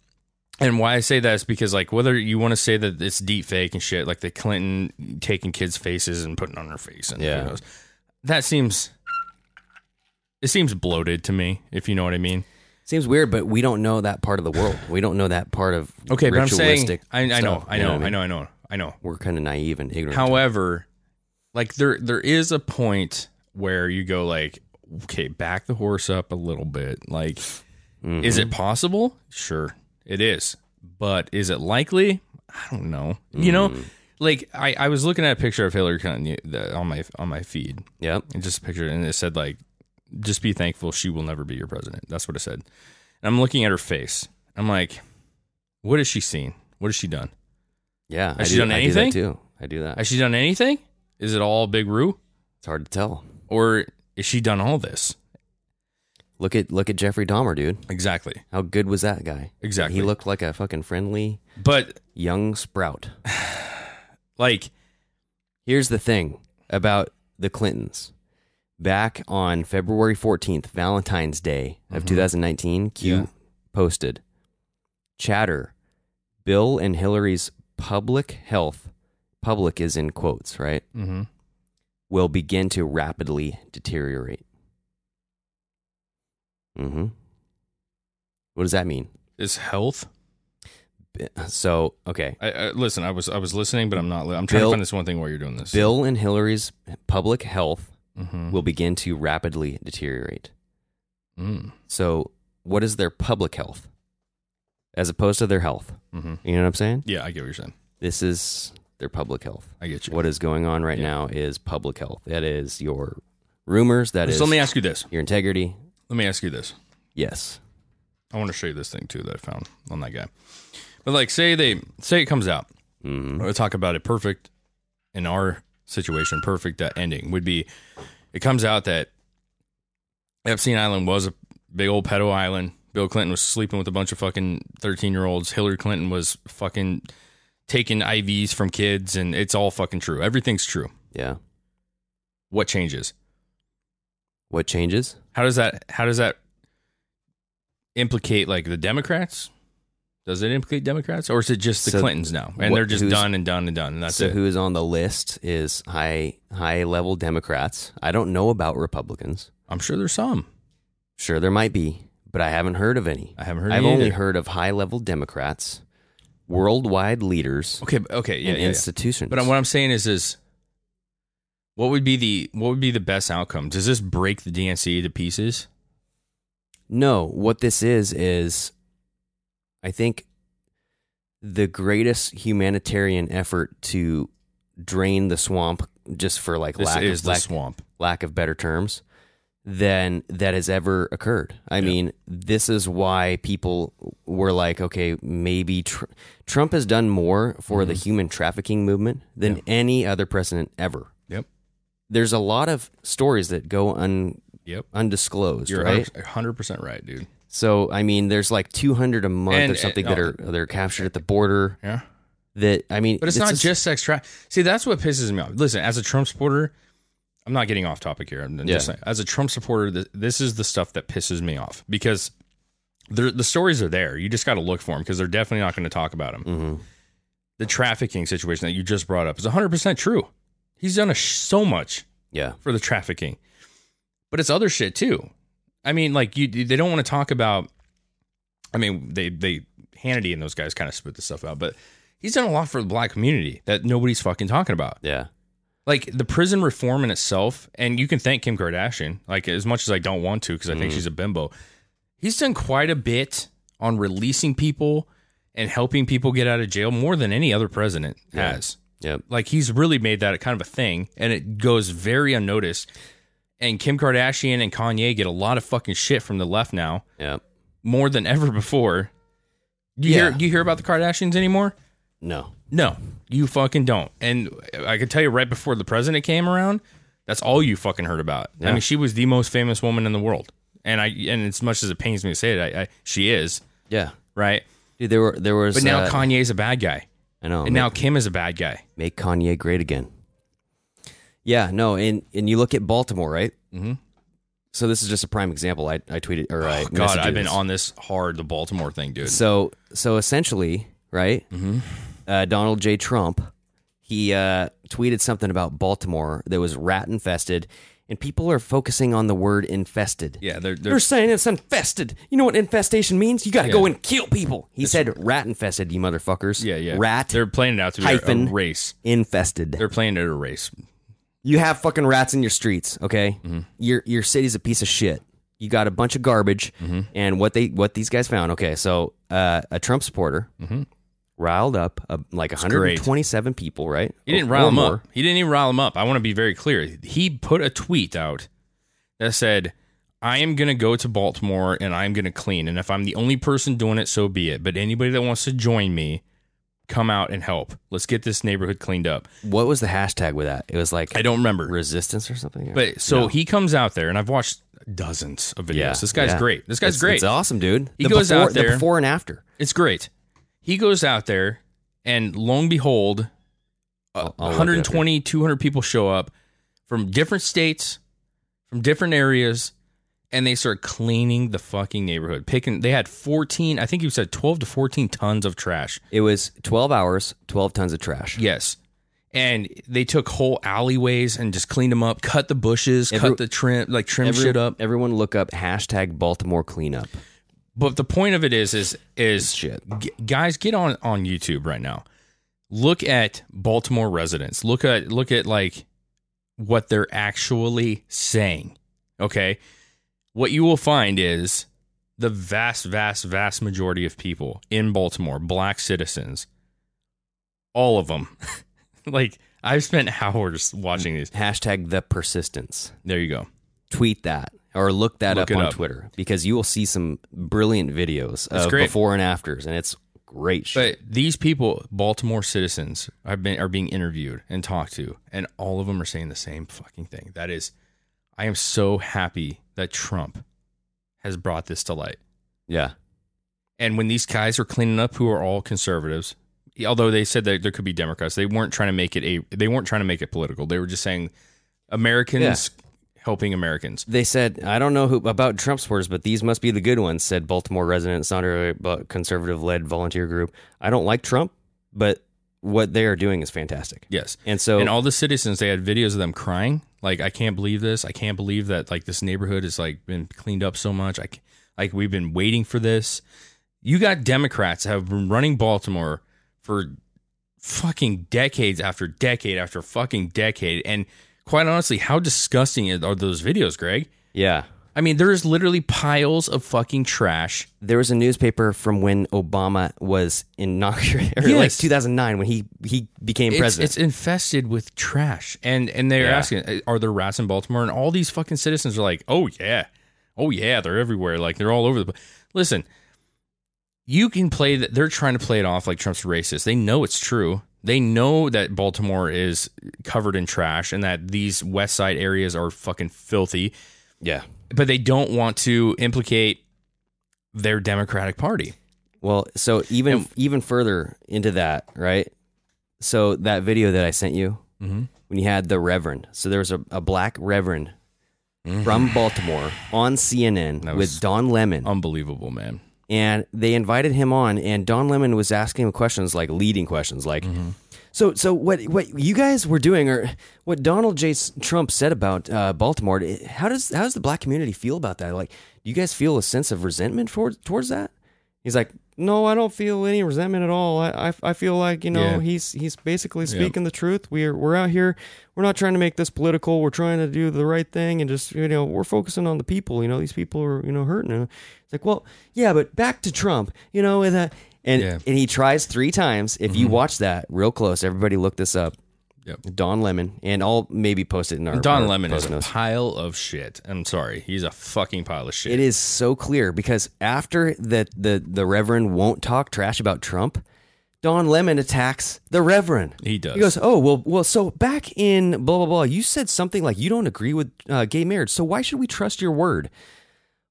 Speaker 7: And why I say that is because like whether you want to say that it's deep fake and shit, like the Clinton taking kids' faces and putting on their face and
Speaker 8: Yeah.
Speaker 7: yeah. that seems it seems bloated to me, if you know what I mean.
Speaker 8: Seems weird, but we don't know that part of the world. We don't know that part of
Speaker 7: Okay, but I'm saying
Speaker 8: ritualistic
Speaker 7: I, I know,
Speaker 8: stuff,
Speaker 7: I
Speaker 8: you
Speaker 7: know,
Speaker 8: what
Speaker 7: I know, I know, I know.
Speaker 8: We're kind of naive and ignorant.
Speaker 7: However, like there there is a point where you go like, okay, back the horse up a little bit. Like, is it possible? Sure, it is. But is it likely? I don't know. You know, like I, I was looking at a picture of Hillary Clinton uh, on my on my feed
Speaker 8: Yep.
Speaker 7: and just a picture and it said like just be thankful she will never be your president that's what it said and i'm looking at her face i'm like what has she seen what has she done
Speaker 8: Yeah. I
Speaker 7: she
Speaker 8: do-
Speaker 7: done
Speaker 8: I
Speaker 7: anything?
Speaker 8: do that too. I do that.
Speaker 7: has she done anything is it all big rue
Speaker 8: It's hard to tell.
Speaker 7: or is she done all this
Speaker 8: Look at look at Jeffrey Dahmer, dude.
Speaker 7: exactly
Speaker 8: How good was that guy?
Speaker 7: Exactly.
Speaker 8: He looked like a fucking friendly
Speaker 7: but
Speaker 8: young sprout.
Speaker 7: like
Speaker 8: Here's the thing about the Clintons. Back on February 14th, Valentine's Day of 2019, Q
Speaker 7: Mm-hmm. Yeah.
Speaker 8: posted chatter Bill and Hillary's public health, public is in quotes, right?
Speaker 7: mm-hmm.
Speaker 8: Will begin to rapidly deteriorate. Mm-hmm. What does that mean?
Speaker 7: is health
Speaker 8: So, okay.
Speaker 7: I, I listen i was i was listening but i'm not li- i'm trying
Speaker 8: Bill-
Speaker 7: to find this one thing while you're doing this
Speaker 8: Bill and Hillary's public health
Speaker 7: Mhm.
Speaker 8: will begin to rapidly deteriorate.
Speaker 7: Mm.
Speaker 8: So, what is their public health as opposed to their health?
Speaker 7: Mhm.
Speaker 8: You know what I'm saying?
Speaker 7: yeah i get what you're saying
Speaker 8: This is their public health.
Speaker 7: i get you
Speaker 8: What is going on right now is public health. That is your rumors. That is
Speaker 7: so let me ask you this
Speaker 8: your integrity.
Speaker 7: let me ask you this
Speaker 8: Yes.
Speaker 7: I want to show you this thing too that I found on that guy. But like, say they say it comes out. Mm-hmm. I talk about it perfect in our situation. Perfect uh, ending would be it comes out that Epstein Island was a big old pedo island. Bill Clinton was sleeping with a bunch of fucking thirteen year olds. Hillary Clinton was fucking taking IVs from kids, and it's all fucking true. Everything's true.
Speaker 8: Yeah.
Speaker 7: What changes?
Speaker 8: What changes?
Speaker 7: How does that? How does that implicate like the Democrats? Does it implicate Democrats, or is it just the
Speaker 8: So
Speaker 7: Clintons now, and
Speaker 8: what-
Speaker 7: they're just
Speaker 8: who's-
Speaker 7: done and done and done, and that's
Speaker 8: so
Speaker 7: it?
Speaker 8: who is on the list is high high level Democrats. I don't know about Republicans.
Speaker 7: I'm sure there's some.
Speaker 8: Sure, there might be, but I haven't heard of any.
Speaker 7: I haven't heard of
Speaker 8: I've
Speaker 7: any
Speaker 8: only
Speaker 7: either.
Speaker 8: heard of high-level Democrats, worldwide leaders,
Speaker 7: Okay, but- okay, yeah,
Speaker 8: and
Speaker 7: yeah, yeah.
Speaker 8: institutions.
Speaker 7: But what I'm saying is, is what would be the what would be the best outcome? Does this break the DNC to pieces?
Speaker 8: no, what this is is, I think, the greatest humanitarian effort to drain the swamp, just for like
Speaker 7: This
Speaker 8: lack
Speaker 7: is
Speaker 8: of
Speaker 7: the
Speaker 8: lack,
Speaker 7: swamp.
Speaker 8: lack of better terms than that has ever occurred. I mean, this is why people were like, okay, maybe tr- Trump has done more for the
Speaker 7: Mm-hmm.
Speaker 8: human trafficking movement than any other president ever.
Speaker 7: Yep.
Speaker 8: There's a lot of stories that go un-
Speaker 7: Yep.
Speaker 8: undisclosed,
Speaker 7: You're
Speaker 8: right?
Speaker 7: 100 percent right, dude.
Speaker 8: So, I mean, there's like 200 a month
Speaker 7: And- eh,
Speaker 8: or something
Speaker 7: and-
Speaker 8: that are they're captured at the border.
Speaker 7: Yeah.
Speaker 8: that I mean,
Speaker 7: But it's, not
Speaker 8: a-
Speaker 7: just sex trafficking. See, that's what pisses me off. Listen, as a Trump supporter, I'm not getting off topic here. I'm
Speaker 8: Yeah.
Speaker 7: just saying, as a Trump supporter, th- this is the stuff that pisses me off because they're- the stories are there. You just got to look for them because they're definitely not going to talk about them. The trafficking situation that you just brought up is 100% true. He's done a sh- so much
Speaker 8: yeah,
Speaker 7: for the trafficking. But it's other shit too. I mean, like you, they don't want to talk about. I mean, they they Hannity and those guys kind of spit this stuff out, but he's done a lot for the black community that nobody's fucking talking about.
Speaker 8: yeah,
Speaker 7: Like the prison reform in itself, and you can thank Kim Kardashian. Like as much as I don't want to, because I think she's a bimbo. He's done quite a bit on releasing people and helping people get out of jail more than any other president
Speaker 8: Yeah.
Speaker 7: has
Speaker 8: yeah.
Speaker 7: like he's really made that a kind of a thing and it goes very unnoticed and kim kardashian and kanye get a lot of fucking shit from the left now
Speaker 8: Yeah.
Speaker 7: more than ever before do you hear
Speaker 8: Yeah.
Speaker 7: do you hear about the kardashians anymore
Speaker 8: No.
Speaker 7: no you fucking don't and i could tell you right before the president came around that's all you fucking heard about i
Speaker 8: Yeah.
Speaker 7: mean she was the most famous woman in the world and i and as much as it pains me to say it i, I she is
Speaker 8: Yeah.
Speaker 7: right
Speaker 8: Dude, there were there was
Speaker 7: but now
Speaker 8: uh,
Speaker 7: kanye's a bad guy
Speaker 8: I know.
Speaker 7: and now
Speaker 8: make,
Speaker 7: kim is a bad guy
Speaker 8: make Kanye great again. Yeah, no, and and you look at Baltimore, right? Mm-hmm. So this is just a prime example. I I tweeted or I
Speaker 7: Oh, god
Speaker 8: messaged you
Speaker 7: i've been
Speaker 8: this.
Speaker 7: on this hard the baltimore thing dude
Speaker 8: So so essentially, right?
Speaker 7: Mm-hmm.
Speaker 8: Uh, Donald J. Trump, he uh, tweeted something about Baltimore that was rat infested, and people are focusing on the word infested.
Speaker 7: Yeah, they're- they're-
Speaker 8: they're, saying it's infested. You know what infestation means? You got to go
Speaker 7: Yeah.
Speaker 8: and kill people. He said rat infested, you motherfuckers.
Speaker 7: Yeah, yeah.
Speaker 8: Rat.
Speaker 7: They're playing it out to be a-
Speaker 8: hyphen
Speaker 7: a race.
Speaker 8: infested.
Speaker 7: They're playing it at a race.
Speaker 8: you have fucking rats in your streets, okay?
Speaker 7: Mm-hmm.
Speaker 8: Your your city's a piece of shit. You got a bunch of garbage,
Speaker 7: Mm-hmm.
Speaker 8: and what they what these guys found. Okay, so uh, a Trump supporter riled up uh, like
Speaker 7: Mm-hmm. great.
Speaker 8: 127 people, right?
Speaker 7: He didn't
Speaker 8: Or-
Speaker 7: rile
Speaker 8: or
Speaker 7: him
Speaker 8: more.
Speaker 7: up. He didn't even rile him up. I want to be very clear. He put a tweet out that said, "I am going to go to Baltimore and I'm going to clean. And if I'm the only person doing it, so be it. But anybody that wants to join me, come out and help. Let's get this neighborhood cleaned up."
Speaker 8: What was the hashtag with that? It was like
Speaker 7: I don't remember.
Speaker 8: resistance or something.
Speaker 7: But so
Speaker 8: No.
Speaker 7: he comes out there, and I've watched dozens of videos. This guy's
Speaker 8: yeah.
Speaker 7: great. This guy's
Speaker 8: It's-
Speaker 7: great.
Speaker 8: It's awesome, dude.
Speaker 7: He goes
Speaker 8: before,
Speaker 7: out there-
Speaker 8: the before and after.
Speaker 7: It's great. He goes out there, and lo and behold, uh,
Speaker 8: I'll- I'll look it up here.
Speaker 7: 120, 200 people show up from different states, from different areas, and they start cleaning the fucking neighborhood. Picking, they had 14, I think you said 12 to 14 tons of trash.
Speaker 8: It was 12 hours, 12 tons of trash.
Speaker 7: Yes. And they took whole alleyways and just cleaned them up, cut the bushes,
Speaker 8: Every-
Speaker 7: cut the trim, like trim
Speaker 8: Every-
Speaker 7: shit up.
Speaker 8: Everyone look up hashtag Baltimore cleanup.
Speaker 7: But the point of it is, is, is
Speaker 8: Shit.
Speaker 7: g- guys, get on on YouTube right now. Look at Baltimore residents. Look at look at like what they're actually saying. Okay, what you will find is the vast, vast, vast majority of people in Baltimore, black citizens, all of them. like I've spent hours watching these.
Speaker 8: Hashtag the persistence.
Speaker 7: There you go.
Speaker 8: tweet that or look that
Speaker 7: Look
Speaker 8: up
Speaker 7: it
Speaker 8: on
Speaker 7: up.
Speaker 8: Twitter because you will see some brilliant videos of
Speaker 7: great.
Speaker 8: before and afters, and it's great shit.
Speaker 7: But these people, Baltimore citizens, are been are being interviewed and talked to, and all of them are saying the same fucking thing. That is, I am so happy that Trump has brought this to light.
Speaker 8: yeah,
Speaker 7: And when these guys are cleaning up, who are all conservatives, although they said that there could be Democrats, they weren't trying to make it a they weren't trying to make it political. They were just saying Americans helping Americans.
Speaker 8: they said I don't know who about Trump supporters, but these must be the good ones," said Baltimore resident Sandra, but conservative-led volunteer group. I don't like Trump, but what they are doing is fantastic.
Speaker 7: Yes.
Speaker 8: and so
Speaker 7: and all the citizens they had videos of them crying like i can't believe this i can't believe that like this neighborhood has like been cleaned up so much i c- like we've been waiting for this you got democrats have been running baltimore for fucking decades after decade after fucking decade and quite honestly how disgusting are those videos greg
Speaker 8: yeah,
Speaker 7: i mean there's literally piles of fucking trash
Speaker 8: there was a newspaper from when Obama was inaugurated, or like
Speaker 7: Yes.
Speaker 8: 2009 when he he became
Speaker 7: it's,
Speaker 8: president.
Speaker 7: it's infested with trash and and they're
Speaker 8: Yeah.
Speaker 7: asking eh, are there rats in baltimore and all these fucking citizens are like oh yeah oh yeah they're everywhere like they're all over the place listen you can play that they're trying to play it off like trump's racist they know it's true they know that baltimore is covered in trash and that these west side areas are fucking filthy
Speaker 8: yeah,
Speaker 7: but they don't want to implicate their democratic party
Speaker 8: Well, so even even further into that, right? So that video that I sent you,
Speaker 7: Mm-hmm.
Speaker 8: when you had the Reverend, so there was a, a black Reverend from Baltimore on CNN
Speaker 7: Mm-hmm. That
Speaker 8: with
Speaker 7: was-
Speaker 8: Don Lemon,
Speaker 7: Unbelievable, man.
Speaker 8: and they invited him on, and Don Lemon was asking him questions like leading questions, like. So, so what? What you guys were doing, or what Donald J. S- Trump said about uh, Baltimore? it- How does how does the black community feel about that? Like, do you guys feel a sense of resentment for, towards that? He's like, no, I don't feel any resentment at all. I, I, I feel like you know
Speaker 7: Yeah.
Speaker 8: he's he's basically speaking the truth. We're we're out here. We're not trying to make this political. We're trying to do the right thing and just you know we're focusing on the people. You know these people are you know hurting. And it's like, well, yeah, but back to Trump. You know with that. And,
Speaker 7: Yeah. Mm-hmm.
Speaker 8: and he tries three times. If you watch that real close, everybody look this up.
Speaker 7: Yep.
Speaker 8: Don Lemon, and I'll maybe post it in our
Speaker 7: Don
Speaker 8: our
Speaker 7: Lemon is
Speaker 8: post
Speaker 7: a
Speaker 8: notes.
Speaker 7: pile of shit. I'm sorry. He's a fucking pile of shit.
Speaker 8: It is so clear because after that, the the Reverend won't talk trash about Trump. Don Lemon attacks the Reverend.
Speaker 7: He does.
Speaker 8: He goes, "Oh well, well. So back in blah blah blah, you said something like you don't agree with uh, gay marriage. So why should we trust your word?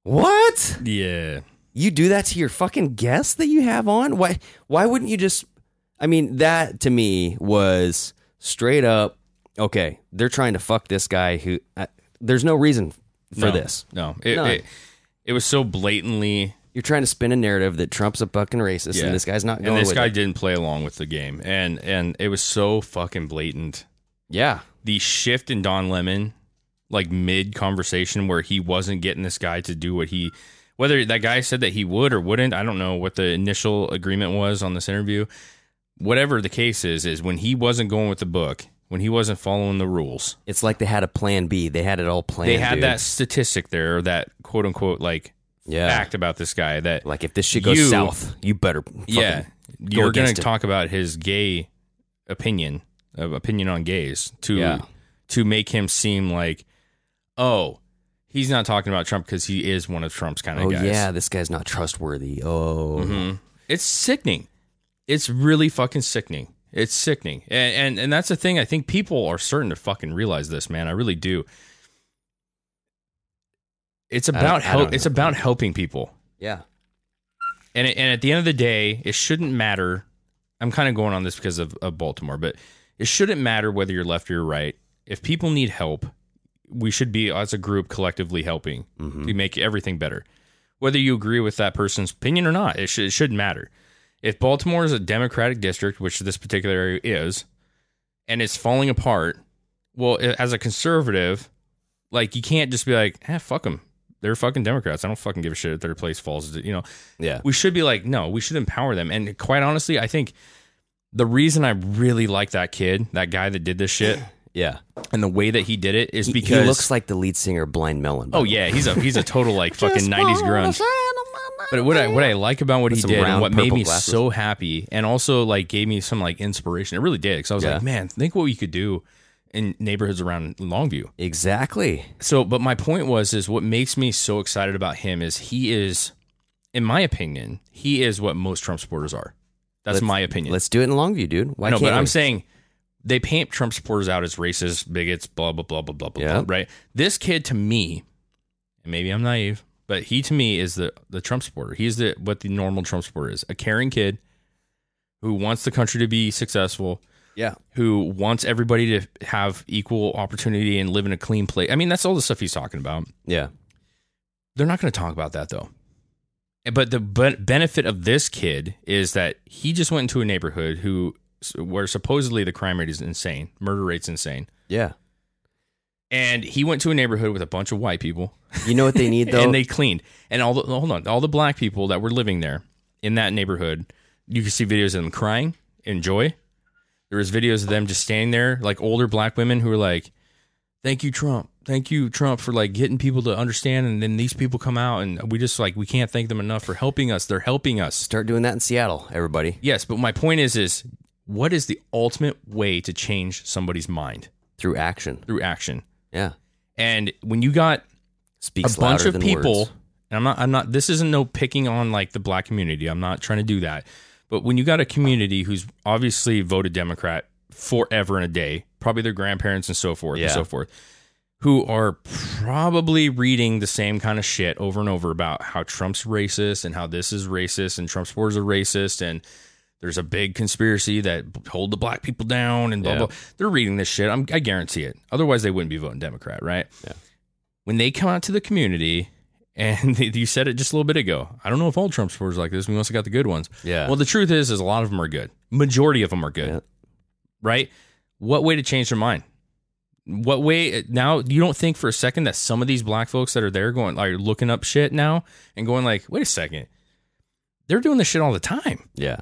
Speaker 8: What?
Speaker 7: Yeah.
Speaker 8: you do that to your fucking guest that you have on? Why why wouldn't you just I mean, that to me was straight up okay, they're trying to fuck this guy who I, there's no reason for
Speaker 7: No.
Speaker 8: this.
Speaker 7: No. It,
Speaker 8: None.
Speaker 7: it, it was so blatantly.
Speaker 8: You're trying to spin a narrative that Trump's a fucking racist
Speaker 7: Yeah.
Speaker 8: and this guy's not going
Speaker 7: And this
Speaker 8: with
Speaker 7: guy
Speaker 8: it.
Speaker 7: didn't play along with the game. And and it was so fucking blatant.
Speaker 8: Yeah.
Speaker 7: The shift in Don Lemon, like mid conversation where he wasn't getting this guy to do what he whether that guy said that he would or wouldn't, I don't know what the initial agreement was on this interview. Whatever the case is, is when he wasn't going with the book, when he wasn't following the rules,
Speaker 8: It's like they had a plan B. They had it all planned.
Speaker 7: they had
Speaker 8: dude.
Speaker 7: that statistic there, or that quote unquote like
Speaker 8: yeah.
Speaker 7: fact about this guy that
Speaker 8: Like if this shit goes
Speaker 7: You-
Speaker 8: south, you better fucking
Speaker 7: yeah,
Speaker 8: go
Speaker 7: you're going
Speaker 8: against it.
Speaker 7: to talk about his gay opinion, uh, opinion on gays to
Speaker 8: Yeah.
Speaker 7: to make him seem like, oh, he's not talking about Trump because he is one of Trump's kind of
Speaker 8: Oh
Speaker 7: guys.
Speaker 8: yeah, this guy's not trustworthy. Oh.
Speaker 7: Mm-hmm. it's sickening. It's really fucking sickening. It's sickening, and, and and that's the thing. I think people are starting to fucking realize this, man. I really do. It's
Speaker 8: don't-
Speaker 7: about
Speaker 8: I don't
Speaker 7: help. It's
Speaker 8: know.
Speaker 7: about helping people.
Speaker 8: Yeah.
Speaker 7: and it, and at the end of the day, it shouldn't matter. I'm kind of going on this because of, of Baltimore, but it shouldn't matter whether you're left or you're right. If people need help, we should be as a group collectively helping to make everything better. Whether you agree with that person's opinion or not, it, should, it shouldn't matter. If Baltimore is a Democratic district, which this particular area is, and it's falling apart, well, a- as a conservative, like you can't just be like, ah, fuck them. They're fucking Democrats. I don't fucking give a shit if their place falls. You know,
Speaker 8: Yeah.
Speaker 7: we should be like, no, we should empower them. And quite honestly, I think the reason I really like that kid, that guy that did this shit,
Speaker 8: Yeah.
Speaker 7: and the way that he did it is
Speaker 8: He-
Speaker 7: because
Speaker 8: he looks like the lead singer of Blind Melon. by
Speaker 7: oh
Speaker 8: the way.
Speaker 7: yeah, he's a he's a total like fucking nineties grunge. But what I what I like about what he
Speaker 8: some
Speaker 7: did and
Speaker 8: round
Speaker 7: what made
Speaker 8: purple
Speaker 7: me
Speaker 8: glasses.
Speaker 7: so happy, and also like gave me some like inspiration. It really did because I was
Speaker 8: Yeah.
Speaker 7: like, man, think what we could do in neighborhoods around Longview.
Speaker 8: Exactly.
Speaker 7: So, but my point was, is what makes me so excited about him is he is, in my opinion, he is what most Trump supporters are. That's
Speaker 8: Let's-
Speaker 7: my opinion.
Speaker 8: Let's do it in Longview, dude. Why
Speaker 7: no,
Speaker 8: can't
Speaker 7: but I'm
Speaker 8: we?
Speaker 7: saying they paint Trump supporters out as racist, bigots, blah blah blah blah blah blah.
Speaker 8: Yeah.
Speaker 7: blah right. This kid to me, and maybe I'm naive, but he to me is the the Trump supporter. He's the what the normal Trump supporter is: a caring kid who wants the country to be successful,
Speaker 8: yeah,
Speaker 7: who wants everybody to have equal opportunity and live in a clean place. I mean, that's all the stuff he's talking about.
Speaker 8: yeah,
Speaker 7: They're not going to talk about that though. But the ben- benefit of this kid is that he just went into a neighborhood who where supposedly the crime rate is insane, murder rate's insane,
Speaker 8: yeah.
Speaker 7: and he went to a neighborhood with a bunch of white people
Speaker 8: You know what they need though?
Speaker 7: and they cleaned. And all the hold on, all the black people that were living there in that neighborhood, you can see videos of them crying in joy. There was videos of them just standing there, like older black women who were like, "Thank you, Trump. Thank you, Trump, for like getting people to understand." And then these people come out, and we just like we can't thank them enough for helping us. They're helping us.
Speaker 8: start doing that in Seattle, everybody,
Speaker 7: Yes, but my point is, is what is the ultimate way to change somebody's mind
Speaker 8: through action.
Speaker 7: through action?
Speaker 8: Yeah,
Speaker 7: And when you got
Speaker 8: speaks
Speaker 7: a bunch
Speaker 8: louder
Speaker 7: of
Speaker 8: than
Speaker 7: people
Speaker 8: words.
Speaker 7: and i'm not i'm not this isn't no picking on like the black community i'm not trying to do that but when you got a community who's obviously voted democrat forever and a day probably their grandparents and so forth and
Speaker 8: Yeah.
Speaker 7: so forth who are probably reading the same kind of shit over and over about how trump's racist and how this is racist and trump's supporters are racist and There's a big conspiracy that hold the black people down and blah blah. They're reading this shit. I'm, I guarantee it. Otherwise, they wouldn't be voting Democrat, right? Yeah. When they come out to the community, and you said it just a little bit ago. I don't know if all Trump supporters are like this. We must have got the good ones.
Speaker 8: Yeah.
Speaker 7: Well, the truth is, is a lot of them are good. Majority of them are good.
Speaker 8: Yeah.
Speaker 7: Right. What way to change their mind? What way now? You don't think for a second that some of these black folks that are there going are looking up shit now and going like, wait a second, they're doing this shit all the time.
Speaker 8: Yeah.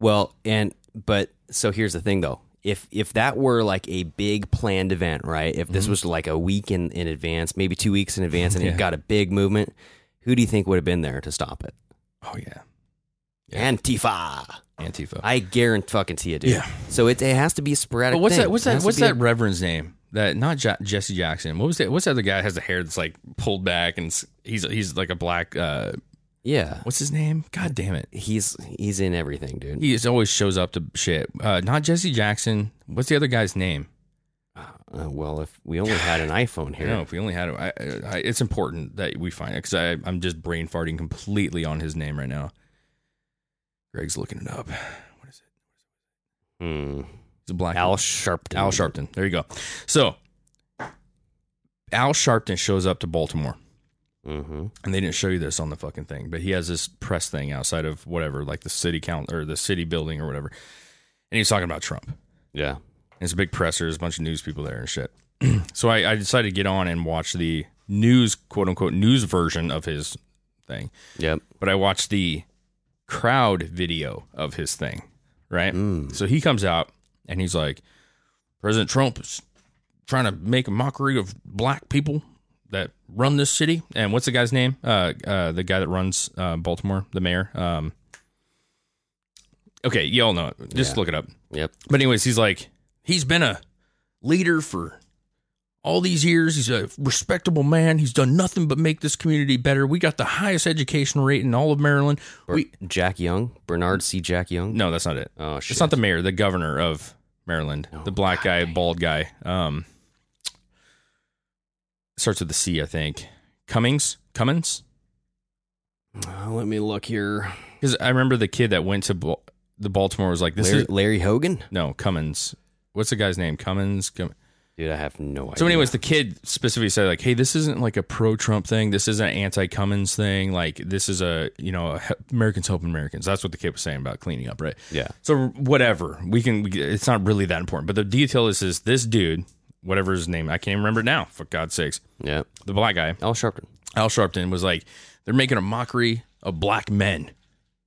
Speaker 8: Well, and but so here's the thing though. If if that were like a big planned event, right? If
Speaker 7: Mm-hmm.
Speaker 8: this was like a week in, in advance, maybe two weeks in advance, and it got a big movement, who do you think would have been there to stop it?
Speaker 7: Oh yeah,
Speaker 8: Antifa.
Speaker 7: Antifa.
Speaker 8: I guarantee fucking see it, dude.
Speaker 7: Yeah.
Speaker 8: So it, it has to be a sporadic.
Speaker 7: but what's
Speaker 8: thing.
Speaker 7: that? What's
Speaker 8: It has
Speaker 7: that?
Speaker 8: to
Speaker 7: What's
Speaker 8: be a-
Speaker 7: that reverend's name? That not Ja- Jesse Jackson. What was that? What's that? The guy that has the hair that's like pulled back and s- he's he's like a black. uh
Speaker 8: Yeah.
Speaker 7: What's his name? God damn it.
Speaker 8: He's he's in everything, dude.
Speaker 7: He is- always shows up to shit. Uh, not Jesse Jackson. What's the other guy's name?
Speaker 8: Uh, well, if we only had an iPhone
Speaker 7: I
Speaker 8: here,
Speaker 7: don't know if we only had. I, I, it's important that we find it because I'm just brain farting completely on his name right now. Greg's looking it up. What is it?
Speaker 8: Hmm.
Speaker 7: It's a black
Speaker 8: Al Sharpton.
Speaker 7: Al Sharpton. There you go. So Al Sharpton shows up to Baltimore.
Speaker 8: Mm-hmm.
Speaker 7: and they didn't show you this on the fucking thing, but he has this press thing outside of whatever, like the city count or the city building or whatever. And he's talking about Trump. And
Speaker 8: Yeah.
Speaker 7: it's a big presser. There's a bunch of news people there and shit. so I, I decided to get on and watch the news, quote unquote, news version of his thing.
Speaker 8: Yep.
Speaker 7: But I watched the crowd video of his thing, right? So he comes out and he's like, President Trump is trying to make a mockery of black people that run this city. And what's the guy's name? Uh, uh, the guy that runs uh, Baltimore, the mayor. Um, okay, y'all know it. Just look it up.
Speaker 8: Yep.
Speaker 7: But anyways, he's like, he's been a leader for all these years. He's a respectable man. He's done nothing but make this community better. We got the highest education rate in all of Maryland. We
Speaker 8: Jack Young. Bernard C. Jack Young.
Speaker 7: no, that's not it.
Speaker 8: Oh,
Speaker 7: It's
Speaker 8: shit. Oh,
Speaker 7: not the mayor, the governor of Maryland, the black guy, bald guy. Um, starts with the C, I think. Cummings, Cummins,
Speaker 8: Uh, let me look here.
Speaker 7: because I remember the kid that went to Bal- the Baltimore was like, this
Speaker 8: Larry,
Speaker 7: is
Speaker 8: Larry Hogan?
Speaker 7: no Cummins. What's the guy's name? Cummins. Cum-
Speaker 8: Dude, I have no idea.
Speaker 7: So, anyways, the kid specifically said, like, hey, this isn't like a pro Trump thing. This isn't an anti Cummins thing. Like, this is a, you know, a he- Americans helping Americans. That's what the kid was saying about cleaning up, right?
Speaker 8: Yeah.
Speaker 7: So, whatever. We can, we, it's not really that important. But the detail is, is this dude, whatever his name, I can't even remember it now, for God's sakes,
Speaker 8: Yeah.
Speaker 7: the black guy,
Speaker 8: Al Sharpton.
Speaker 7: Al Sharpton, was like, they're making a mockery of black men.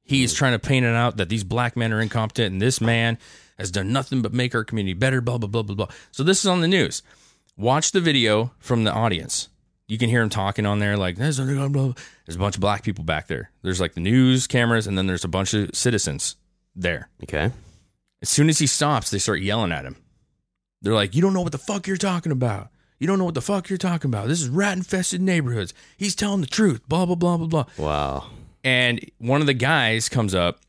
Speaker 7: He's trying to paint it out that these black men are incompetent and this man has done nothing but make our community better, blah, blah, blah, blah, blah. So this is on the news. Watch the video from the audience. You can hear him talking on there, like, "There's a- blah, blah, blah." there's a bunch of black people back there. There's like the news cameras, and then there's a bunch of citizens there.
Speaker 8: Okay.
Speaker 7: As soon as he stops, they start yelling at him. They're like, You don't know what the fuck you're talking about. You don't know what the fuck you're talking about. This is rat infested neighborhoods. He's telling the truth, blah, blah, blah, blah, blah.
Speaker 8: Wow.
Speaker 7: And one of the guys comes up,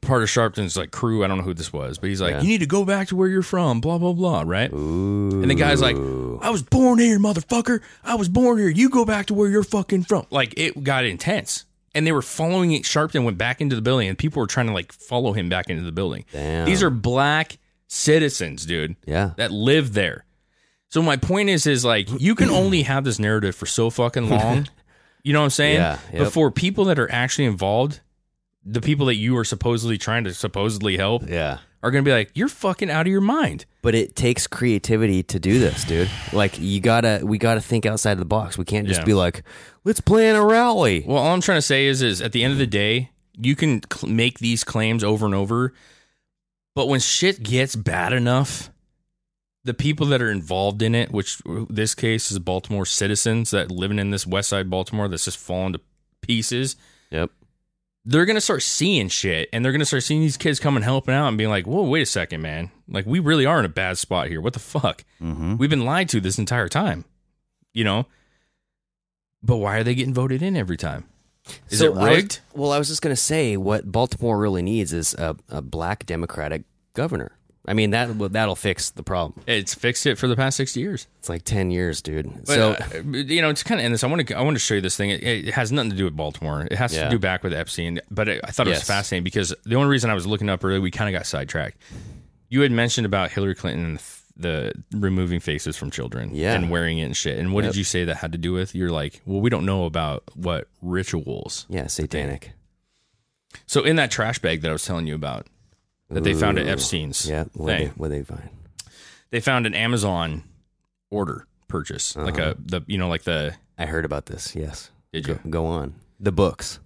Speaker 7: part of Sharpton's like crew, I don't know who this was, but he's like, You need to go back to where you're from, blah, blah, blah, right? And the guy's like, I was born here, motherfucker. I was born here. You go back to where you're fucking from. Like it got intense. And they were following it. Sharpton went back into the building, and people were trying to like follow him back into the building.
Speaker 8: Damn.
Speaker 7: These are black citizens, dude
Speaker 8: Yeah.
Speaker 7: that live there. So my point is, is like you can only have this narrative for so fucking long. you know what I'm saying?
Speaker 8: Yeah, yep.
Speaker 7: But for people that are actually involved, the people that you are supposedly trying to supposedly help
Speaker 8: Yeah.
Speaker 7: are going to be like, you're fucking out of your mind.
Speaker 8: But it takes creativity to do this, dude. Like you gotta, we gotta think outside of the box. We can't just
Speaker 7: Yeah.
Speaker 8: be like, let's plan a rally.
Speaker 7: Well, all I'm trying to say is, is at the end of the day, you can cl- make these claims over and over, but when shit gets bad enough, the people that are involved in it, which uh, this case is Baltimore citizens that living in this West Side Baltimore that's just falling to pieces,
Speaker 8: Yep.
Speaker 7: they're gonna start seeing shit, and they're gonna start seeing these kids coming helping out and being like, "Whoa, wait a second, man! Like we really are in a bad spot here. What the fuck?
Speaker 8: Mm-hmm.
Speaker 7: We've been lied to this entire time, you know." But why are they getting voted in every time? Is
Speaker 8: So
Speaker 7: it
Speaker 8: I was-
Speaker 7: rigged?
Speaker 8: well, I was just gonna say what Baltimore really needs is a, a black Democratic governor. I mean that will- that'll fix the problem.
Speaker 7: It's fixed it for the past sixty years.
Speaker 8: It's like ten years, dude.
Speaker 7: But,
Speaker 8: so
Speaker 7: uh, you know, to kind of end this, I want to I want to show you this thing. It, it has nothing to do with Baltimore. It has
Speaker 8: Yeah.
Speaker 7: to do back with Epstein. But it, I thought it
Speaker 8: Yes.
Speaker 7: was fascinating because the only reason I was looking up earlier, we kind of got sidetracked. You had mentioned about Hillary Clinton and the, the removing faces from children
Speaker 8: Yeah.
Speaker 7: and wearing it and shit. And what
Speaker 8: Yep.
Speaker 7: did you say that had to do with? You're like, well, we don't know about what rituals.
Speaker 8: yeah, satanic.
Speaker 7: So in that trash bag that I was telling you about that they found at
Speaker 8: Ooh.
Speaker 7: Epstein's
Speaker 8: Yeah, what they,
Speaker 7: thing,
Speaker 8: what they find?
Speaker 7: they found an Amazon order purchase, like
Speaker 8: Uh-huh.
Speaker 7: a the you know like the
Speaker 8: I heard about this. Yes,
Speaker 7: Did
Speaker 8: Go-
Speaker 7: you?
Speaker 8: go on the books?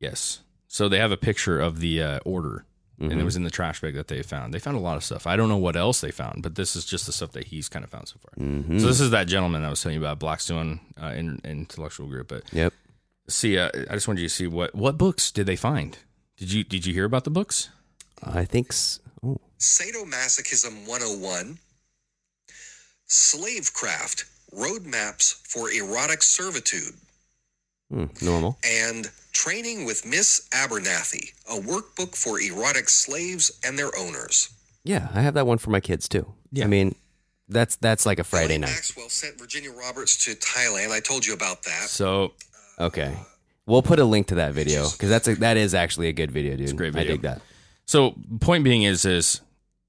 Speaker 7: Yes. So they have a picture of the uh, order, and it was in the trash bag that they found. They found a lot of stuff. I don't know what else they found, but this is just the stuff that he's kind of found so far. So this is that gentleman I was telling you about, Blackstone uh, in, intellectual group. But
Speaker 8: Yep.
Speaker 7: see, uh, I just wanted you to see what what books did they find. Did you did you hear about the books?
Speaker 8: I think. s- Oh,
Speaker 10: Sadomasochism 101, Slavecraft Roadmaps for Erotic Servitude,
Speaker 8: hmm, normal.
Speaker 10: and Training with Miss Abernathy, a workbook for erotic slaves and their owners.
Speaker 8: Yeah, I have that one for my kids too. Yeah. I mean, that's that's like a Friday
Speaker 10: Ellie
Speaker 8: night.
Speaker 10: Maxwell sent Virginia Roberts to Thailand. I told you about that.
Speaker 7: So
Speaker 8: Okay. We'll put a link to that video because that's a, that is actually a good video, dude.
Speaker 7: a great video.
Speaker 8: I dig that.
Speaker 7: so point being is is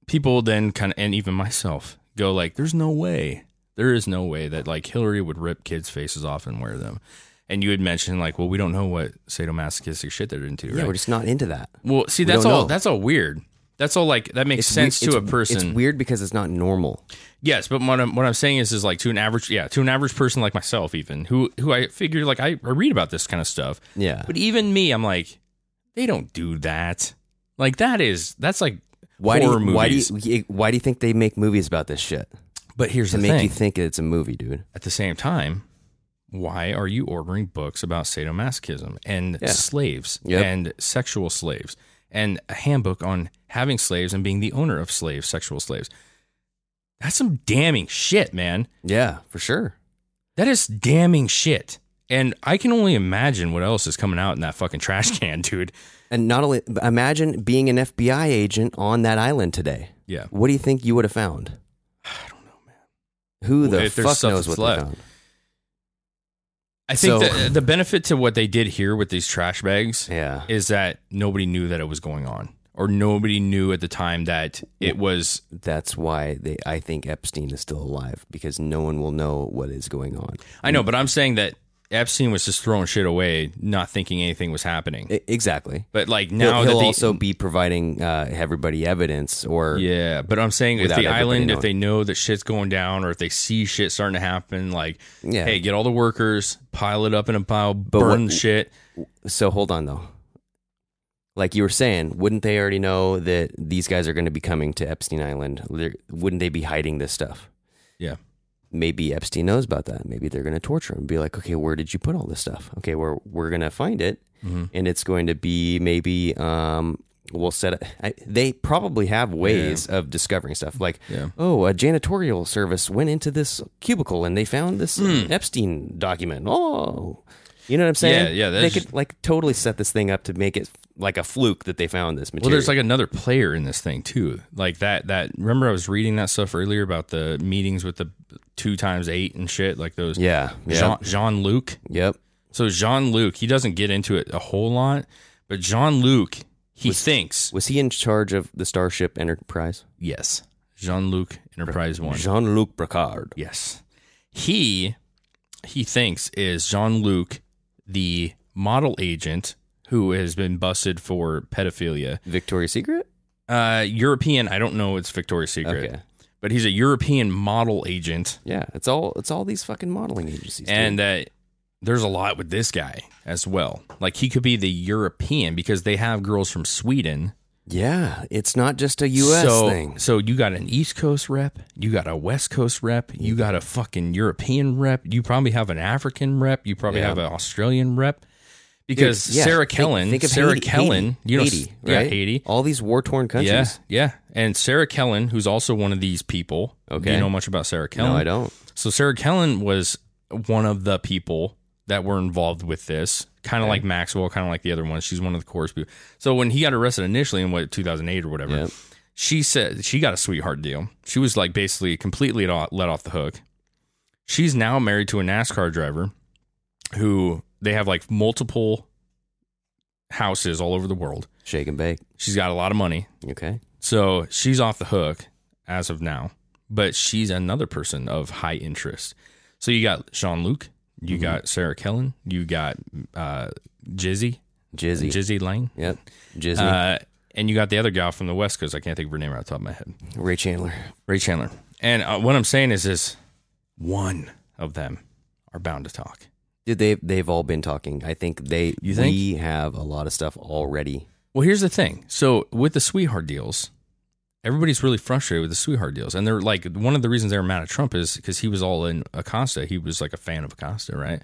Speaker 7: people then kind of and even myself go like, there's no way, there is no way that like Hillary would rip kids' faces off and wear them. And you had mentioned like, well, we don't know what sadomasochistic shit they're into,
Speaker 8: Yeah,
Speaker 7: right?
Speaker 8: we're just not into that.
Speaker 7: Well, see,
Speaker 8: We
Speaker 7: that's
Speaker 8: don't
Speaker 7: all.
Speaker 8: know.
Speaker 7: That's all weird. That's all like that makes
Speaker 8: It's
Speaker 7: sense
Speaker 8: wei-
Speaker 7: to a
Speaker 8: it's-
Speaker 7: person.
Speaker 8: It's weird because it's not normal.
Speaker 7: Yes, but what I'm what I'm saying is is like to an average yeah to an average person like myself even who who I figure like I, I read about this kind of stuff.
Speaker 8: Yeah.
Speaker 7: but even me, I'm like, they don't do that. Like that is that's like
Speaker 8: Why do
Speaker 7: horror
Speaker 8: you,
Speaker 7: movies.
Speaker 8: why do you, why do you think they make movies about this shit
Speaker 7: but here's
Speaker 8: to
Speaker 7: the
Speaker 8: make
Speaker 7: thing.
Speaker 8: you think it's a movie, dude?
Speaker 7: At the same time, why are you ordering books about sadomasochism and
Speaker 8: Yeah.
Speaker 7: slaves
Speaker 8: Yep.
Speaker 7: and sexual slaves and a handbook on having slaves and being the owner of slaves, sexual slaves? That's some damning shit, man.
Speaker 8: Yeah, for sure.
Speaker 7: That is damning shit. And I can only imagine what else is coming out in that fucking trash can, dude.
Speaker 8: And not only but imagine being an FBI agent on that island today.
Speaker 7: Yeah.
Speaker 8: What do you think you would have found? I don't know, man. Who the
Speaker 7: If there's
Speaker 8: fuck
Speaker 7: stuff
Speaker 8: knows what
Speaker 7: that's
Speaker 8: they
Speaker 7: left.
Speaker 8: found?
Speaker 7: I think
Speaker 8: So-
Speaker 7: the, the benefit to what they did here with these trash bags
Speaker 8: Yeah.
Speaker 7: is that nobody knew that it was going on, or nobody knew at the time that it was
Speaker 8: That's why they. I think Epstein is still alive because no one will know what is going on.
Speaker 7: I know, but I'm saying that Epstein was just throwing shit away, not thinking anything was happening.
Speaker 8: I- E, exactly.
Speaker 7: but like
Speaker 8: He'll-
Speaker 7: now
Speaker 8: he'll,
Speaker 7: that the,
Speaker 8: also be providing uh, everybody evidence or
Speaker 7: yeah, but I'm saying with
Speaker 8: Without
Speaker 7: the
Speaker 8: everybody
Speaker 7: island,
Speaker 8: knowing.
Speaker 7: if they know that shit's going down or if they see shit starting to happen, like
Speaker 8: Yeah.
Speaker 7: hey, get all the workers, pile it up in a pile,
Speaker 8: what-
Speaker 7: burn the shit.
Speaker 8: So hold on though. Like you were saying, wouldn't they already know that these guys are going to be coming to Epstein Island? They're- Wouldn't they be hiding this stuff?
Speaker 7: Yeah,
Speaker 8: Maybe Epstein knows about that. Maybe they're going to torture him. Be like, okay, where did you put all this stuff? Okay, we're we're going to find it,
Speaker 7: Mm-hmm.
Speaker 8: and it's going to be maybe um, we'll set. It, I, they probably have ways of discovering stuff. Like, oh, a janitorial service went into this cubicle and they found this Epstein document. Oh, you know what I'm saying?
Speaker 7: Hmm. Yeah, yeah,
Speaker 8: They
Speaker 7: that's-
Speaker 8: could like totally set this thing up to make it like a fluke that they found this material.
Speaker 7: Well, there's like another player in this thing too. Like that that remember I was reading that stuff earlier about the meetings with the two times eight and shit like those.
Speaker 8: Yeah, yeah.
Speaker 7: Jean Jean Luc.
Speaker 8: yep.
Speaker 7: So Jean Luc, he doesn't get into it a whole lot, but Jean Luc, he thinks
Speaker 8: Was he in charge of the Starship Enterprise?
Speaker 7: yes. Jean Luc Enterprise One.
Speaker 8: Jean Luc Bricard.
Speaker 7: Yes. He he thinks is Jean Luc, the model agent who has been busted for pedophilia.
Speaker 8: Victoria's Secret?
Speaker 7: Uh European, I don't know it's Victoria's Secret.
Speaker 8: Okay.
Speaker 7: But he's a European model agent.
Speaker 8: Yeah, it's all it's all these fucking modeling agencies.
Speaker 7: and uh, that there's a lot with this guy as well. Like he could be the European because they have girls from Sweden.
Speaker 8: dude. yeah, it's not just a U.S.
Speaker 7: so,
Speaker 8: thing.
Speaker 7: So you got an East Coast rep, you got a West Coast rep, you got a fucking European rep, you probably have an African rep, you probably
Speaker 8: Yeah.
Speaker 7: have an Australian rep. Because
Speaker 8: Dude, yeah,
Speaker 7: Sarah
Speaker 8: think-
Speaker 7: Kellen,
Speaker 8: think of
Speaker 7: Sarah
Speaker 8: Haiti-
Speaker 7: Kellen,
Speaker 8: Haiti,
Speaker 7: you know,
Speaker 8: Haiti,
Speaker 7: yeah,
Speaker 8: right?
Speaker 7: Haiti.
Speaker 8: All these war torn countries.
Speaker 7: Yeah, yeah, and Sarah Kellen, who's also one of these people. Do
Speaker 8: Okay.
Speaker 7: you know much about Sarah Kellen?
Speaker 8: No, I don't.
Speaker 7: So Sarah Kellen was one of the people that were involved with this, kind of like Maxwell, kind of like the other one. She's one of the chorus people. So when he got arrested initially in what 2008 or whatever,
Speaker 8: Yep.
Speaker 7: she said she got a sweetheart deal. She was like basically completely let let off the hook. She's now married to a NASCAR driver who they have like multiple houses all over the world.
Speaker 8: Shake and bake.
Speaker 7: She's got a lot of money.
Speaker 8: Okay.
Speaker 7: So she's off the hook as of now, but she's another person of high interest. So you got Sean Luke, you got Sarah Kellen, you got uh, Jizzy,
Speaker 8: Jizzy.
Speaker 7: Jizzy Lane,
Speaker 8: Yep. Jizzy.
Speaker 7: uh, and you got the other gal from the West Coast. I can't think of her name right off the top of my head.
Speaker 8: Ray Chandler.
Speaker 7: Ray Chandler. And uh, what I'm saying is, is one of them are bound to talk.
Speaker 8: Dude, they they've all been talking. I think they
Speaker 7: You think?
Speaker 8: we have a lot of stuff already.
Speaker 7: Well, here's the thing. So with the sweetheart deals, everybody's really frustrated with the sweetheart deals, and they're like one of the reasons they were mad at Trump is because he was all in Acosta. He was like a fan of Acosta, right?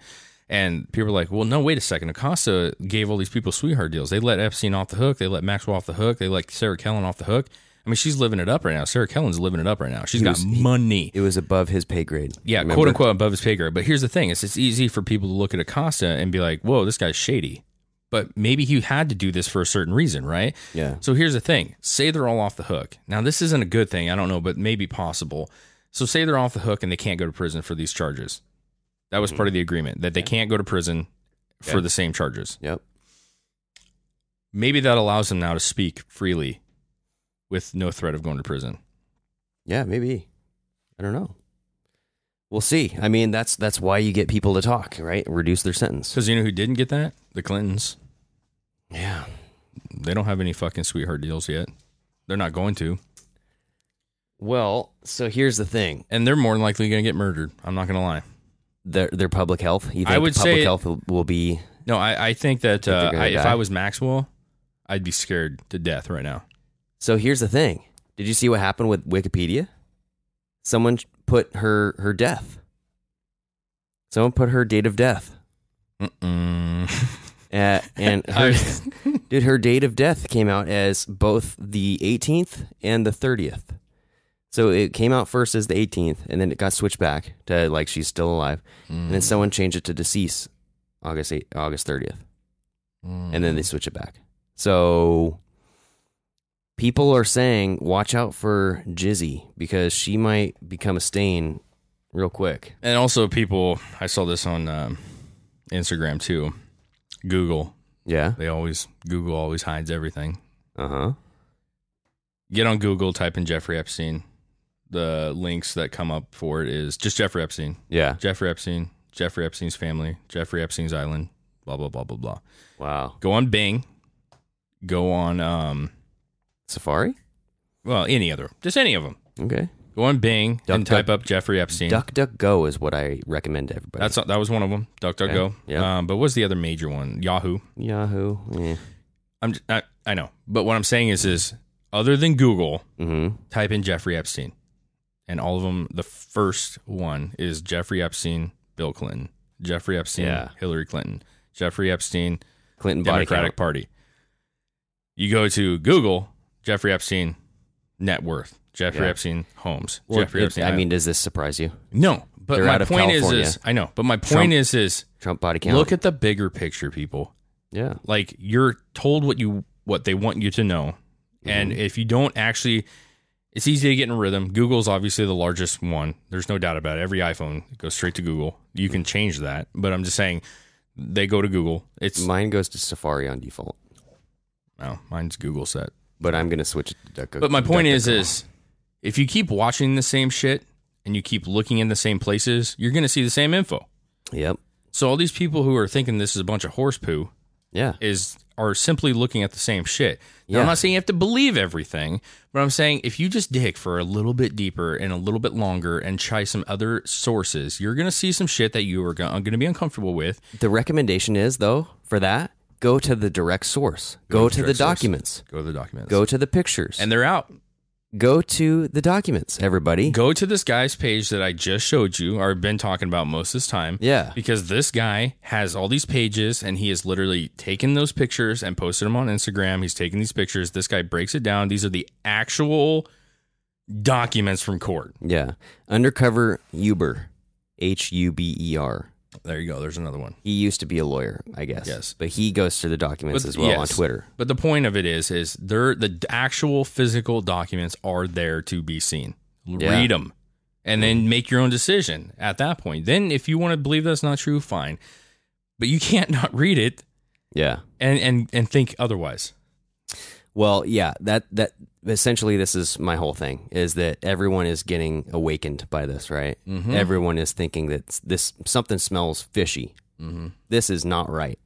Speaker 7: And people are like, well, no, wait a second. Acosta gave all these people sweetheart deals. They let Epstein off the hook. They let Maxwell off the hook. They let Sarah Kellen off the hook. I mean, she's living it up right now. Sarah Kellen's living it up right now. She's got
Speaker 8: was-
Speaker 7: money
Speaker 8: It was above his pay grade.
Speaker 7: yeah,
Speaker 8: remember?
Speaker 7: quote unquote above his pay grade. But here's the thing: is it's easy for people to look at Acosta and be like, "Whoa, this guy's shady," but maybe he had to do this for a certain reason, right?
Speaker 8: Yeah.
Speaker 7: So here's the thing: say they're all off the hook. Now this isn't a good thing, I don't know, but maybe possible. So say they're off the hook and they can't go to prison for these charges. That was
Speaker 8: Mm-hmm.
Speaker 7: part of the agreement that they can't go to prison for the same charges.
Speaker 8: Yep.
Speaker 7: Maybe that allows them now to speak freely with no threat of going to prison.
Speaker 8: Yeah, maybe. I don't know. We'll see. I mean, that's that's why you get people to talk, right? Reduce their sentence.
Speaker 7: Because you know who didn't get that? The Clintons.
Speaker 8: Yeah.
Speaker 7: They don't have any fucking sweetheart deals yet. They're not going to.
Speaker 8: Well, so here's the thing.
Speaker 7: And they're more than likely going to get murdered. I'm not going to lie.
Speaker 8: Their their public health. You think
Speaker 7: I would
Speaker 8: public
Speaker 7: say-
Speaker 8: health will, will be
Speaker 7: No, I, I think that
Speaker 8: they're
Speaker 7: uh,
Speaker 8: gonna
Speaker 7: I, if
Speaker 8: die?
Speaker 7: I was Maxwell, I'd be scared to death right now.
Speaker 8: So here's the thing. Did you see what happened with Wikipedia? Someone put her her death. Someone put her date of death. Uh, and her, dude, her date of death came out as both the 18th and the 30th. So it came out first as the 18th, and then it got switched back to like she's still alive, and then someone changed it to deceased August 8, August 30th, and then they switch it back. So people are saying, watch out for Jizzy because she might become a stain real quick.
Speaker 7: And also, people, I saw this on um, Instagram too. Google,
Speaker 8: Yeah.
Speaker 7: they always Google always hides everything.
Speaker 8: Uh huh.
Speaker 7: Get on Google, type in Jeffrey Epstein. The links that come up for it is just Jeffrey Epstein,
Speaker 8: Yeah.
Speaker 7: Jeffrey Epstein, Jeffrey Epstein's family, Jeffrey Epstein's island, blah blah blah blah blah.
Speaker 8: Wow.
Speaker 7: go on Bing, go on um
Speaker 8: Safari.
Speaker 7: well any other, just any of them.
Speaker 8: Okay.
Speaker 7: Go on Bing
Speaker 8: Duck-
Speaker 7: and type up Jeffrey Epstein.
Speaker 8: Duck Duck Go is what I recommend to everybody.
Speaker 7: That's that was one of them. DuckDuckGo.
Speaker 8: Okay, yeah.
Speaker 7: Um, but what's the other major one? Yahoo.
Speaker 8: Yahoo. Yeah.
Speaker 7: I'm j- I, I know, but what I'm saying is is other than Google,
Speaker 8: Mm-hmm.
Speaker 7: type in Jeffrey Epstein, and all of them. The first one is Jeffrey Epstein, Bill Clinton, Jeffrey Epstein,
Speaker 8: Yeah.
Speaker 7: Hillary Clinton, Jeffrey Epstein,
Speaker 8: Clinton body
Speaker 7: Democratic
Speaker 8: count.
Speaker 7: Party. You go to Google, Jeffrey Epstein, net worth, Jeffrey
Speaker 8: Yeah.
Speaker 7: Epstein, homes,
Speaker 8: Well,
Speaker 7: Jeffrey
Speaker 8: it-
Speaker 7: Epstein.
Speaker 8: I mean, does this surprise you?
Speaker 7: no, but
Speaker 8: they're
Speaker 7: my
Speaker 8: out of
Speaker 7: point is,
Speaker 8: California.
Speaker 7: is I know, but my point
Speaker 8: Trump
Speaker 7: is, is
Speaker 8: Trump body count.
Speaker 7: look at the bigger picture, people.
Speaker 8: yeah.
Speaker 7: Like you're told what you what they want you to know, and if you don't actually. It's easy to get in a rhythm. Google's obviously the largest one. There's no doubt about it. Every iPhone goes straight to Google. You can change that, but I'm just saying they go to Google. It's
Speaker 8: Mine goes to Safari on default,
Speaker 7: no, mine's Google set.
Speaker 8: but I'm gonna switch it to Duck Go.
Speaker 7: But my point
Speaker 8: Duck
Speaker 7: is,
Speaker 8: Duck Go.
Speaker 7: is if you keep watching the same shit and you keep looking in the same places, you're going to see the same info.
Speaker 8: yep.
Speaker 7: So all these people who are thinking this is a bunch of horse poo
Speaker 8: Yeah.
Speaker 7: is are simply looking at the same shit. Now,
Speaker 8: Yeah.
Speaker 7: I'm not saying you have to believe everything, but I'm saying if you just dig for a little bit deeper and a little bit longer and try some other sources, you're going to see some shit that you are going to be uncomfortable with.
Speaker 8: The recommendation is though for that go to the direct source. Go, to,
Speaker 7: direct
Speaker 8: the
Speaker 7: source.
Speaker 8: documents.
Speaker 7: Go to the documents.
Speaker 8: Go to the pictures.
Speaker 7: and they're out.
Speaker 8: go to the documents. Everybody.
Speaker 7: go to this guy's page that I just showed you or been talking about most of this time.
Speaker 8: Yeah.
Speaker 7: Because this guy has all these pages and he has literally taken those pictures and posted them on Instagram. He's taken these pictures. This guy breaks it down. These are the actual documents from court.
Speaker 8: Yeah. Undercover Uber. H U B E R.
Speaker 9: There you go. There's another one.
Speaker 8: He used to be a lawyer, I guess.
Speaker 9: Yes.
Speaker 8: But he goes through the documents as well on
Speaker 7: yes.
Speaker 8: Twitter.
Speaker 7: But the point of it is, is they're the d- actual physical documents are there to be seen. Read 'em.
Speaker 8: Yeah.
Speaker 7: Read them, and then make your own decision at that point. Then, if you want to believe that's not true, fine. But you can't not read it
Speaker 8: Yeah.
Speaker 7: and and and think otherwise.
Speaker 8: Well, yeah, that that essentially this is my whole thing is that everyone is getting awakened by this, right?
Speaker 7: Mm-hmm.
Speaker 8: Everyone is thinking that s- this something smells fishy.
Speaker 7: Mm-hmm.
Speaker 8: This is not right.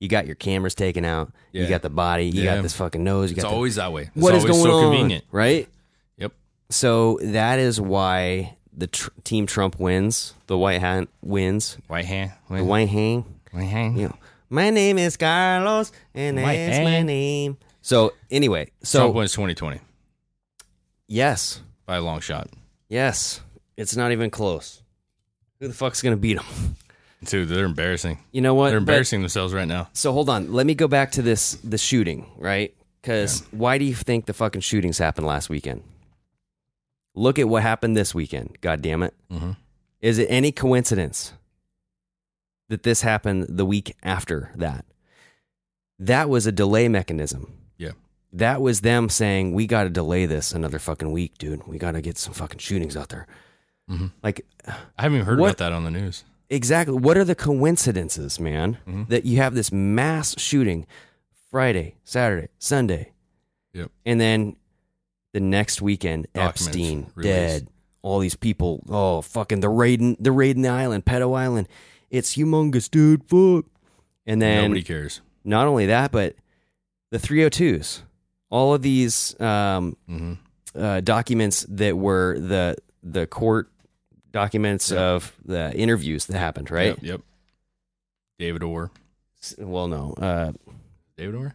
Speaker 8: You got your cameras taken out. You
Speaker 7: Yeah.
Speaker 8: got the body. You
Speaker 7: Yeah.
Speaker 8: got this fucking nose. You
Speaker 7: It's
Speaker 8: got the-
Speaker 7: always that way. It's
Speaker 8: What is
Speaker 7: always
Speaker 8: going
Speaker 7: so
Speaker 8: on?
Speaker 7: convenient.
Speaker 8: Right.
Speaker 7: Yep.
Speaker 8: So that is why the tr- team Trump wins. The white hat wins.
Speaker 7: White hand.
Speaker 8: The white hang.
Speaker 7: white hand.
Speaker 8: You know, my name is Carlos, and
Speaker 7: White
Speaker 8: that's
Speaker 7: hand.
Speaker 8: my name. So anyway, so
Speaker 7: Trump wins 2020
Speaker 8: yes,
Speaker 7: by a long shot.
Speaker 8: Yes. It's not even close. Who the fuck's going to beat him?
Speaker 7: Dude, they're embarrassing.
Speaker 8: You know what?
Speaker 7: They're
Speaker 8: But-
Speaker 7: embarrassing themselves right now.
Speaker 8: so hold on. Let me go back to this the shooting, right? Cuz why do you think the fucking shootings happened last weekend? Look at what happened this weekend. God damn it.
Speaker 7: Mm-hmm.
Speaker 8: Is it any coincidence that this happened the week after that? That was a delay mechanism.
Speaker 7: Yeah.
Speaker 8: that was them saying we got to delay this another fucking week, dude. We got to get some fucking shootings out there.
Speaker 7: Mm-hmm.
Speaker 8: Like
Speaker 7: I haven't even heard
Speaker 8: What-
Speaker 7: about that on the news.
Speaker 8: exactly, what are the coincidences, man?
Speaker 7: Mm-hmm.
Speaker 8: That you have this mass shooting Friday, Saturday, Sunday,
Speaker 7: Yep.
Speaker 8: and then the next weekend,
Speaker 7: Documents
Speaker 8: Epstein
Speaker 7: released.
Speaker 8: dead. All these people, oh fucking, they're raiding, they're raiding the island, pedo island. It's humongous, dude. Fuck. And then
Speaker 7: Nobody cares.
Speaker 8: not only that, but the 302s, all of these um,
Speaker 7: Mm-hmm.
Speaker 8: uh, documents that were the the court documents of the interviews that happened, right?
Speaker 7: Yep. yep. David Orr.
Speaker 8: S- Well, no, uh,
Speaker 7: David Orr?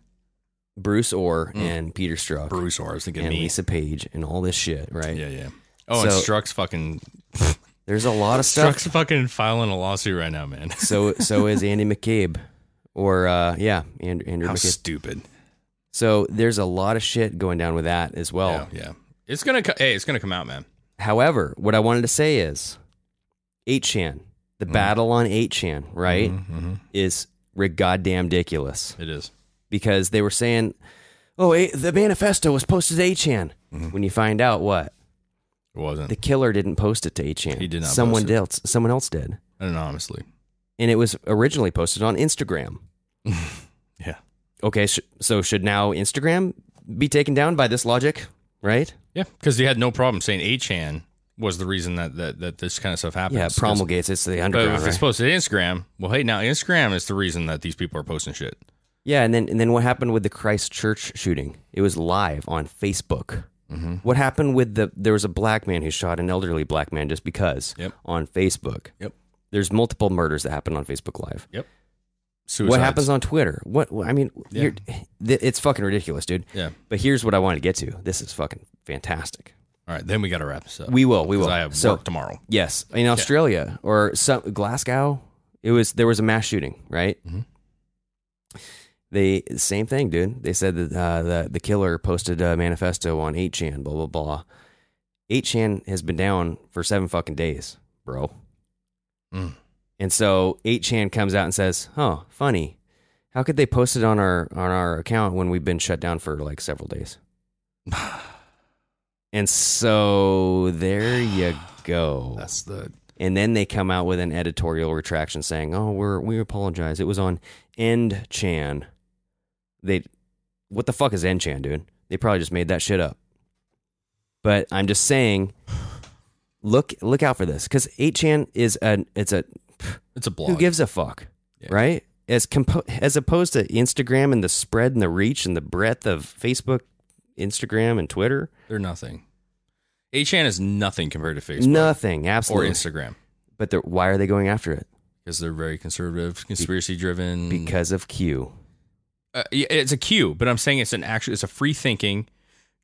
Speaker 8: Bruce Orr and Peter Strzok
Speaker 7: Mm. Bruce Orr. I was thinking
Speaker 8: and
Speaker 7: me.
Speaker 8: Lisa Page and all this shit, right?
Speaker 7: Yeah, yeah. Oh, and
Speaker 8: So-
Speaker 7: Strzok's fucking
Speaker 8: There's a lot of
Speaker 7: Strzok's
Speaker 8: stuff.
Speaker 7: fucking filing a lawsuit right now, man.
Speaker 8: so so is Andy McCabe, or uh, yeah, and, Andrew
Speaker 7: How
Speaker 8: McCabe.
Speaker 7: stupid.
Speaker 8: So there's a lot of shit going down with that as well.
Speaker 7: Yeah, yeah. It's gonna. Co- hey, it's gonna come out, man.
Speaker 8: However, what I wanted to say is 8chan, the
Speaker 7: Mm.
Speaker 8: battle on 8chan, right,
Speaker 7: Mm-hmm,
Speaker 8: is rig- goddamn ridiculous
Speaker 7: It is.
Speaker 8: because they were saying, oh, eh, the manifesto was posted to 8chan.
Speaker 7: Mm-hmm.
Speaker 8: When you find out what?
Speaker 7: It wasn't.
Speaker 8: The killer didn't post it to 8chan.
Speaker 7: He did not
Speaker 8: Someone
Speaker 7: post it.
Speaker 8: else, someone else did.
Speaker 7: Anonymously.
Speaker 8: And it was originally posted on Instagram.
Speaker 7: Yeah.
Speaker 8: Okay, sh- so should now Instagram be taken down by this logic, right?
Speaker 7: Yeah, because they had no problem saying Achan was the reason that that, that this kind of stuff happens.
Speaker 8: Yeah,
Speaker 7: Because-
Speaker 8: promulgates it's the
Speaker 7: But
Speaker 8: underground.
Speaker 7: if
Speaker 8: right?
Speaker 7: it's posted to Instagram, well, hey, now Instagram is the reason that these people are posting shit.
Speaker 8: Yeah, and then and then what happened with the Christchurch shooting? It was live on Facebook.
Speaker 7: Mm-hmm.
Speaker 8: What happened with the there was a black man who shot an elderly black man just because
Speaker 7: Yep.
Speaker 8: on Facebook.
Speaker 7: Yep.
Speaker 8: There's multiple murders that happen on Facebook Live.
Speaker 7: Yep. Suicides.
Speaker 8: What happens on Twitter? What what- I mean, you're, th- it's fucking ridiculous, dude.
Speaker 7: Yeah.
Speaker 8: But here's what I wanted to get to. This is fucking fantastic.
Speaker 7: All right, then we got to wrap this up.
Speaker 8: We will. We
Speaker 7: 'Cause
Speaker 8: will.
Speaker 7: I have
Speaker 8: So-
Speaker 7: work tomorrow.
Speaker 8: Yes, in Australia or some Glasgow, it was there was a mass shooting, right? They same thing, dude. They said that uh, the the killer posted a manifesto on 8chan, blah blah blah. 8chan has been down for seven fucking days, bro. And so 8chan comes out and says, "Huh, funny. How could they post it on our on our account when we've been shut down for like several days?" and so there you go.
Speaker 7: That's the
Speaker 8: And then they come out with an editorial retraction saying, "Oh, we're we apologize. It was on End Chan." They, what the fuck is End Chan, dude? They probably just made that shit up. But I'm just saying, look look out for this because Eight Chan is an it's a
Speaker 7: it's a blog.
Speaker 8: who gives a fuck, right? As compo- as opposed to Instagram and the spread and the reach and the breadth of Facebook, Instagram and Twitter,
Speaker 7: They're nothing. Achan is nothing compared to Facebook
Speaker 8: nothing
Speaker 7: or
Speaker 8: absolutely.
Speaker 7: Instagram
Speaker 8: But they're- why are they going after it?
Speaker 7: because they're very conservative, conspiracy driven.
Speaker 8: Because of Q.
Speaker 7: uh, yeah, it's a cue, but I'm saying it's an actual, it's a free thinking.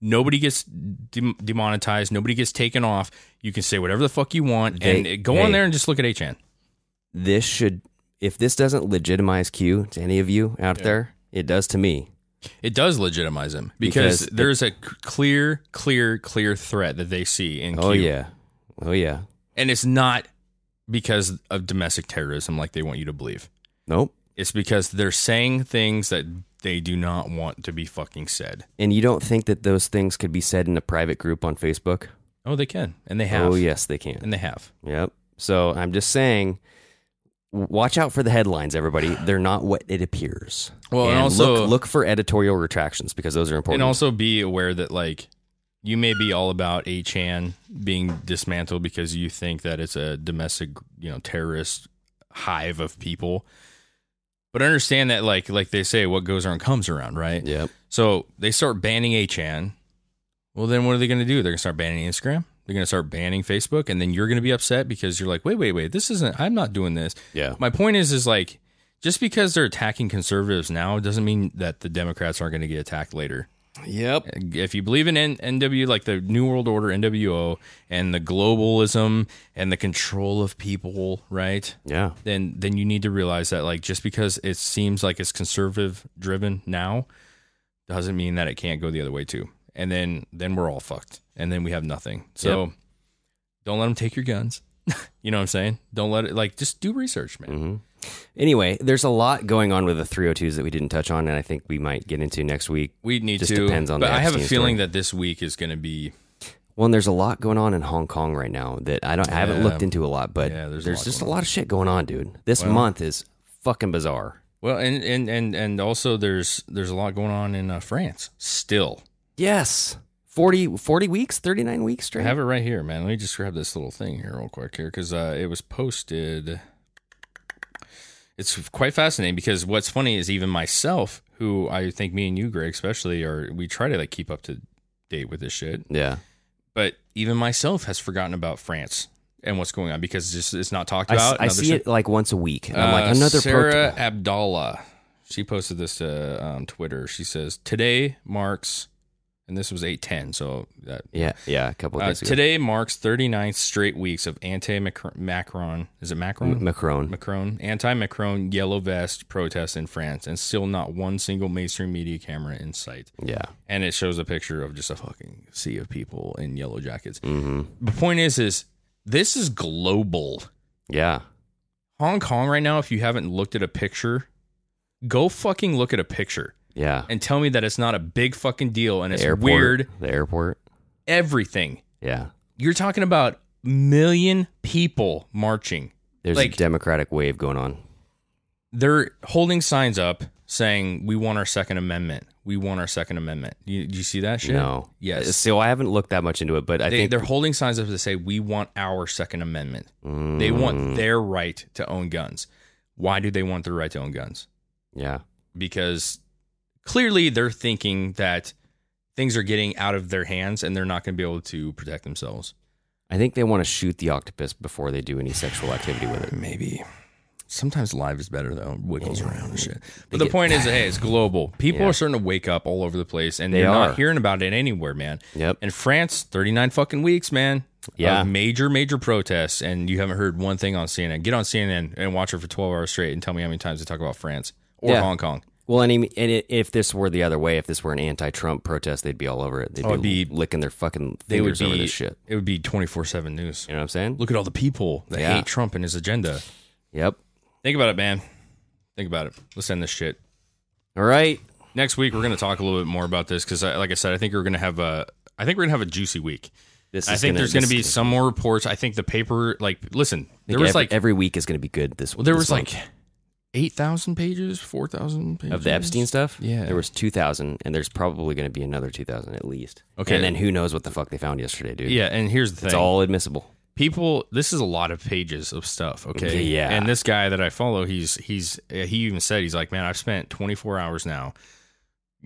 Speaker 7: Nobody gets dem- demonetized. Nobody gets taken off. You can say whatever the fuck you want, and
Speaker 8: They-
Speaker 7: uh, go
Speaker 8: hey.
Speaker 7: on there and just look at HN.
Speaker 8: this should if this doesn't legitimize Q to any of you out there, it does to me.
Speaker 7: It does legitimize him
Speaker 8: Because
Speaker 7: because,
Speaker 8: the-
Speaker 7: there's a c- clear, clear, clear threat that they see in Q.
Speaker 8: Oh yeah. Oh yeah.
Speaker 7: and it's not because of domestic terrorism, like they want you to believe.
Speaker 8: Nope.
Speaker 7: It's because they're saying things that they do not want to be fucking said.
Speaker 8: And you don't think that those things could be said in a private group on Facebook?
Speaker 7: Oh, they can, and they have.
Speaker 8: Oh, yes, they can.
Speaker 7: and they have.
Speaker 8: Yep. So I'm just saying, w- watch out for the headlines, everybody. They're not what it appears.
Speaker 7: Well, and also-
Speaker 8: look, look for editorial retractions because those are important.
Speaker 7: And also be aware that like you may be all about a chan being dismantled because you think that it's a domestic, you know, terrorist hive of people. But understand that like like they say what goes around comes around, right?
Speaker 8: yep.
Speaker 7: So they start banning a chan. Well, then what are they going to do? They're going to start banning Instagram. They're going to start banning Facebook and then you're going to be upset because you're like, "Wait, wait, wait. This isn't I'm not doing this."
Speaker 8: Yeah.
Speaker 7: My point is, is like, just because they're attacking conservatives now doesn't mean that the Democrats aren't going to get attacked later.
Speaker 8: Yep.
Speaker 7: If you believe in N- NW, like the New World Order, NWO, and the globalism and the control of people, right?
Speaker 8: Yeah.
Speaker 7: Then, then you need to realize that, like, just because it seems like it's conservative driven now, doesn't mean that it can't go the other way too. And then, then we're all fucked, and then we have nothing. So, don't let them take your guns. you know what I'm saying? Don't let it like just do research, man.
Speaker 8: Mm-hmm. Anyway, there's a lot going on with the 302s that we didn't touch on, and I think we might get into next week.
Speaker 7: We need
Speaker 8: Just
Speaker 7: to.
Speaker 8: depends on
Speaker 7: but
Speaker 8: the
Speaker 7: I have a
Speaker 8: Epstein
Speaker 7: feeling
Speaker 8: story.
Speaker 7: that this week is going to be.
Speaker 8: Well, and there's a lot going on in Hong Kong right now that I don't I haven't
Speaker 7: Yeah.
Speaker 8: looked into a lot, but
Speaker 7: Yeah,
Speaker 8: there's,
Speaker 7: there's a lot
Speaker 8: just a
Speaker 7: going
Speaker 8: lot of shit going on, dude. This month is fucking bizarre.
Speaker 7: Well, and and and and also there's there's a lot going on in uh, France still.
Speaker 8: Yes. 40, 40 weeks, 39 weeks
Speaker 7: I
Speaker 8: straight.
Speaker 7: have it right here, man. Let me just grab this little thing here real quick here because uh, it was posted. It's quite fascinating because what's funny is even myself, who I think me and you, Greg, especially, are we try to like keep up to date with this shit.
Speaker 8: yeah.
Speaker 7: but even myself has forgotten about France and what's going on because it's, it's not talked
Speaker 8: I, s-
Speaker 7: about.
Speaker 8: I see it like once a week. And I'm
Speaker 7: Uh,
Speaker 8: like, another
Speaker 7: Sarah
Speaker 8: protest.
Speaker 7: Abdallah. She posted this to um, Twitter. She says today marks, and this was eight ten. So that
Speaker 8: Yeah. Yeah. A couple of
Speaker 7: uh,
Speaker 8: days ago.
Speaker 7: today marks 39th straight weeks of anti Macron. Is it Macron?
Speaker 8: Mm, Macron.
Speaker 7: Macron anti Macron yellow vest protests in France, and still not one single mainstream media camera in sight
Speaker 8: yeah.
Speaker 7: and it shows a picture of just a fucking sea of people in yellow jackets.
Speaker 8: Mm-hmm.
Speaker 7: The point is, is this is global.
Speaker 8: Yeah.
Speaker 7: Hong Kong right now. If you haven't looked at a picture, go fucking look at a picture
Speaker 8: Yeah.
Speaker 7: and tell me that it's not a big fucking deal and it's
Speaker 8: airport.
Speaker 7: weird.
Speaker 8: The airport.
Speaker 7: Everything
Speaker 8: Yeah.
Speaker 7: you're talking about million people marching.
Speaker 8: There's a
Speaker 7: Like-
Speaker 8: democratic wave going on.
Speaker 7: They're holding signs up saying, "We want our Second Amendment. We want our Second Amendment." You, do you see that shit?
Speaker 8: No.
Speaker 7: Yes.
Speaker 8: So I haven't looked that much into it, but I
Speaker 7: they,
Speaker 8: think
Speaker 7: they're holding signs up to say we want our Second Amendment. They
Speaker 8: Mm.
Speaker 7: want their right to own guns. Why do they want their right to own guns?
Speaker 8: Yeah.
Speaker 7: Because clearly they're thinking that things are getting out of their hands and they're not going to be able to protect themselves.
Speaker 8: I think they want to shoot the octopus before they do any sexual activity with it.
Speaker 7: Maybe. Sometimes live is better though. Wiggles around and shit. But the point is, hey, it's global. People
Speaker 8: Yeah.
Speaker 7: are starting to wake up all over the place, and
Speaker 8: They
Speaker 7: you're
Speaker 8: are.
Speaker 7: not hearing about it anywhere, man.
Speaker 8: Yep.
Speaker 7: And France, thirty nine fucking weeks, man.
Speaker 8: Yeah.
Speaker 7: Of major, major protests, and you haven't heard one thing on CNN. Get on CNN and watch it for twelve hours straight, and tell me how many times they talk about France or
Speaker 8: Yeah.
Speaker 7: Hong Kong.
Speaker 8: Well, and, he- and it, if this were the other way, if this were an anti-Trump protest, they'd be all over it. They'd
Speaker 7: Oh, it'd
Speaker 8: be,
Speaker 7: be-
Speaker 8: licking their fucking
Speaker 7: They would
Speaker 8: fingers
Speaker 7: be
Speaker 8: over this shit.
Speaker 7: It would be twenty four seven news.
Speaker 8: You know what I'm saying?
Speaker 7: Look at all the people that
Speaker 8: Yeah.
Speaker 7: hate Trump and his agenda.
Speaker 8: Yep.
Speaker 7: Think about it, man. Think about it. Let's end this shit.
Speaker 8: All right.
Speaker 7: next week we're going to talk a little bit more about this because like i said i think we're going to have a i think we're going to have a juicy week
Speaker 8: This
Speaker 7: i
Speaker 8: is
Speaker 7: think
Speaker 8: gonna-
Speaker 7: there's going to
Speaker 8: this
Speaker 7: be
Speaker 8: is-
Speaker 7: some more reports i think the paper like listen
Speaker 8: I think
Speaker 7: there was
Speaker 8: every,
Speaker 7: like
Speaker 8: every week is going to be good. This
Speaker 7: well, there
Speaker 8: this
Speaker 7: was like
Speaker 8: month.
Speaker 7: 8000 pages 4000 pages
Speaker 8: of the Epstein stuff.
Speaker 7: Yeah.
Speaker 8: there was two thousand, and there's probably going to be another two thousand at least.
Speaker 7: Okay.
Speaker 8: and then who knows what the fuck they found yesterday, dude?
Speaker 7: yeah and here's the thing
Speaker 8: it's all admissible.
Speaker 7: people this is a lot of pages of stuff okay
Speaker 8: Yeah.
Speaker 7: and this guy that i follow he's he's he even said he's like man i've spent 24 hours now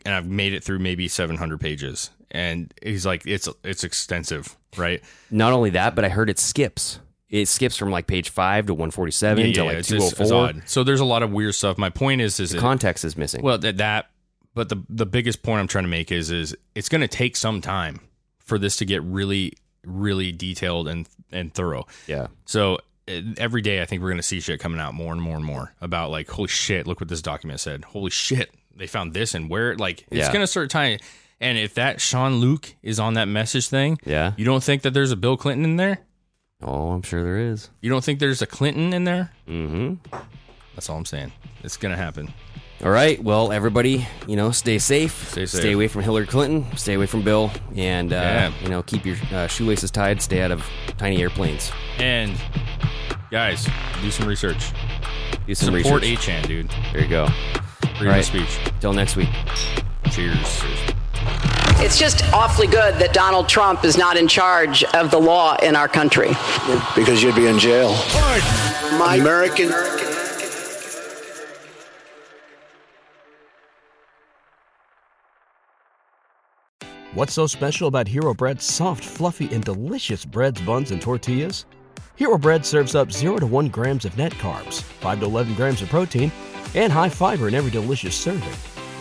Speaker 7: and i've made it through maybe 700 pages and he's like it's it's extensive right
Speaker 8: Not only that, but I heard it skips. It skips from like page five to one forty seven to like
Speaker 7: it's
Speaker 8: two
Speaker 7: just-
Speaker 8: hundred
Speaker 7: it's
Speaker 8: four.
Speaker 7: odd. So there's a lot of weird stuff. My point is, is it,
Speaker 8: Context is missing.
Speaker 7: well that that, but the the biggest point I'm trying to make is is it's going to take some time for this to get really really detailed and and thorough.
Speaker 8: yeah,
Speaker 7: So eh, every day I think we're going to see shit coming out more and more and more about like holy shit, look what this document said. Holy shit, they found this and where like it's
Speaker 8: Yeah.
Speaker 7: going to start tying. And if that Sean Luke is on that message thing,
Speaker 8: Yeah.
Speaker 7: you don't think that there's a Bill Clinton in there?
Speaker 8: Oh, I'm sure there is.
Speaker 7: You don't think there's a Clinton in there?
Speaker 8: Mm-hmm.
Speaker 7: That's all I'm saying. It's gonna happen.
Speaker 8: All right. Well, everybody, you know, stay safe.
Speaker 7: Stay safe.
Speaker 8: away from Hillary Clinton. Stay away from Bill. And, uh,
Speaker 7: Yeah.
Speaker 8: you know, keep your uh, shoelaces tied. Stay out of tiny airplanes.
Speaker 7: And guys, do some research.
Speaker 8: Do some
Speaker 7: Support E
Speaker 8: research.
Speaker 7: HN, dude.
Speaker 8: There you go.
Speaker 7: Freedom
Speaker 8: Right.
Speaker 7: of speech.
Speaker 8: Till next week.
Speaker 7: Cheers.
Speaker 11: It's just awfully good that Donald Trump is not in charge of the law in our country.
Speaker 1: Because you'd be in jail. My American.
Speaker 12: What's so special about Hero Bread's soft, fluffy, and delicious breads, buns, and tortillas? Hero Bread serves up 0 to 1 grams of net carbs, 5 to 11 grams of protein, and high fiber in every delicious serving.